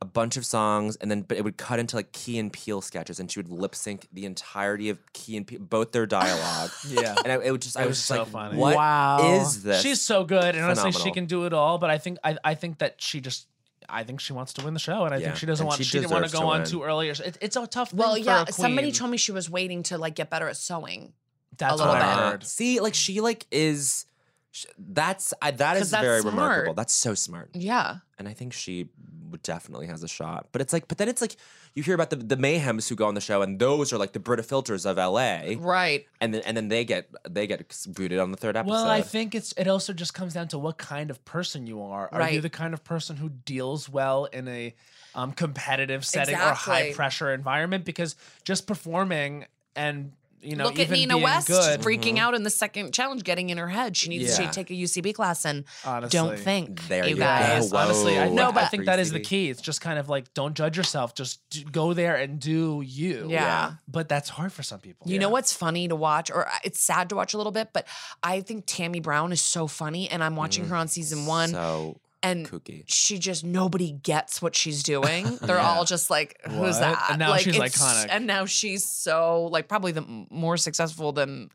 D: a bunch of songs, and then but it would cut into like Key and Peele sketches, and she would lip sync the entirety of Key and Peele, both their dialogue.
E: Yeah.
D: and I, it would just, I
E: It
D: was,
E: was
D: just
E: so
D: like,
E: funny.
D: what
F: Wow.
D: is this?
E: She's so good, and honestly, she
D: Phenomenal.
E: can do it all. But I think I, I think that she just I think she wants to win the show, and I
D: Yeah,
E: think she doesn't
D: and
E: want
D: she
E: she didn't want to
D: deserves
E: go
D: to
E: on
D: win.
E: too early. Or, so- it, it's a tough. Thing
F: Well,
E: for
F: yeah.
E: a
F: Somebody
E: queen.
F: told me she was waiting to like get better at sewing.
E: That's
F: a little
E: what I
F: bit.
E: heard.
D: See, like she like is. sh- That's I, that
F: 'Cause
D: is
F: that's
D: very
F: smart.
D: remarkable. That's so smart.
F: Yeah.
D: and I think she w- definitely has a shot. But it's like, but then it's like you hear about the the mayhems who go on the show, and those are like the Brita filters of L.A.
F: Right.
D: And then and then they get they get booted on the third episode.
E: Well, I think it's it also just comes down to what kind of person you are. Are you
F: Right.
E: the kind of person who deals well in a um, competitive setting or high
F: Exactly.
E: pressure environment? Because just performing and you know
F: Look at
E: even
F: Nina
E: being
F: West
E: good,
F: freaking out in the second challenge, getting in her head. She needs
D: Yeah.
F: to take a UCB class and
E: Honestly.
F: don't think.
D: There
F: you
D: you go.
F: guys.
D: Whoa.
E: honestly, I,
D: Whoa.
E: no,
D: No,
E: but I
D: but-
E: think that is the
D: Free CD.
E: key. It's just kind of like don't judge yourself. Just d- go there and do you.
F: Yeah.
E: But that's hard for some people.
F: You know what's funny to watch, or I- it's sad to watch a little bit, but I think Tammy Brown is so funny, and I'm watching
E: Mm.
F: her on season one,
D: so
F: and
D: kooky.
F: she just nobody gets what she's doing. They're all just like, "Who's
E: What?
F: that?"
E: And now
F: like,
E: she's
F: it's-
E: iconic.
F: and now she's so like probably the m- more successful than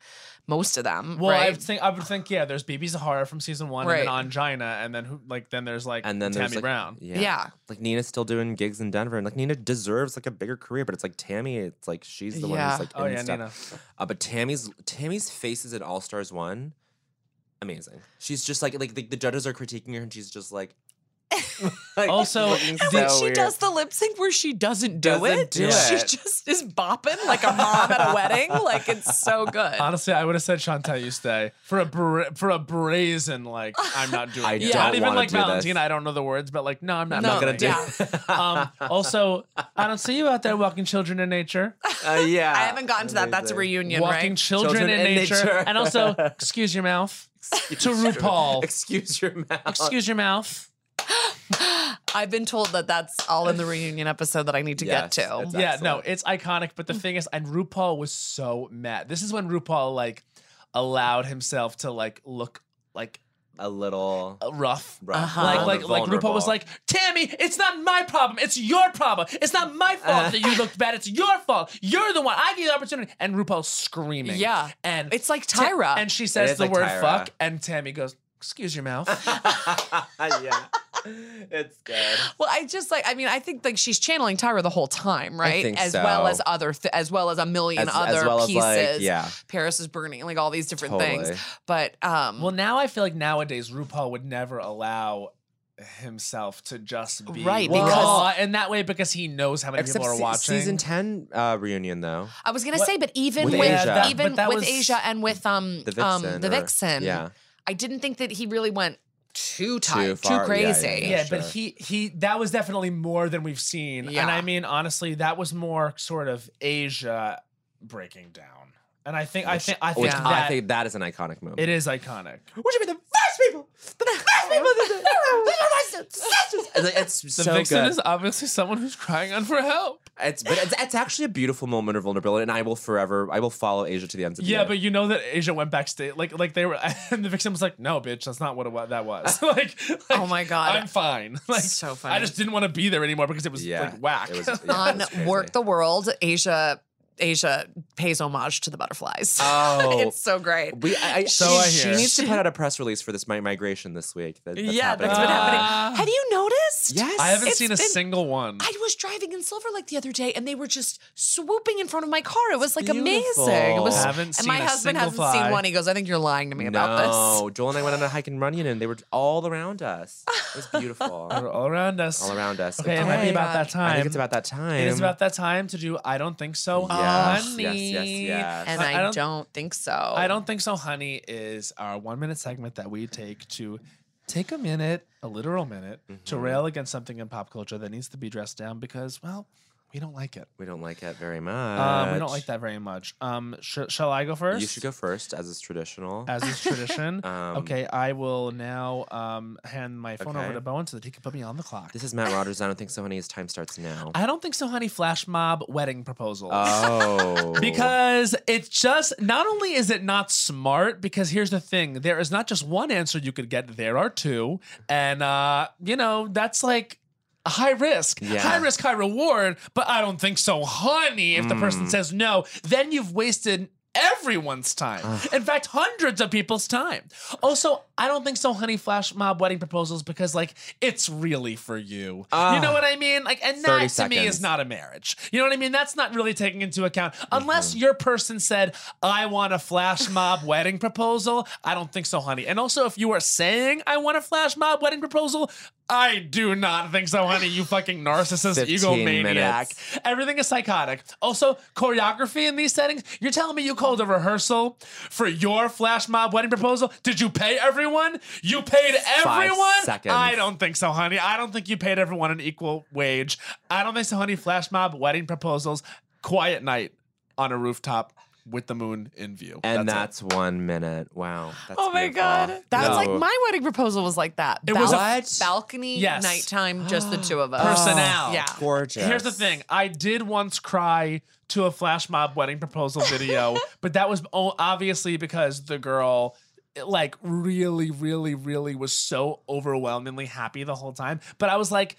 F: most of them.
E: Well, I
F: right?
E: would think I would think yeah. There's BB Zahara from season one, and then
F: Right.
E: Angina, and then who like then there's like
D: And then there's,
E: Tammy
D: like-
E: Brown.
D: yeah.
F: Yeah.
D: Like Nina's still doing gigs in Denver, and like Nina deserves like a bigger career, but it's like Tammy, it's like she's the one
F: Yeah.
D: who's like
E: Oh
D: in
E: yeah,
D: stuff.
E: Nina.
D: Uh, but Tammy's Tammy's faces at All Stars one, amazing. She's just like like the, the judges are critiquing her, and she's just like. like,
E: Also,
D: looking
F: And when
D: so
F: she
D: weird.
F: does the lip sync where she doesn't do
D: Doesn't
F: it,
D: do
F: she
D: it.
F: just is bopping like a mom at a wedding. Like it's so good.
E: Honestly, I would have said Chantal you stay for a bra- for a brazen like I'm not doing.
D: I
E: it.
D: don't
E: not even
D: wanna
E: like
D: do this.
E: Valentina. I don't know the words, but like no, I'm not.
F: No,
E: doing
F: gonna
E: it.
F: do yeah. Uh,
E: um, also, I don't see you out there walking children in nature.
D: Uh, yeah.
F: I haven't gotten to that. That's a reunion,
E: walking
F: right?
E: children, in, nature. and also excuse your mouth to RuPaul.
D: Excuse your mouth.
E: Excuse your mouth.
F: I've been told that that's all in the reunion episode that I need to
D: Yes,
F: get to.
D: it's-
E: yeah,
D: excellent.
E: Uh, no, it's iconic. But the thing is, and RuPaul was so mad. This is when RuPaul like allowed himself to like look like uh,
D: a little.
E: rough.
D: rough,
F: Uh-huh.
E: Like, like, like
D: vulnerable.
E: RuPaul was like, Tammy, it's not my problem. It's your problem. It's not my fault that you looked bad. It's your fault. You're the one. I gave you the opportunity. And RuPaul's screaming.
F: Yeah.
E: And
F: It's like
E: Ta-
F: Tyra.
E: and she
D: It
E: says
D: is
E: the
D: like
E: word
D: Tyra.
E: fuck. And Tammy goes, Excuse your mouth.
D: yeah, it's good.
F: well, I just like I mean, I think like she's channeling Tyra the whole time, right?
D: think
F: as well
D: so.
F: as other th- as well as a million
D: As- as
F: other
D: well as,
F: pieces.
D: like, yeah.
F: Paris is burning, like all these different
D: Totally.
F: things. But um
E: well, now I feel like nowadays RuPaul would never allow himself to just be
F: Right,
E: raw
F: because-
E: in that way because he knows how many
D: Except
E: people are
D: se-
E: watching.
D: season ten uh, reunion though.
F: I was gonna
E: What-
F: say, but even
D: With
F: with,
D: Asia. Yeah, that-
F: even
E: but that
F: with
E: was-
F: Asia and with um
D: The Vixen.
F: um the
D: or-
F: Vixen,
D: Yeah.
F: I didn't think that he really went too tight, too,
D: far, yeah,
F: crazy.
E: Yeah, but
D: sure.
E: he he that was definitely more than we've seen. And
F: Yeah.
E: I mean, honestly, that was more sort of Asia breaking down. And I think I think I think
D: Which
E: that
D: I think that is an iconic moment.
E: it is iconic.
D: Would you be the first people? The first people that did it? It's like- It's
E: The
D: so
E: vixen
D: good.
E: is obviously someone who's crying out for help.
D: it's, but it's, it's actually a beautiful moment of vulnerability, and I will forever, I will follow Asia to the ends of
E: Yeah,
D: the
E: but you know that Asia went backstage, like like they were, and the victim was like, "No, bitch, that's not what it was, that was." like,
F: Oh my God.
E: I'm fine. Like,
F: So
E: I
F: funny.
E: just didn't want to be there anymore because it was
D: Yeah,
E: like whack.
D: it was- yeah,
F: on
D: that's crazy.
F: Work the World, Asia Asia pays homage to the butterflies.
D: Oh.
F: it's so great.
D: We, I, I-
E: So
D: she,
E: I
D: she
E: hear.
D: needs to put out a press release for this mi- migration this week. That, that's
F: yeah,
D: happening. Uh,
F: that's been
E: Ah.
F: happening. Have you noticed?
D: Yes.
E: I haven't
F: It's
E: seen a
F: been-
E: single one.
F: I was driving in Silver Lake the other day and they were just swooping in front of my car. It was like
D: Beautiful.
F: amazing. It was
E: Haven't seen
F: and my
E: a
F: husband
E: single
F: hasn't
E: fly.
F: seen one. He goes, I think you're lying to me about
D: no, Joel and I went on a hike in Runyon, and they were all around us. It was beautiful,
E: They're all around us.
D: all around us.
E: Okay, it might be
F: Okay.
E: about that time.
D: I think it's about that time.
E: It is about that time to do. I don't think so,
D: Yes, yes,
E: honey.
D: yes, yes.
F: this. And
E: I-
F: I,
E: I don't-
F: don't, think so.
D: Oh.
E: I don't think so, honey. Is our one minute segment that we take to take a minute, a literal minute, to
D: Mm-hmm.
E: rail against something in pop culture that needs to be dressed down because, well, we don't like it.
D: We don't like it very much.
E: Um, we don't like that very much. Um, sh- shall I go first?
D: You should go first, as is traditional.
E: As is tradition.
D: Um,
E: okay, I will now um, hand my phone over
D: Okay.
E: to Bowen so that he can put me on the clock.
D: This is Matt Rogers. I don't think so, honey. His time starts now.
E: I don't think so, honey. Flash mob wedding proposal.
D: oh,
E: Because it's just not only is it not smart, because here's the thing: there is not just one answer you could get; there are two, and uh, you know that's like a high risk,
D: Yeah.
E: high risk, high reward. But I don't think so, honey. If the person says no, then you've wasted. Everyone's time. In fact, hundreds of people's time. Also, I don't think so, honey. Flash mob wedding proposals because, like, it's really for you. you know what I mean? Like, and
D: 30
E: that to me is
D: seconds. Mm-hmm.
E: not not a marriage. You know what I mean? That's not really taking into account. Unless your person said, I want a flash mob wedding proposal, I don't think so, honey. And also, if you are saying, I want a flash mob wedding proposal, I do not think so, honey. You fucking narcissist,
D: 15
E: egomaniac.
D: minutes.
E: Everything is psychotic. Also, choreography in these settings. You're telling me you called a rehearsal for your flash mob wedding proposal? Did you pay everyone? You paid
D: Five
E: everyone?
D: seconds.
E: I don't think so, honey. I don't think you paid everyone an equal wage. I don't think so, honey. Flash mob wedding proposals, quiet night on a rooftop with the moon in view.
D: and
E: it.
D: that's, one minute. Wow. That's
F: Oh my
D: beautiful.
F: god. That was like
D: No.
F: my wedding proposal was like that.
E: It was a-
F: balcony
E: Yes.
F: nighttime, just the two of us.
E: Personnel.
F: Yeah.
D: Gorgeous.
E: Here's the thing. I did once cry to a flash mob wedding proposal video, but that was o- obviously because the girl like really really really was so overwhelmingly happy the whole time. But I was like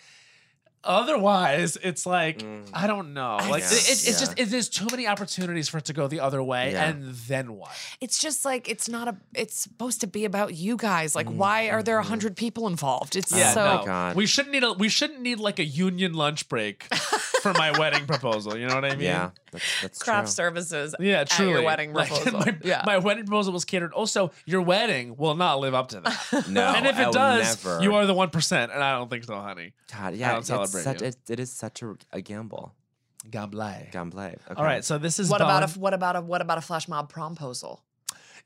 E: otherwise it's like I don't know. Like
D: Yeah.
E: it, it's
D: Mm. Yeah.
E: just it, there's too many opportunities for it to go the other way
D: Yeah.
E: and then what?
F: It's just like it's not a it's supposed to be about you guys. Like why are there a hundred people involved? It's
E: Mm-hmm. Yeah,
F: so
D: Oh my God.
E: We shouldn't need a we shouldn't need like a union lunch break for my wedding proposal, you know what I mean?
D: Yeah. That's, that's
F: craft
D: true.
F: services
E: Yeah,
F: at
E: truly.
F: your wedding
E: Like,
F: proposal.
E: my,
F: yeah.
E: my wedding proposal was catered. Also, your wedding will not live up to that.
D: No,
E: and if
D: I
E: it
D: will
E: does,
D: never.
E: you are the one percent, and I don't think so, honey.
D: God, yeah,
E: don't
D: it's
E: celebrate
D: such,
E: you.
D: it, it is such a, a gamble.
E: God bless.
D: Gamble. Okay.
E: All right, so this is
F: what about
E: Bone.
F: a what about a what about a flash mob promposal?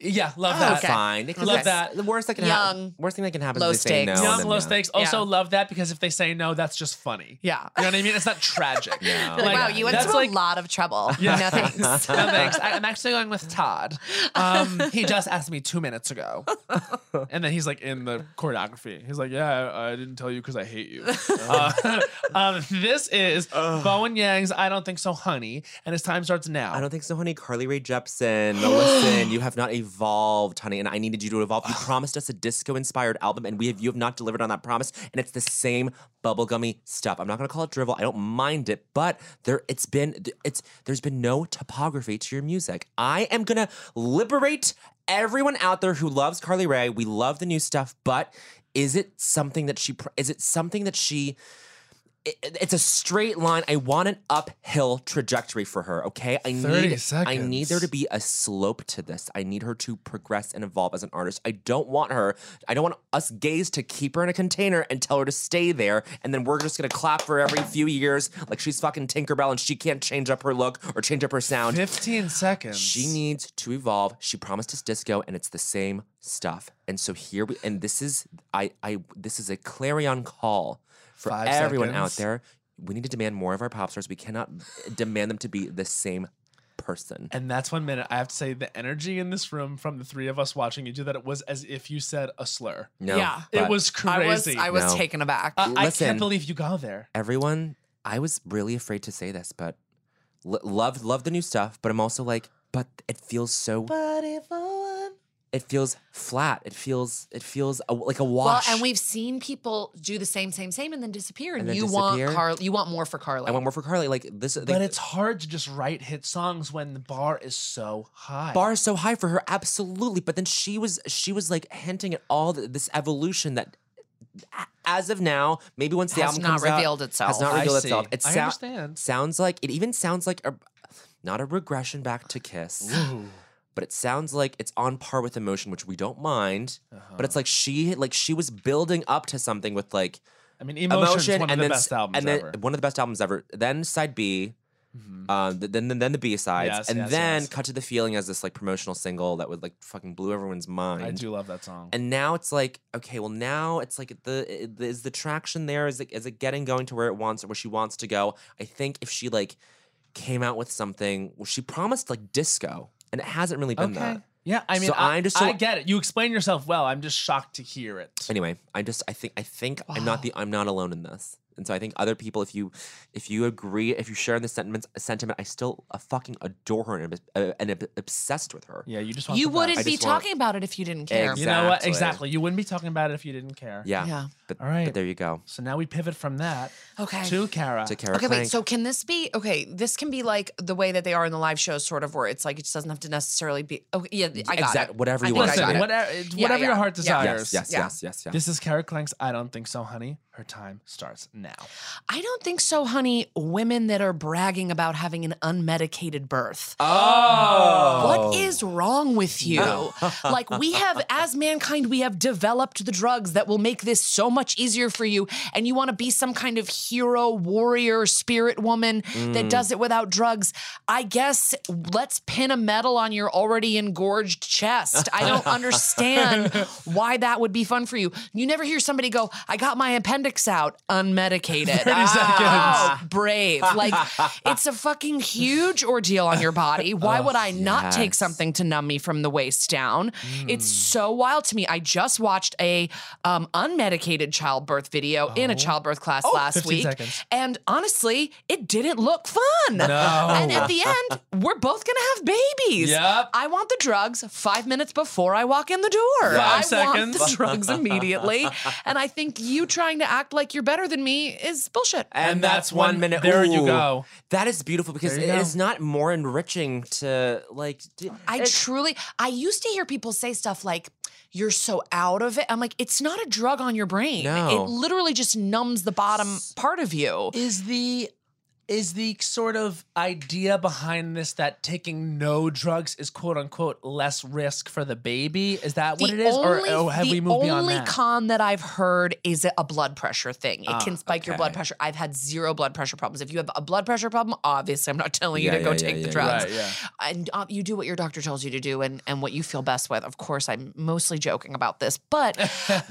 E: yeah, love
F: Oh,
E: that.
F: okay.
D: Fine. They can-
F: Love
D: that's
E: that.
D: The worst that can
F: Young.
D: happen. Worst thing that can happen
F: Low
D: is they say no.
F: stakes.
D: and
E: Young,
D: then
E: low
D: yeah.
E: stakes.
F: Yeah.
E: Also, love that because if they say no, that's just funny.
F: Yeah.
E: You know what I mean? It's not tragic.
D: Yeah.
F: Like, wow, you went
E: that's
F: to
E: like-
F: a lot of trouble.
E: Yeah.
F: No thanks.
E: no thanks. I, am actually going with Todd. Um, he just asked me two minutes ago, and then he's like in the choreography. He's like, "Yeah, I, I didn't tell you because I hate you." Uh, um, this is Bowen Yang's "I Don't Think So, Honey," and his time starts now.
D: I don't think so, honey. Carly Rae Jepsen, listen, you have not evolved, honey, and I needed you to evolve. You promised us a disco-inspired album, and we have you have not delivered on that promise. And it's the same bubblegummy stuff. I'm not gonna call it drivel. I don't mind it, but there it's been it's there's been no topography to your music. I am gonna liberate everyone out there who loves Carly Rae. We love the new stuff, but is it something that she? pr- Is it something that she? it- it's a straight line. I want an uphill trajectory for her. Okay, I
E: 30
D: need I need there to
E: seconds.
D: be a slope to this. I need her to progress and evolve as an artist. I don't want her. I don't want us gays to keep her in a container and tell her to stay there, and then we're just gonna clap for every few years like she's fucking Tinkerbell and she can't change up her look or change up her sound.
E: Fifteen seconds.
D: She needs to evolve. She promised us disco, and it's the same stuff. And so here we and this is I I this is a clarion call for
E: Five
D: everyone out
E: seconds.
D: there. We need to demand more of our pop stars. We cannot demand them to be the same person.
E: And that's one minute. I have to say, the energy in this room from the three of us watching you do that, it was as if you said a slur.
D: No,
F: Yeah.
E: It
D: but
E: was
F: I was Uh,
E: crazy.
F: I was
D: No.
F: taken aback.
E: I- I
D: Mm, Listen.
E: can't believe you go there.
D: everyone, I was really afraid to say this, but l- love love the new stuff. But I'm also like, but it feels so. But if it feels flat. It feels it feels a, like a
F: well,
D: wash.
F: and we've seen people do the same, same, same, and then disappear. And,
D: And then
F: you
D: disappear.
F: want Carl, you want more for Carly.
D: I want more for Carly. Like this. They,
E: but it's hard to just write hit songs when the bar is so high.
D: bar is so high for her absolutely but then she was she was like hinting at all th- this evolution that a- as of now maybe once the
F: Has
D: album
F: not
D: comes out,
F: revealed itself.
D: has not
E: I
D: revealed
E: see.
D: itself it
E: I
D: sou-
E: understand.
D: sounds like it even sounds like a not a regression back to kiss but it sounds like it's on par with emotion which we don't mind but
E: Uh-huh.
D: it's like she like she was building up to something with like
E: I mean, Emotion's
D: emotion
E: one of
D: and
E: the
D: then
E: best
D: s-
E: albums
D: and then
E: ever. Mm-hmm.
D: one of the best albums ever then side b um, th- then, then then the B sides,
E: Yes,
D: and
E: yes,
D: then
E: yes.
D: cut to the feeling as this like promotional single that would like fucking blew everyone's mind.
E: I do love that song.
D: And now it's like okay, well now it's like the i- is the traction there? Is it is it getting going to where it wants where she wants to go? I think if she like came out with something, well, she promised like disco, and it hasn't really been that.
E: Yeah, I mean,
D: So
E: I,
D: I'm just so-
E: I get it. You explain yourself well. I'm just shocked to hear it.
D: Anyway, I just I think I think I'm not the I'm not alone in this. And so I think other people, if you if you agree, if you share in the sentiments sentiment, I still uh, fucking adore her and, uh, and ob- obsessed with her.
E: Yeah, you just want
F: you
E: the best.
F: wouldn't
D: I
F: be
D: just want-
F: talking about it if you didn't care.
D: Exactly.
E: You know what? Exactly. You wouldn't be talking about it if you didn't care.
D: Yeah.
F: Yeah.
D: But,
E: All right.
D: But there you go.
E: So now we pivot from that
F: Okay.
E: to Kara.
D: To Kara
F: Okay, wait.
D: Plank.
F: So can this be okay? This can be like the way that they are in the live shows, sort of, where it's like it just doesn't have to necessarily be. Okay, yeah, I got
D: Exact-
F: it.
D: whatever
F: I
D: you
F: think
D: want
F: I
D: to
F: got
D: do.
F: it.
E: whatever, it's
F: Yeah,
E: whatever your
F: yeah,
E: heart
F: yeah.
D: yes,
E: desires.
D: yes,
F: Yeah.
D: yes, yes, yes.
E: This is Kara Clank's I Don't Think So, Honey. Her time starts now.
F: I don't think so, honey. Women that are bragging about having an unmedicated birth.
D: oh.
F: What is wrong with you? like, we have, as mankind, we have developed the drugs that will make this so much easier for you. And you want to be some kind of hero, warrior, spirit woman that does it without drugs. I guess let's pin a medal on your already engorged chest. I don't understand why that would be fun for you. You never hear somebody go, I got my appendix out, unmedicated.
E: 30
F: Ah, brave. Like, it's a fucking huge ordeal on your body. Why would I not take
D: yes.
F: something to numb me from the waist down? It's so wild to me. I just watched a um, unmedicated childbirth video in a childbirth class last
E: 15
F: week,
E: seconds.
F: and honestly, it didn't look fun. And at the end, we're both gonna have babies.
E: Yep.
F: I want the drugs five minutes before I walk in the door.
E: Five
F: I
E: seconds.
F: want the drugs immediately, and I think you trying to act like you're better than me is bullshit.
D: And, that's one, minute.
E: There you
D: Ooh.
E: go.
D: That is beautiful because
E: There
D: it
E: you go.
D: is not more enriching to like. d-
F: I
D: it-
F: truly, I used to hear people say stuff like, you're so out of it. I'm like, it's not a drug on your brain.
D: No.
F: It literally just numbs the bottom part of you.
E: Is the is the sort of idea behind this that taking no drugs is quote unquote less risk for the baby? Is that what it is? or, or have
F: the
E: we moved beyond
F: only
E: that?
F: con that I've heard is a blood pressure thing. It
E: Ah,
F: can spike your blood
D: okay.
F: pressure. I've had zero blood pressure problems. If you have a blood pressure problem, obviously I'm not telling
D: Yeah,
F: you to go
D: yeah, yeah,
F: take
D: yeah,
F: the
D: yeah.
F: drugs.
E: Right, yeah.
F: And uh, you do what your doctor tells you to do and, and what you feel best with. Of course, I'm mostly joking about this, but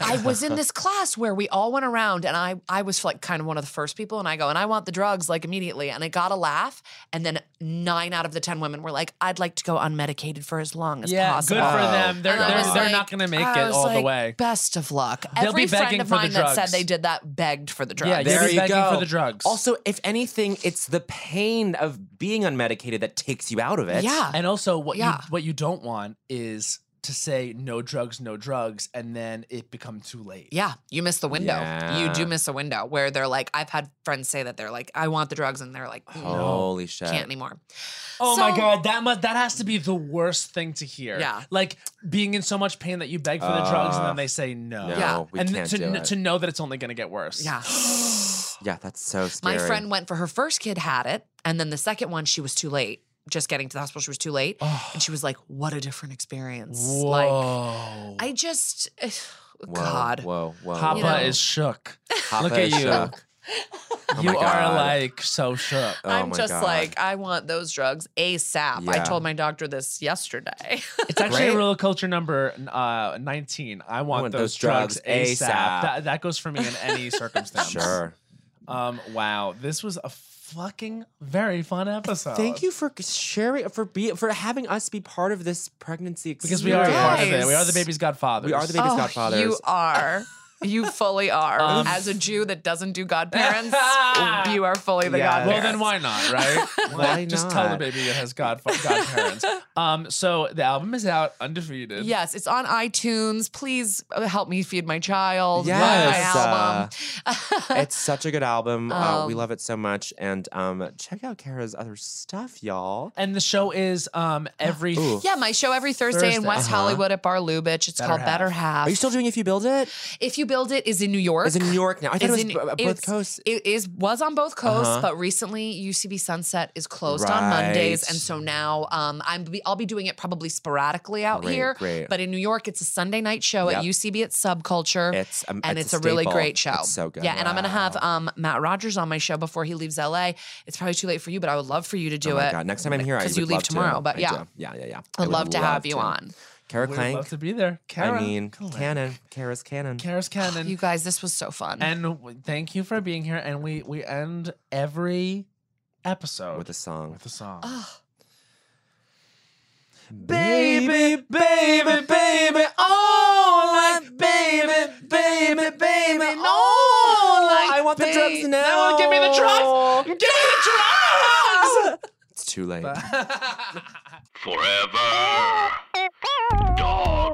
F: I was in this class where we all went around and I, I was like kind of one of the first people and I go, and I want the drugs like immediately. And I got a laugh. And then nine out of the 10 women were like, I'd like to go unmedicated for as long as
E: Yeah,
F: possible.
E: good for
D: Oh.
E: them. They're
F: And I
E: they're,
F: was
E: they're
F: like-
E: not going to make
F: I
E: it
F: was
E: all the
F: like,
E: way.
F: Best of luck.
E: They'll
F: Every
E: be begging
F: friend of
E: for the
F: mine that said
E: drugs.
F: they did that begged for the drugs.
E: Yeah,
D: There
E: They'll be
D: you
E: begging
D: go.
E: for the drugs.
D: Also, if anything, it's the pain of being unmedicated that takes you out of it.
F: Yeah.
E: And also, what
F: Yeah.
E: you what you don't want is to say no drugs, no drugs, and then it become too late.
F: Yeah, you miss the window. You
D: Yeah.
F: do miss a window where they're like, I've had friends say that they're like, I want the drugs, and they're like, no,
D: Holy shit.
F: can't anymore.
E: Oh my
F: So-
E: god, that must that has to be the worst thing to hear.
F: Yeah.
E: like being in so much pain that you beg for the drugs, and then they say no.
D: No,
F: Yeah.
D: we
E: and
D: can't
E: to
D: do it.
E: to know that it's only going to get worse.
F: Yeah.
D: yeah, that's so scary.
F: My friend went for her first kid, had it, and then the second one, she was too late. Just getting to the hospital, she was too late. And she was like, What a different experience. Like,
E: Whoa.
F: I just,
D: Whoa,
F: God.
D: Whoa, whoa.
E: Papa
F: You know.
E: is shook.
D: Papa
E: Look at
D: is
E: you.
D: shook. Oh
E: you
D: my
E: are
D: God.
E: like so shook.
D: Oh
F: I'm
D: my
F: just
D: God.
F: like, I want those drugs ASAP. I
D: Yeah.
F: told my doctor this yesterday.
E: It's actually a
D: Right?
E: real culture number uh, 19. I want,
D: want
E: those,
D: those
E: drugs,
D: drugs
E: ASAP.
D: ASAP.
E: That, that goes for me in any circumstance.
D: Sure.
E: Um, wow. This was a fucking very fun episode.
D: Thank you for sharing, for be, for having us be part of this pregnancy experience.
E: Because we are a part of it. We are the baby's godfathers.
D: We are the baby's
F: Oh,
D: godfathers.
F: You are. You fully are.
D: Um,
F: As a Jew that doesn't do godparents, you are fully the
D: Yes.
E: Well,
F: godparents.
E: then why not, right?
D: Why
E: Like, Just tell the
D: not?
E: baby it has godf- godparents. um, so the album is out, undefeated.
F: Yes, it's on iTunes. Please uh, help me feed my child. Buy
D: Yes, uh,
F: my album.
D: it's such a good album. uh, we
F: Um,
D: love it so much. And um, check out Kara's other stuff, y'all.
E: And the show is um every.
D: Ooh.
F: yeah, my show every Thursday, in
E: Thursday.
F: West
D: Uh-huh.
F: Hollywood at Bar Lubitsch. It's
E: Better
F: called
E: Half.
F: Better Half.
D: Are you still doing If You Build It?
F: if you build it, is in New York.
D: It's in New York now. I thought
F: Is
D: it was
F: in-
D: b- b- both
F: it's-
D: coasts.
F: It is was on both coasts,
D: Uh-huh.
F: but recently UCB Sunset is closed on Mondays,
D: Right.
F: and so now um, I'm be- I'll be doing it probably sporadically out
D: Great,
F: here.
D: great.
F: But in New York, it's a Sunday night show
D: Yep.
F: at UCB at Subculture.
D: It's um,
F: and it's, a,
D: staple.
F: really great show.
D: It's so good.
F: Yeah, and I'm gonna have um, Matt Rogers on my show before he leaves LA. It's probably too late for you, but I would love for you to do
D: oh my
F: it.
D: God. Next time I'm here, I
F: because
D: would
F: you leave
D: love to.
F: tomorrow. But
D: I
F: yeah,
D: do. yeah, yeah, yeah.
F: I'd
D: would
F: love to have you
D: to.
F: on.
D: Kara
E: We would love
D: Clank.
E: to be there. Kara.
D: I mean,
E: Clank.
D: canon. Kara's canon.
E: Kara's canon.
F: You guys, this was so fun.
E: and w- thank you for being here. And we we end every episode
D: With a song.
E: with a song.
J: Ah.
D: Baby, baby, baby, all like baby, baby, baby, all like I want the drums now.
E: No, give me the drums.
D: Give me the drums. It's too late.
K: Forever. Dog.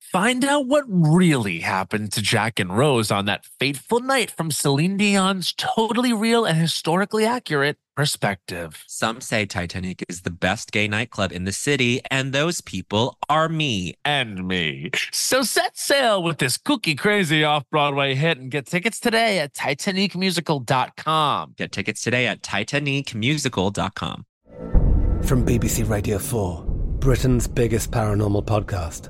J: Find out what really happened to Jack and Rose on that fateful night from Celine Dion's totally real and historically accurate perspective.
G: Some say Titanic is the best gay nightclub in the city, and those people are me.
J: And me. So set sail with this cookie crazy off Broadway hit and get tickets today at TitanicMusical.com.
G: Get tickets today at titanicmusical.com.
H: From BBC Radio 4, Britain's biggest paranormal podcast